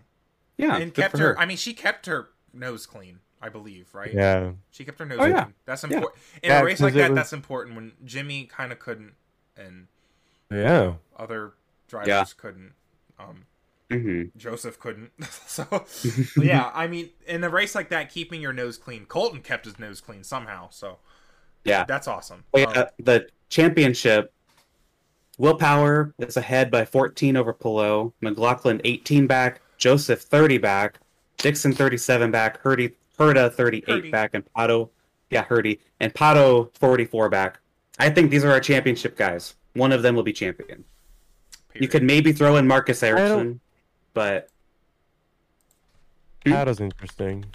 Speaker 3: yeah,
Speaker 1: and
Speaker 3: good
Speaker 1: kept
Speaker 3: for
Speaker 1: her,
Speaker 3: her.
Speaker 1: I mean, she kept her nose clean. I believe, right?
Speaker 2: Yeah.
Speaker 1: She kept her nose
Speaker 3: Oh,
Speaker 1: open.
Speaker 3: yeah.
Speaker 1: That's
Speaker 2: Yeah.
Speaker 1: important. In
Speaker 2: Yeah,
Speaker 1: a race
Speaker 2: 'cause
Speaker 1: like
Speaker 2: it
Speaker 1: that,
Speaker 2: was-
Speaker 1: that's important when Jimmy kind of couldn't and
Speaker 2: Yeah.
Speaker 1: other drivers
Speaker 3: Yeah.
Speaker 1: couldn't. Um,
Speaker 3: hmm
Speaker 1: Joseph couldn't. so, yeah, I mean, in a race like that, keeping your nose clean. Colton kept his nose clean somehow. So,
Speaker 3: Yeah.
Speaker 1: That's awesome.
Speaker 3: Wait,
Speaker 1: Um,
Speaker 3: uh, the championship. Willpower is ahead by 14 over Pillow. McLaughlin 18 back. Joseph 30 back. Dixon 37 back. Hurdy Herda 38
Speaker 1: Hurdy.
Speaker 3: back, and Pato, yeah, Hurdy and Pato 44 back. I think these are our championship guys. One of them will be champion. You
Speaker 1: period.
Speaker 3: could maybe throw in Marcus
Speaker 2: don't-
Speaker 3: Erickson, but Hmm?
Speaker 2: That was interesting.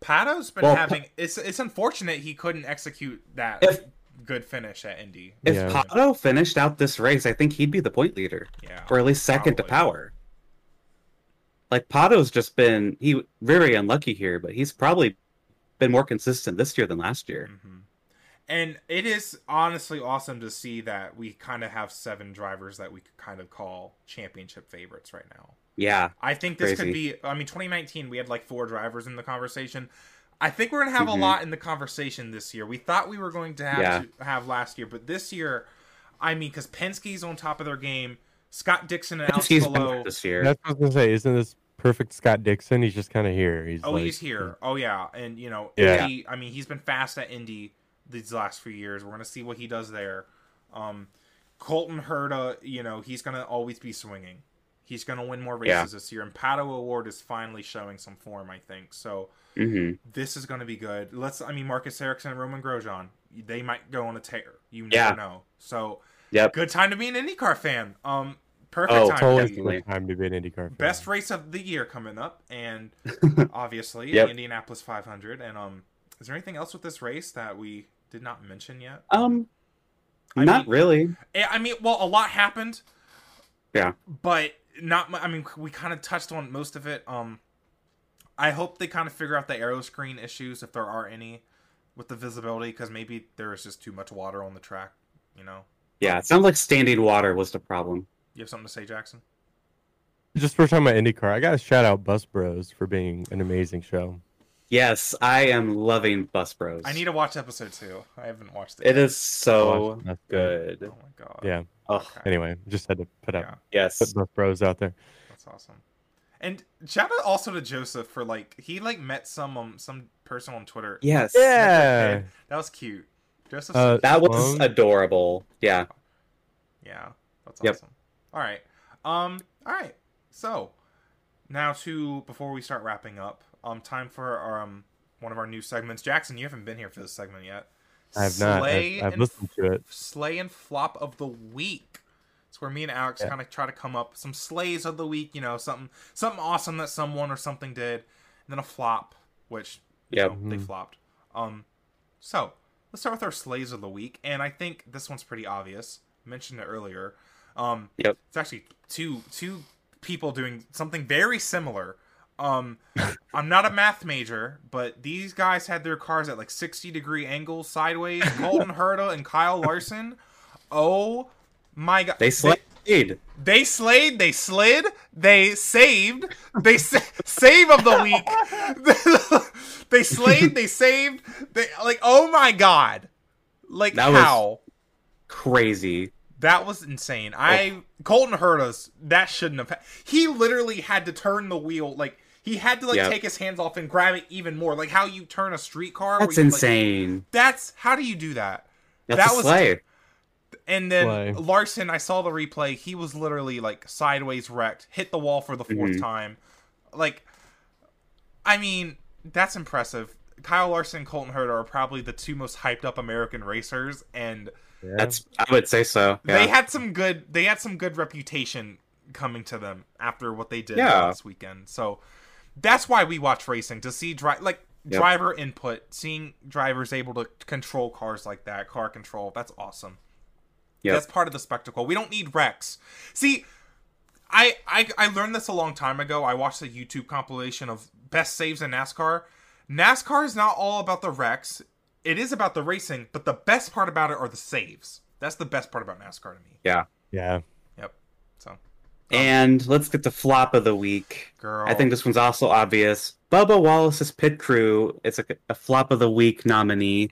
Speaker 1: Pato's been
Speaker 3: Well,
Speaker 1: having. It's it's unfortunate he couldn't execute that
Speaker 3: If-
Speaker 1: good finish at Indy.
Speaker 3: if
Speaker 2: Yeah.
Speaker 3: Pato finished out this race, I think he'd be the point leader.
Speaker 1: yeah.
Speaker 3: or at least second to
Speaker 1: Probably.
Speaker 3: power. Like Pato's just been he very unlucky here, but he's probably been more consistent this year than last year.
Speaker 1: hmm And it is honestly awesome to see that we kind of have seven drivers that we could kind of call championship favorites right now.
Speaker 3: Yeah,
Speaker 1: I think this could
Speaker 3: Crazy.
Speaker 1: be. I mean, 2019 we had like four drivers in the conversation. I think we're gonna have
Speaker 3: Mhm.
Speaker 1: a lot in the conversation this year. We thought we were going to have
Speaker 3: Yeah.
Speaker 1: to have last year, but this year, I mean, because Penske's on top of their game. Scott Dixon and Alex
Speaker 3: he's been
Speaker 1: Pillow.
Speaker 3: good this year.
Speaker 2: That's what I was gonna say. Isn't this perfect Scott Dixon? He's just kind of here. He's
Speaker 1: Oh,
Speaker 2: like-
Speaker 1: he's here. Oh yeah, and you know,
Speaker 2: Yeah.
Speaker 1: Indy, I mean, he's been fast at Indy these last few years. We're gonna see what he does there. Um, Colton Herta, you know, he's gonna always be swinging. He's gonna win more races
Speaker 3: Yeah.
Speaker 1: this year, and Pato Award is finally showing some form. I think so.
Speaker 3: hmm
Speaker 1: This is gonna be good. Let's. I mean, Marcus Erickson and Roman Grosjean, they might go on a tear. You never
Speaker 3: Yeah.
Speaker 1: know. So
Speaker 3: Yep.
Speaker 1: good time to be an IndyCar fan. Um, perfect
Speaker 3: Oh,
Speaker 1: time.
Speaker 2: It's always
Speaker 3: Definitely.
Speaker 2: the time to be an IndyCar. fan.
Speaker 1: Best race of the year coming up, and obviously
Speaker 3: Yep.
Speaker 1: the Indianapolis 500. And um, is there anything else with this race that we did not mention yet?
Speaker 3: Um,
Speaker 1: I
Speaker 3: not
Speaker 1: mean-
Speaker 3: really.
Speaker 1: Eh, I mean, well, a lot happened.
Speaker 3: Yeah.
Speaker 1: But not. mu- I mean, we kind of touched on most of it. Um, I hope they kind of figure out the arrow screen issues if there are any with the visibility, because maybe there is just too much water on the track. You know,
Speaker 3: Yeah, it sounds like standing water was the problem.
Speaker 1: you have something to say, Jackson?
Speaker 2: Just for talking about IndyCar, I got to shout out Bus Bros for being an amazing show.
Speaker 3: Yes, I am loving Bus Bros.
Speaker 1: I need to watch episode two. I haven't watched it.
Speaker 3: It
Speaker 1: yet.
Speaker 3: is so
Speaker 2: Awesome.
Speaker 3: good.
Speaker 1: Oh my god.
Speaker 2: Yeah.
Speaker 3: Oh
Speaker 1: Okay.
Speaker 2: Anyway, just had to put out
Speaker 1: Yeah.
Speaker 3: yes,
Speaker 2: put Bus Bros out there.
Speaker 1: That's awesome. And shout out also to Joseph for like he like met some um some person on Twitter.
Speaker 3: yes.
Speaker 2: Yeah.
Speaker 1: That was cute. Joseph.
Speaker 2: Uh,
Speaker 3: That was
Speaker 2: Um,
Speaker 3: adorable. Yeah.
Speaker 1: yeah, that's
Speaker 3: Yep.
Speaker 1: awesome. All right. Um. All right. So now to before we start wrapping up, um, time for our, um one of our new segments. Jackson, you haven't been here for this segment yet.
Speaker 2: I have not.
Speaker 1: Slay
Speaker 2: I've, I've
Speaker 1: and
Speaker 2: listened to it.
Speaker 1: Slay and Flop of the Week. It's where me and Alex
Speaker 2: Yeah.
Speaker 1: kind of try to come up some slays of the week, you know, something something awesome that someone or something did, and then a flop, which you
Speaker 3: Yep.
Speaker 1: know, they
Speaker 2: Mm-hmm.
Speaker 1: flopped. Um, so let's start with our slays of the week, and I think this one's pretty obvious. mentioned it earlier. Um,
Speaker 3: Yep.
Speaker 1: It's actually two two people doing something very similar. Um, I'm not a math major, but these guys had their cars at like 60 degree angles sideways. Colton Herta and Kyle Larson. Oh my god.
Speaker 3: They slayed.
Speaker 1: They, they slayed, they slid, they saved, they sa- save of the week. they slayed, they saved, they like oh my god. Like
Speaker 3: That was-
Speaker 1: how?
Speaker 3: Crazy.
Speaker 1: That was insane. I Colton hurt us. That shouldn't have. ha- He literally had to turn the wheel. Like he had to like
Speaker 3: Yep.
Speaker 1: take his hands off and grab it even more. Like how you turn a street car. where
Speaker 3: That's
Speaker 1: you, like-
Speaker 3: insane.
Speaker 1: that's how do you do that?
Speaker 3: That's
Speaker 1: that
Speaker 3: a
Speaker 1: was-
Speaker 3: slay.
Speaker 1: And then
Speaker 2: Why?
Speaker 1: Larson, I saw the replay. He was literally like sideways wrecked, hit the wall for the 4th
Speaker 3: Mhm.
Speaker 1: time. Like, I mean, that's impressive. Kyle Larson and Colton Herta are probably the two most hyped up American racers, and
Speaker 2: Yeah.
Speaker 3: That's I would say so. Yeah.
Speaker 1: they had some good they had some good reputation coming to them after what they did
Speaker 3: Yeah.
Speaker 1: last weekend so that's why we watch racing to see dri- like
Speaker 3: Yep.
Speaker 1: driver input seeing drivers able to control cars like that car control that's awesome
Speaker 3: Yep.
Speaker 1: that's part of the spectacle we don't need wrecks see I, I i learned this a long time ago i watched a youtube compilation of best saves in nascar nascar is not all about the wrecks it is about the racing but the best part about it are the saves that's the best part about nascar to me
Speaker 2: yeah.
Speaker 1: Yep. So,
Speaker 3: and let's get the flop of the week.
Speaker 1: girl,
Speaker 3: I think this one's also obvious, Bubba Wallace's Pit Crew is a, a flop of the week nominee,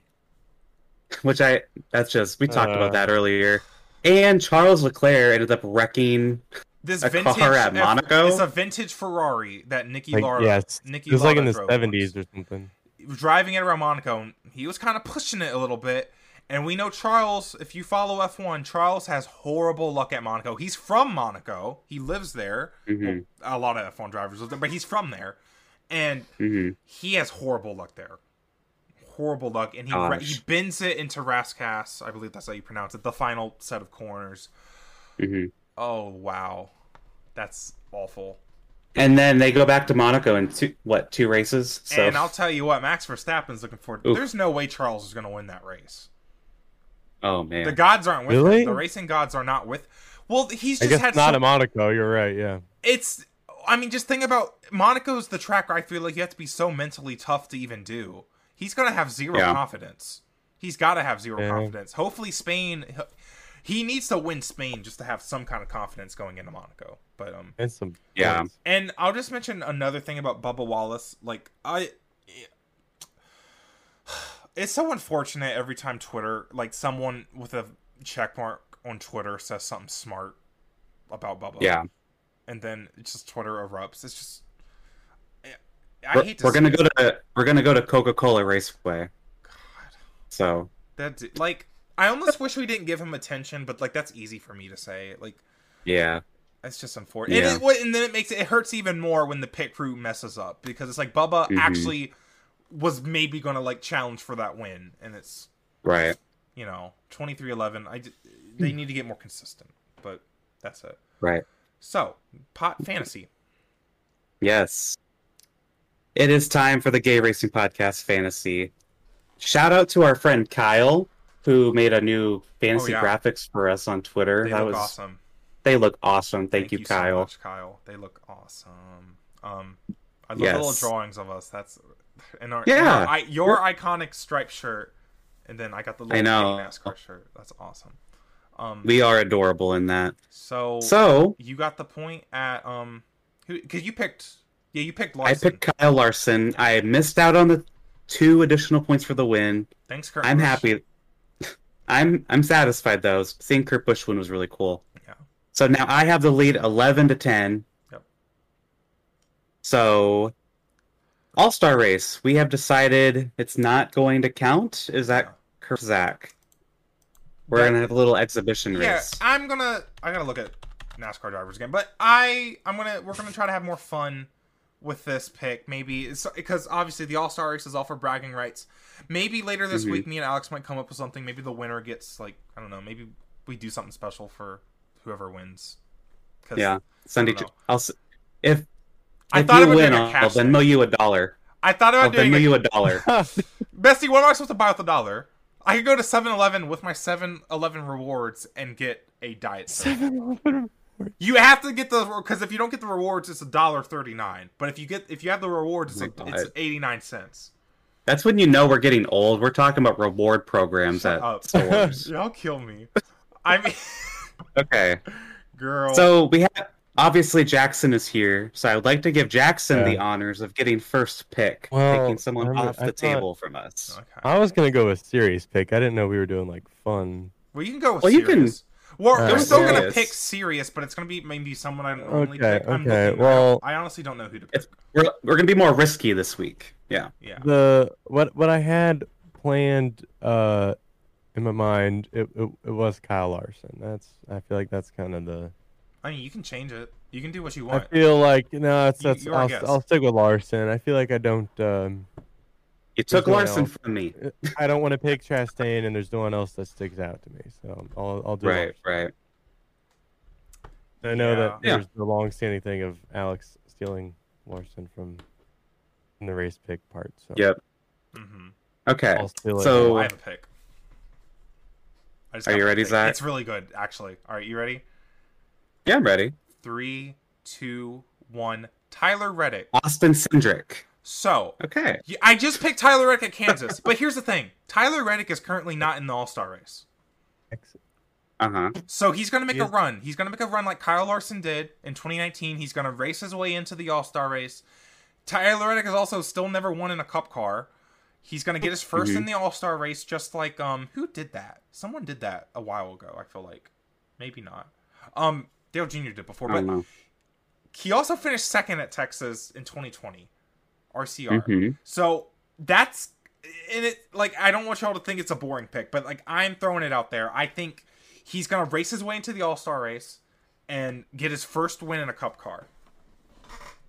Speaker 3: which I that's just we talked
Speaker 2: Uh.
Speaker 3: about that earlier. And Charles Leclerc ended up wrecking.
Speaker 1: This
Speaker 3: A car
Speaker 1: vintage
Speaker 3: at Monaco?
Speaker 1: It's a vintage Ferrari that Nicky
Speaker 2: Like,
Speaker 1: Lauda.
Speaker 2: yeah, it's-
Speaker 1: Nicky
Speaker 2: It was like in
Speaker 1: Lauda
Speaker 2: the
Speaker 1: drove
Speaker 2: seventies or something.
Speaker 1: driving it around Monaco, and he was kind of pushing it a little bit. And we know Charles, if you follow F1, Charles has horrible luck at Monaco. He's from Monaco, he lives there.
Speaker 3: Mhm,
Speaker 1: A lot of F1 drivers live there, but he's from there. And
Speaker 3: mhm.
Speaker 1: he has horrible luck there. Horrible luck. And he, ra-
Speaker 3: Gosh.
Speaker 1: he bends it into Raskas. I believe that's how you pronounce it. The final set of corners.
Speaker 3: Mhm.
Speaker 1: Oh, wow. That's awful.
Speaker 3: And then they go back to Monaco in two what two races? So
Speaker 1: And I'll tell you what, Max Verstappen's looking forward.
Speaker 3: Oof.
Speaker 1: There's no way Charles is going to win that race.
Speaker 3: oh man,
Speaker 1: The gods aren't with
Speaker 2: Really?
Speaker 1: him. The racing gods are not with. Well, he's
Speaker 2: I
Speaker 1: just
Speaker 2: guess
Speaker 1: had
Speaker 2: not
Speaker 1: some,
Speaker 2: in Monaco. You're right. Yeah.
Speaker 1: it's. I mean, just think about Monaco's the track. Where I feel like you have to be so mentally tough to even do. He's gonna have zero
Speaker 3: Yeah.
Speaker 1: confidence. He's got to have zero
Speaker 2: Yeah.
Speaker 1: confidence. Hopefully, Spain. He needs to win Spain just to have some kind of confidence going into Monaco. But um,
Speaker 2: And some.
Speaker 3: Yeah.
Speaker 2: points.
Speaker 1: and I'll just mention another thing about Bubba Wallace. Like I, it's so unfortunate every time Twitter, like someone with a check mark on Twitter says something smart about Bubba.
Speaker 3: yeah.
Speaker 1: and then it's just Twitter erupts. It's just, I- I
Speaker 3: We're,
Speaker 1: hate to.
Speaker 3: we're
Speaker 1: say
Speaker 3: gonna
Speaker 1: it.
Speaker 3: go to we're gonna go to Coca Cola Raceway.
Speaker 1: God,
Speaker 3: So
Speaker 1: that d- like I almost wish we didn't give him attention, but like that's easy for me to say. Like
Speaker 3: yeah,
Speaker 1: It's just unfortunate.
Speaker 3: Yeah.
Speaker 1: And, it, what- and then it makes it, it hurts even more when the pit crew messes up because it's like Bubba
Speaker 3: Mhm.
Speaker 1: actually was maybe going to like challenge for that win, and it's
Speaker 3: right.
Speaker 1: you know twenty three eleven. I ju- they
Speaker 3: Hmm.
Speaker 1: need to get more consistent, but that's it.
Speaker 3: Right.
Speaker 1: So pot fantasy.
Speaker 3: Yes. It is time for the Gay Racing Podcast Fantasy. Shout out to our friend Kyle, who made a new fantasy
Speaker 1: yeah.
Speaker 3: graphics for us on Twitter.
Speaker 1: They
Speaker 3: that
Speaker 1: look
Speaker 3: was
Speaker 1: awesome.
Speaker 3: they look awesome. Thank, you,
Speaker 1: so
Speaker 3: Kyle.
Speaker 1: much, Kyle. They look awesome. Um, I love the little
Speaker 3: Yes.
Speaker 1: drawings of us. That's and our
Speaker 3: Yeah.
Speaker 1: and our- I, your iconic striped shirt, and then I got the little
Speaker 3: know.
Speaker 1: Kane NASCAR shirt. That's awesome. Um,
Speaker 3: We are adorable in that.
Speaker 1: so
Speaker 3: So
Speaker 1: you got the point at um who because you picked yeah you picked
Speaker 3: I
Speaker 1: Larson.
Speaker 3: picked Kyle Larson. I missed out on the two additional points for the win.
Speaker 1: Thanks, Kurt.
Speaker 3: I'm
Speaker 1: Busch.
Speaker 3: happy. I'm I'm satisfied though. Seeing Kurt Busch win was really cool.
Speaker 1: Yeah.
Speaker 3: So now I have the lead eleven to ten.
Speaker 1: Yep.
Speaker 3: So All Star Race, we have decided it's not going to count. Is that
Speaker 1: Yeah.
Speaker 3: correct, Zach? We're
Speaker 1: That-
Speaker 3: gonna have a little exhibition
Speaker 1: Yeah,
Speaker 3: race.
Speaker 1: I'm gonna I gotta look at NASCAR drivers again, but I I'm gonna we're gonna try to have more fun with this pick. Maybe because obviously the All Star race is all for bragging rights. Maybe later this
Speaker 3: Mhm.
Speaker 1: week, me and Alex might come up with something. Maybe the winner gets like I don't know. Maybe we do something special for whoever wins. 'Cause
Speaker 3: Yeah. Sunday.
Speaker 1: I don't know.
Speaker 3: I'll s- if
Speaker 1: I
Speaker 3: if
Speaker 1: thought
Speaker 3: you
Speaker 1: about
Speaker 3: win,
Speaker 1: doing a
Speaker 3: I'll, I'll
Speaker 1: cash thing. Oh,
Speaker 3: Venmo you a dollar.
Speaker 1: I thought
Speaker 3: I'll
Speaker 1: about doing
Speaker 3: Venmo
Speaker 1: a
Speaker 3: you a dollar.
Speaker 1: Bestie, what am I supposed to buy with a dollar? I could go to 7-Eleven with my 7-Eleven rewards and get a diet. Soda. You have to get the because if you don't get the rewards, it's a dollar thirty nine. But if you get if you have the rewards, it's
Speaker 3: Oh
Speaker 1: like
Speaker 3: my
Speaker 1: it's
Speaker 3: God.
Speaker 1: eighty nine cents.
Speaker 3: That's when you know we're getting old. We're talking about reward programs
Speaker 1: Shut
Speaker 3: at
Speaker 1: up.
Speaker 3: stores.
Speaker 1: Y'all kill me. I mean,
Speaker 3: okay.
Speaker 1: girl.
Speaker 3: So we have obviously Jackson is here, so I would like to give Jackson the honors of getting first pick,
Speaker 2: Well,
Speaker 3: taking someone
Speaker 2: remember,
Speaker 3: off
Speaker 2: I
Speaker 3: the
Speaker 2: thought-
Speaker 3: table from us.
Speaker 1: okay.
Speaker 2: I was gonna go with serious pick. I didn't know we were doing like fun.
Speaker 1: well, you can go with.
Speaker 3: Well, you can- Uh,
Speaker 1: serious. Well,
Speaker 2: Alright.
Speaker 1: we're still gonna
Speaker 3: Serious.
Speaker 1: pick serious, but it's gonna be maybe someone I normally
Speaker 2: Okay,
Speaker 1: pick. I'm
Speaker 2: okay,
Speaker 1: looking it up.
Speaker 2: well-
Speaker 1: I honestly don't know who to pick.
Speaker 3: It's- We're we're gonna be more risky this week. Yeah.
Speaker 1: Yeah.
Speaker 2: The what what I had planned uh in my mind it it, it was Kyle Larson. That's I feel like that's kind of the.
Speaker 1: I mean, you can change it. You can do what you
Speaker 2: I
Speaker 1: want.
Speaker 2: feel like no, it's
Speaker 1: You-
Speaker 2: that's
Speaker 1: you're a
Speaker 2: I'll,
Speaker 1: guest.
Speaker 2: I'll stick with Larson. I feel like I don't um
Speaker 3: You took
Speaker 2: no one
Speaker 3: Larson
Speaker 2: else.
Speaker 3: from me.
Speaker 2: I don't want to pick Chastain, and there's no one else that sticks out to me. So I'll I'll do
Speaker 3: Right,
Speaker 2: Larson.
Speaker 3: right.
Speaker 2: I know that
Speaker 1: Yeah.
Speaker 3: Yeah.
Speaker 2: there's the long-standing thing of Alex stealing Larson from in the race pick part. So
Speaker 3: Yep.
Speaker 1: hmm
Speaker 3: Okay.
Speaker 2: I'll steal it.
Speaker 3: So-
Speaker 1: Oh, I have a pick. I just
Speaker 3: Are
Speaker 1: got
Speaker 3: you
Speaker 1: my
Speaker 3: ready,
Speaker 1: pick.
Speaker 3: Zach?
Speaker 1: It's really good, actually. All right, you ready?
Speaker 3: Yeah, I'm ready.
Speaker 1: Three, two, one. Tyler Reddick.
Speaker 3: Austin Cindric.
Speaker 1: So
Speaker 3: Okay.
Speaker 1: y- I just picked Tyler Reddick at Kansas, but here's the thing: Tyler Reddick is currently not in the All Star race,
Speaker 2: Ex-
Speaker 3: Uh huh.
Speaker 1: so he's going to make
Speaker 2: He
Speaker 1: a
Speaker 2: is-
Speaker 1: run. He's going to make a run like Kyle Larson did in 2019. He's going to race his way into the All Star race. Tyler Reddick is also still never won in a cup car. He's gonna get his 1st
Speaker 3: Mm-hmm.
Speaker 1: in the All Star race, just like um, who did that? Someone did that a while ago. I feel like maybe not. Um, Dale Jr. did before,
Speaker 3: I
Speaker 1: but
Speaker 3: don't know.
Speaker 1: he also finished second at Texas in 2020, RCR.
Speaker 3: Mhm.
Speaker 1: So that's and it like I don't want y'all to think it's a boring pick, but like I'm throwing it out there. I think he's gonna race his way into the All Star race and get his first win in a Cup car.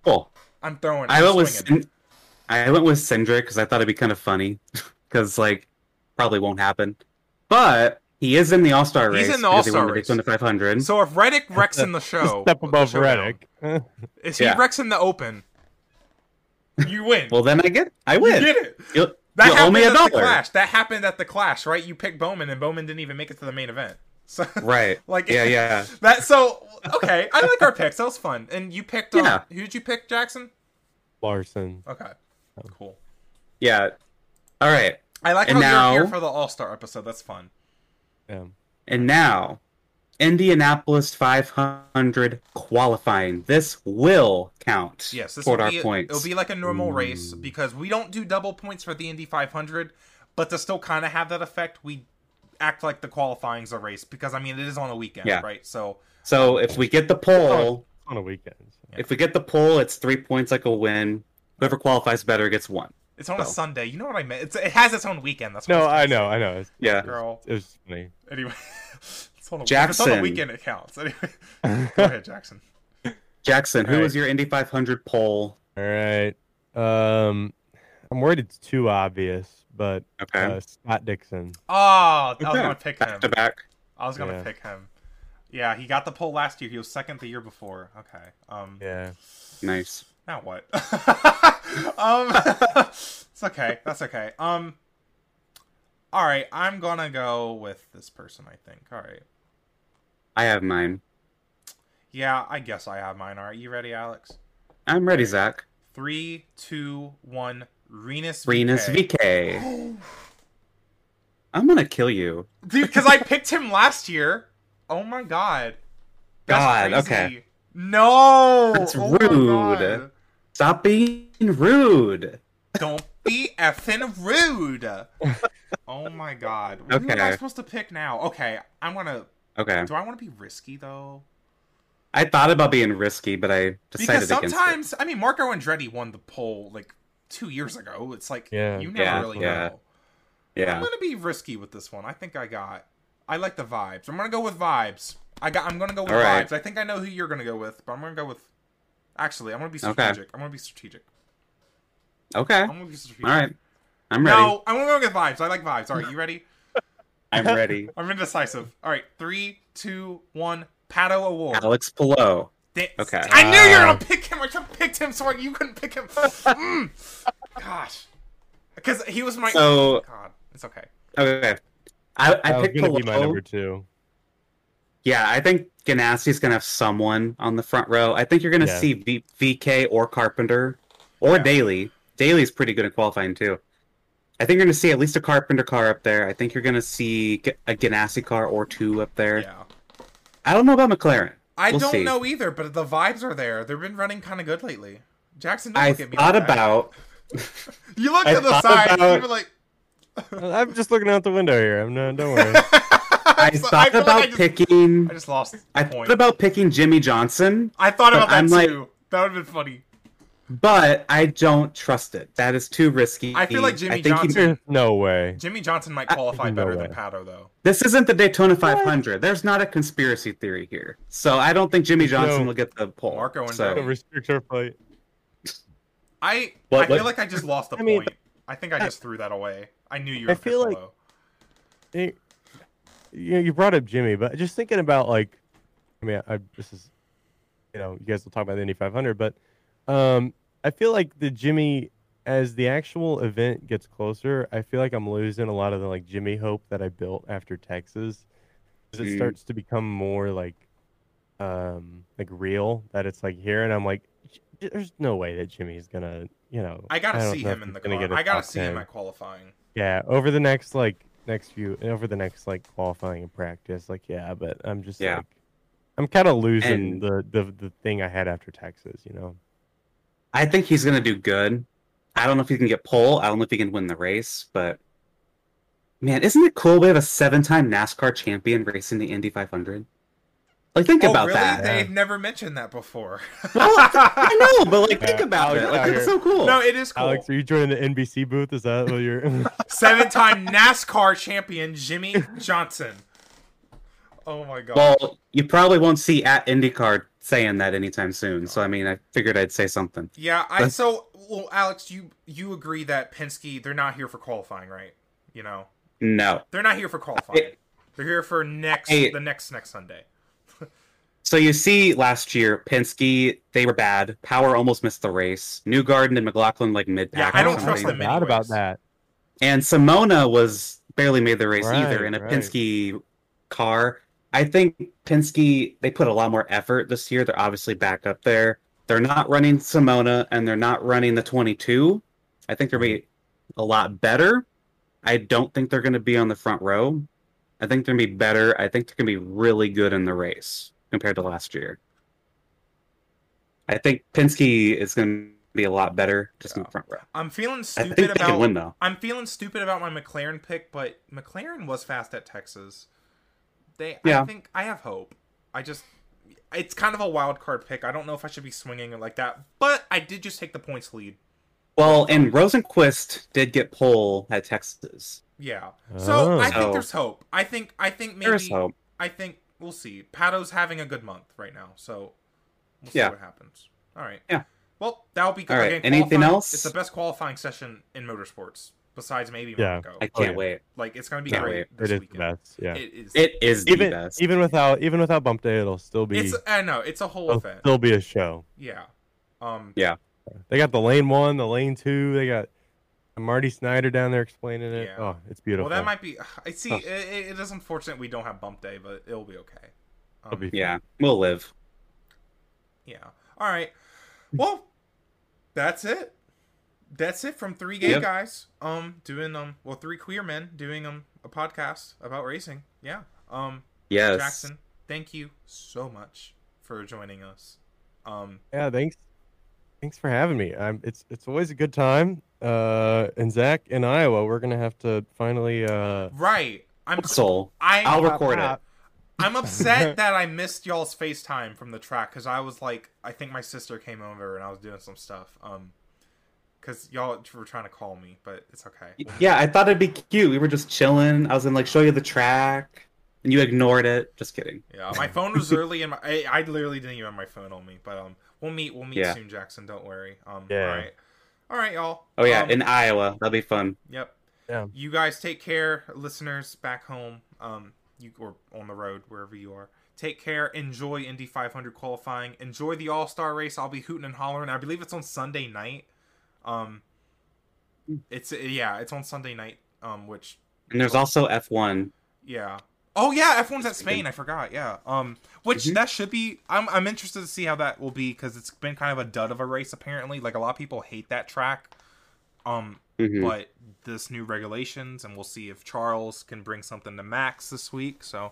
Speaker 3: Cool.
Speaker 1: I'm throwing.
Speaker 3: I
Speaker 1: I'm
Speaker 3: went with
Speaker 1: swinging.
Speaker 3: Sin- I went with Sindra because I thought it'd be kind of funny because like probably won't happen, but he is in the All Star
Speaker 1: He's
Speaker 3: race.
Speaker 1: in the
Speaker 3: because he won
Speaker 1: All-Star race.
Speaker 3: Daytona 500.
Speaker 1: So if Reddick wrecks in the show,
Speaker 2: Step
Speaker 1: the
Speaker 2: above
Speaker 1: showdown,
Speaker 2: Reddick. Eh,
Speaker 1: If he
Speaker 3: Yeah.
Speaker 1: wrecks in the open, you win.
Speaker 3: well, then I get I
Speaker 1: you
Speaker 3: win.
Speaker 1: did it.
Speaker 3: You'll,
Speaker 1: That
Speaker 3: you'll owe
Speaker 1: happened
Speaker 3: me a
Speaker 1: at the
Speaker 3: dollar.
Speaker 1: Clash. That happened at the Clash, right? You picked Bowman, and Bowman didn't even make it to the main event. So
Speaker 3: Right.
Speaker 1: Like-
Speaker 3: yeah, yeah.
Speaker 1: that so okay. I like our picks. That was fun. And you picked. Um,
Speaker 3: Yeah.
Speaker 1: Who did you pick, Jackson?
Speaker 2: Larson.
Speaker 1: Okay. Cool.
Speaker 3: Yeah. All right.
Speaker 1: I like
Speaker 3: Oh. And
Speaker 1: how
Speaker 3: now-
Speaker 1: you're here for the All Star episode. That's fun.
Speaker 2: Yeah.
Speaker 3: And now, Indianapolis 500 qualifying. This will count
Speaker 1: Yes, this
Speaker 3: toward
Speaker 1: will
Speaker 3: our
Speaker 1: be,
Speaker 3: points.
Speaker 1: It'll be like a normal race because we don't do double points for the Indy 500, but to still kind of have that effect, we act like the qualifying's a race because I mean it is on a weekend,
Speaker 3: Yeah.
Speaker 1: right? So
Speaker 3: so if we
Speaker 1: Oh,
Speaker 3: get the poll,
Speaker 2: On a weekend. so.
Speaker 3: if we get the poll, it's three points like a win. Whoever qualifies better gets one.
Speaker 1: it's on a
Speaker 3: So.
Speaker 1: Sunday. You know what I meant? It's, it has its own weekend. That's what
Speaker 2: No,
Speaker 1: was trying
Speaker 2: I
Speaker 1: to
Speaker 2: know, I know. It's,
Speaker 3: Yeah.
Speaker 1: say. girl.
Speaker 2: it was funny.
Speaker 1: Anyway, it's on a, If it's on
Speaker 3: Jackson.
Speaker 1: a weekend. It counts. Anyway, go ahead, Jackson.
Speaker 3: Jackson, who
Speaker 2: All right.
Speaker 3: was your Indy 500 poll?
Speaker 2: All right. Um, I'm worried it's too obvious, but
Speaker 3: Okay.
Speaker 2: uh, Scott Dixon.
Speaker 1: Oh, I was
Speaker 3: Okay.
Speaker 1: gonna pick him.
Speaker 3: back to back.
Speaker 1: I was gonna
Speaker 2: Yeah.
Speaker 1: pick him. Yeah, he got the poll last year. He was second the year before. Okay. Um.
Speaker 2: Yeah.
Speaker 3: Nice.
Speaker 1: Now what? um, it's okay. That's okay. Um, all right. I'm gonna go with this person. I think. All right.
Speaker 3: I have mine.
Speaker 1: Yeah, I guess I have mine. All right. You ready, Alex?
Speaker 3: I'm ready, Zach.
Speaker 1: Three, two, one. Renus.
Speaker 3: Renus VK. I'm going to kill you.
Speaker 1: Dude, because I picked him last year. Oh my god.
Speaker 3: God,
Speaker 1: crazy.
Speaker 3: okay.
Speaker 1: No.
Speaker 3: That's
Speaker 1: Oh my
Speaker 3: rude.
Speaker 1: God.
Speaker 3: Stop being rude.
Speaker 1: Don't be effing rude. Oh my god. Who am I
Speaker 3: Okay.
Speaker 1: supposed to pick now? Okay, I'm gonna.
Speaker 3: Okay.
Speaker 1: Do I want to be risky though?
Speaker 3: I thought about being risky, but I decided
Speaker 1: Because
Speaker 3: against it.
Speaker 1: sometimes, I mean, Marco Andretti won the poll like two years ago. It's like
Speaker 2: Yeah,
Speaker 1: you never
Speaker 3: yeah,
Speaker 1: really
Speaker 3: yeah.
Speaker 1: know. I'm
Speaker 3: Yeah.
Speaker 1: gonna be risky with this one. I think I got. I like the vibes. I'm gonna go with vibes. I got. I'm gonna go with
Speaker 3: All right.
Speaker 1: vibes. I think I know who you're gonna go with, but I'm gonna go with. Actually, I'm gonna be
Speaker 3: Okay.
Speaker 1: strategic. I'm gonna be strategic.
Speaker 3: Okay.
Speaker 1: I'm
Speaker 3: All
Speaker 1: gonna be strategic.
Speaker 3: right. I'm ready.
Speaker 1: No, I'm gonna go with vibes. I like vibes. All right, you ready?
Speaker 3: I'm ready.
Speaker 1: I'm indecisive. All right, three, two, one. Pato Award.
Speaker 3: Alex Pillow.
Speaker 1: Da-
Speaker 3: Okay. Um,
Speaker 1: I knew you were
Speaker 2: Ah.
Speaker 1: gonna pick him. I should have picked him so you couldn't pick him. Mm. Gosh, because he was my.
Speaker 3: So-
Speaker 1: God, it's okay.
Speaker 3: Okay. I,
Speaker 2: That
Speaker 3: I
Speaker 2: was
Speaker 3: picked
Speaker 2: gonna be my
Speaker 3: Pillow.
Speaker 2: number two.
Speaker 3: Yeah, I think Ganassi's going to have someone on the front row. I think you're going to
Speaker 2: Yeah.
Speaker 3: see v- VK or Carpenter or
Speaker 1: Yeah.
Speaker 3: Daly. Daly's pretty good at qualifying, too. I think you're going to see at least a Carpenter car up there. I think you're going to see G- a Ganassi car or two up there.
Speaker 1: Yeah.
Speaker 3: I don't know about McLaren.
Speaker 1: I
Speaker 3: We'll
Speaker 1: don't
Speaker 3: see.
Speaker 1: know either, but the vibes are there. They've been running kind of good lately. Jackson, don't
Speaker 3: I
Speaker 1: look at me. like
Speaker 3: thought
Speaker 1: that.
Speaker 3: about.
Speaker 1: You looked
Speaker 3: I
Speaker 1: to the
Speaker 3: thought
Speaker 1: side. and You
Speaker 3: about-
Speaker 1: were like.
Speaker 2: I'm just looking out the window here. I'm not. Don't worry.
Speaker 3: I
Speaker 1: So
Speaker 3: thought
Speaker 1: feel like
Speaker 3: about
Speaker 1: I just,
Speaker 3: picking.
Speaker 1: I just lost.
Speaker 3: I
Speaker 1: the point.
Speaker 3: thought about picking Jimmy Johnson,
Speaker 1: I thought
Speaker 3: but
Speaker 1: about that
Speaker 3: I'm like-
Speaker 1: too. That would have been funny.
Speaker 3: but I don't trust it. That is too risky.
Speaker 1: I feel like Jimmy
Speaker 3: think he-
Speaker 1: Johnson-
Speaker 2: There's no way.
Speaker 1: Jimmy Johnson might qualify
Speaker 2: no
Speaker 1: better
Speaker 2: way.
Speaker 1: than Pato though.
Speaker 3: this isn't the Daytona 500. There's not a conspiracy theory here, so I don't think Jimmy Johnson
Speaker 2: No.
Speaker 3: will get the poll.
Speaker 1: Marco and
Speaker 3: so,
Speaker 2: Don't
Speaker 1: Joey.
Speaker 2: Restrict our flight.
Speaker 1: I
Speaker 3: But,
Speaker 1: I feel
Speaker 3: like-
Speaker 1: like I just lost the
Speaker 2: I mean,
Speaker 1: point. I think I just threw that away. I knew you were
Speaker 2: I feel like-
Speaker 1: Piccolo.
Speaker 2: Hey, you you brought up Jimmy, but just thinking about like, I mean, I, this is, you know, you guys will talk about the Indy 500, but um, I feel like the Jimmy as the actual event gets closer, I feel like I'm losing a lot of the like Jimmy hope that I built after Texas, 'Cause it
Speaker 3: Mm.
Speaker 2: starts to become more like, um, like real that it's like here, and I'm like, "J- there's no way that Jimmy's gonna, you know,
Speaker 1: I gotta
Speaker 2: don't
Speaker 1: see
Speaker 2: know if
Speaker 1: him
Speaker 2: he's
Speaker 1: in the
Speaker 2: gonna
Speaker 1: car.
Speaker 2: get a
Speaker 1: I gotta
Speaker 2: top
Speaker 1: see him
Speaker 2: 10."
Speaker 1: at qualifying.
Speaker 2: Yeah, over the next like next few over the next like qualifying and practice, like yeah, but I'm just
Speaker 3: Yeah.
Speaker 2: like I'm kind of losing
Speaker 3: And-
Speaker 2: the, the the thing I had after Texas, you know.
Speaker 3: I think he's gonna do good. I don't know if he can get pole. I don't know if he can win the race, but man, isn't it cool? We have a seven-time NASCAR champion racing the Indy 500. Like, think
Speaker 1: oh,
Speaker 3: about
Speaker 1: really?
Speaker 3: that.
Speaker 1: They've never mentioned that before.
Speaker 3: I know, but like, think
Speaker 2: Yeah.
Speaker 3: about
Speaker 2: Alex
Speaker 3: it. Like,
Speaker 2: out here.
Speaker 3: that's so cool.
Speaker 1: no, it is cool.
Speaker 2: Oh, Alex, are you joining the NBC booth? Is that what you're?
Speaker 1: Seven-time NASCAR champion Jimmy Johnson. Oh my god.
Speaker 3: well, you probably won't see at IndyCar saying that anytime soon. So I mean, I figured I'd say something.
Speaker 1: yeah, I
Speaker 3: but-
Speaker 1: so well, Alex, you you agree that Penske they're not here for qualifying, right? You know,
Speaker 3: No.
Speaker 1: they're not here for qualifying.
Speaker 3: I-
Speaker 1: they're here for next
Speaker 3: I-
Speaker 1: the next next Sunday.
Speaker 3: So you see, last year Penske they were bad. Power almost missed the race. Newgarden and McLaughlin like mid pack.
Speaker 1: Yeah, I don't
Speaker 2: Oh,
Speaker 1: trust them
Speaker 2: forgot about
Speaker 1: anyways.
Speaker 2: that.
Speaker 3: And Simona was barely made the race
Speaker 2: Right,
Speaker 3: either in a
Speaker 2: right.
Speaker 3: Penske car. I think Penske they put a lot more effort this year. They're obviously back up there. They're not running Simona and they're not running the 22. I think they're gonna be a lot better. I don't think they're going to be on the front row. I think they're going to be better. I think they're going to be really good in the race compared to last year. I think Penske is going to be a lot better just in the front row.
Speaker 1: I'm feeling
Speaker 3: I
Speaker 1: stupid
Speaker 3: think they
Speaker 1: about
Speaker 3: can win though.
Speaker 1: I'm feeling stupid about my McLaren pick, but McLaren was fast at Texas. They, I
Speaker 3: Yeah.
Speaker 1: think I have hope. I just, it's kind of a wild card pick. I don't know if I should be swinging it like that, but I did just take the points lead.
Speaker 3: Well, and Rosenquist did get pole at Texas.
Speaker 1: Yeah, so
Speaker 2: Oh.
Speaker 1: I think
Speaker 3: Oh.
Speaker 1: there's hope. I think, I think maybe,
Speaker 3: There's hope.
Speaker 1: I think we'll see. Pato's having a good month right now, so we'll see
Speaker 3: Yeah.
Speaker 1: what happens. All right.
Speaker 3: Yeah.
Speaker 1: Well, that'll be good.
Speaker 3: All right,
Speaker 1: Again,
Speaker 3: anything
Speaker 1: qualifying-
Speaker 3: else?
Speaker 1: It's the best qualifying session in motorsports, besides maybe
Speaker 2: Yeah.
Speaker 1: Monaco.
Speaker 3: I
Speaker 2: Oh,
Speaker 3: can't
Speaker 2: yeah.
Speaker 3: wait.
Speaker 1: like it's gonna be
Speaker 3: Can't
Speaker 1: great
Speaker 2: It
Speaker 1: this
Speaker 2: is the
Speaker 1: weekend.
Speaker 2: best. Yeah.
Speaker 1: It is.
Speaker 3: It is the
Speaker 2: even
Speaker 3: best.
Speaker 2: even without even without bump day, it'll still be Oh,
Speaker 1: It's I know it's a whole
Speaker 2: it'll
Speaker 1: event.
Speaker 2: still be a show.
Speaker 1: Yeah. Um.
Speaker 3: Yeah.
Speaker 2: They got the lane one, the lane two. They got Marty Snyder down there explaining it.
Speaker 1: Yeah.
Speaker 2: Oh, it's beautiful.
Speaker 1: Well, that might be. I see.
Speaker 2: Oh.
Speaker 1: It, it it is unfortunate we don't have bump day, but it'll be okay. Um,
Speaker 2: It'll be-
Speaker 3: yeah, we'll live.
Speaker 1: yeah. All right. Well, that's it. That's it from three gay
Speaker 3: Yep.
Speaker 1: guys. Um, doing um, well, three queer men doing um a podcast about racing. Yeah. Um,
Speaker 3: Yes.
Speaker 1: Jackson, thank you so much for joining us. Um,
Speaker 2: yeah. Thanks, thanks for having me. i it's it's always a good time. Uh, and Zach in Iowa, we're gonna have to finally. Uh,
Speaker 1: right. I'm.
Speaker 3: Soul.
Speaker 1: I
Speaker 3: I'll record
Speaker 2: pop.
Speaker 3: it.
Speaker 1: I'm upset that I missed y'all's FaceTime from the track because I was like, I think my sister came over and I was doing some stuff. Um, because y'all were trying to call me, but it's okay.
Speaker 3: Yeah, I thought it'd be cute. We were just chilling. I was gonna like show you the track, and you ignored it. Just kidding.
Speaker 1: Yeah, my phone was early in my. I, I literally didn't even have my phone on me, but um, we'll meet. We'll meet
Speaker 3: Yeah.
Speaker 1: soon, Jackson. Don't worry. Um,
Speaker 2: Yeah.
Speaker 1: all right, all right, y'all.
Speaker 3: Oh yeah,
Speaker 1: Um,
Speaker 3: in Iowa, that'll be fun.
Speaker 1: Yep.
Speaker 2: Yeah.
Speaker 1: You guys take care, listeners back home, um, you or on the road wherever you are. Take care. Enjoy Indy 500 qualifying. Enjoy the All Star race. I'll be hooting and hollering. I believe it's on Sunday night. Um, it's yeah, it's on Sunday night. Um, which
Speaker 3: And there's also F1.
Speaker 1: yeah. Oh yeah, F1's at
Speaker 3: This weekend.
Speaker 1: Spain. I forgot. Yeah. Um, which
Speaker 3: Mhm.
Speaker 1: that should be. I'm I'm interested to see how that will be because it's been kind of a dud of a race apparently. Like a lot of people hate that track. Um,
Speaker 3: Mhm.
Speaker 1: but this new regulations and we'll see if charles can bring something to max this week so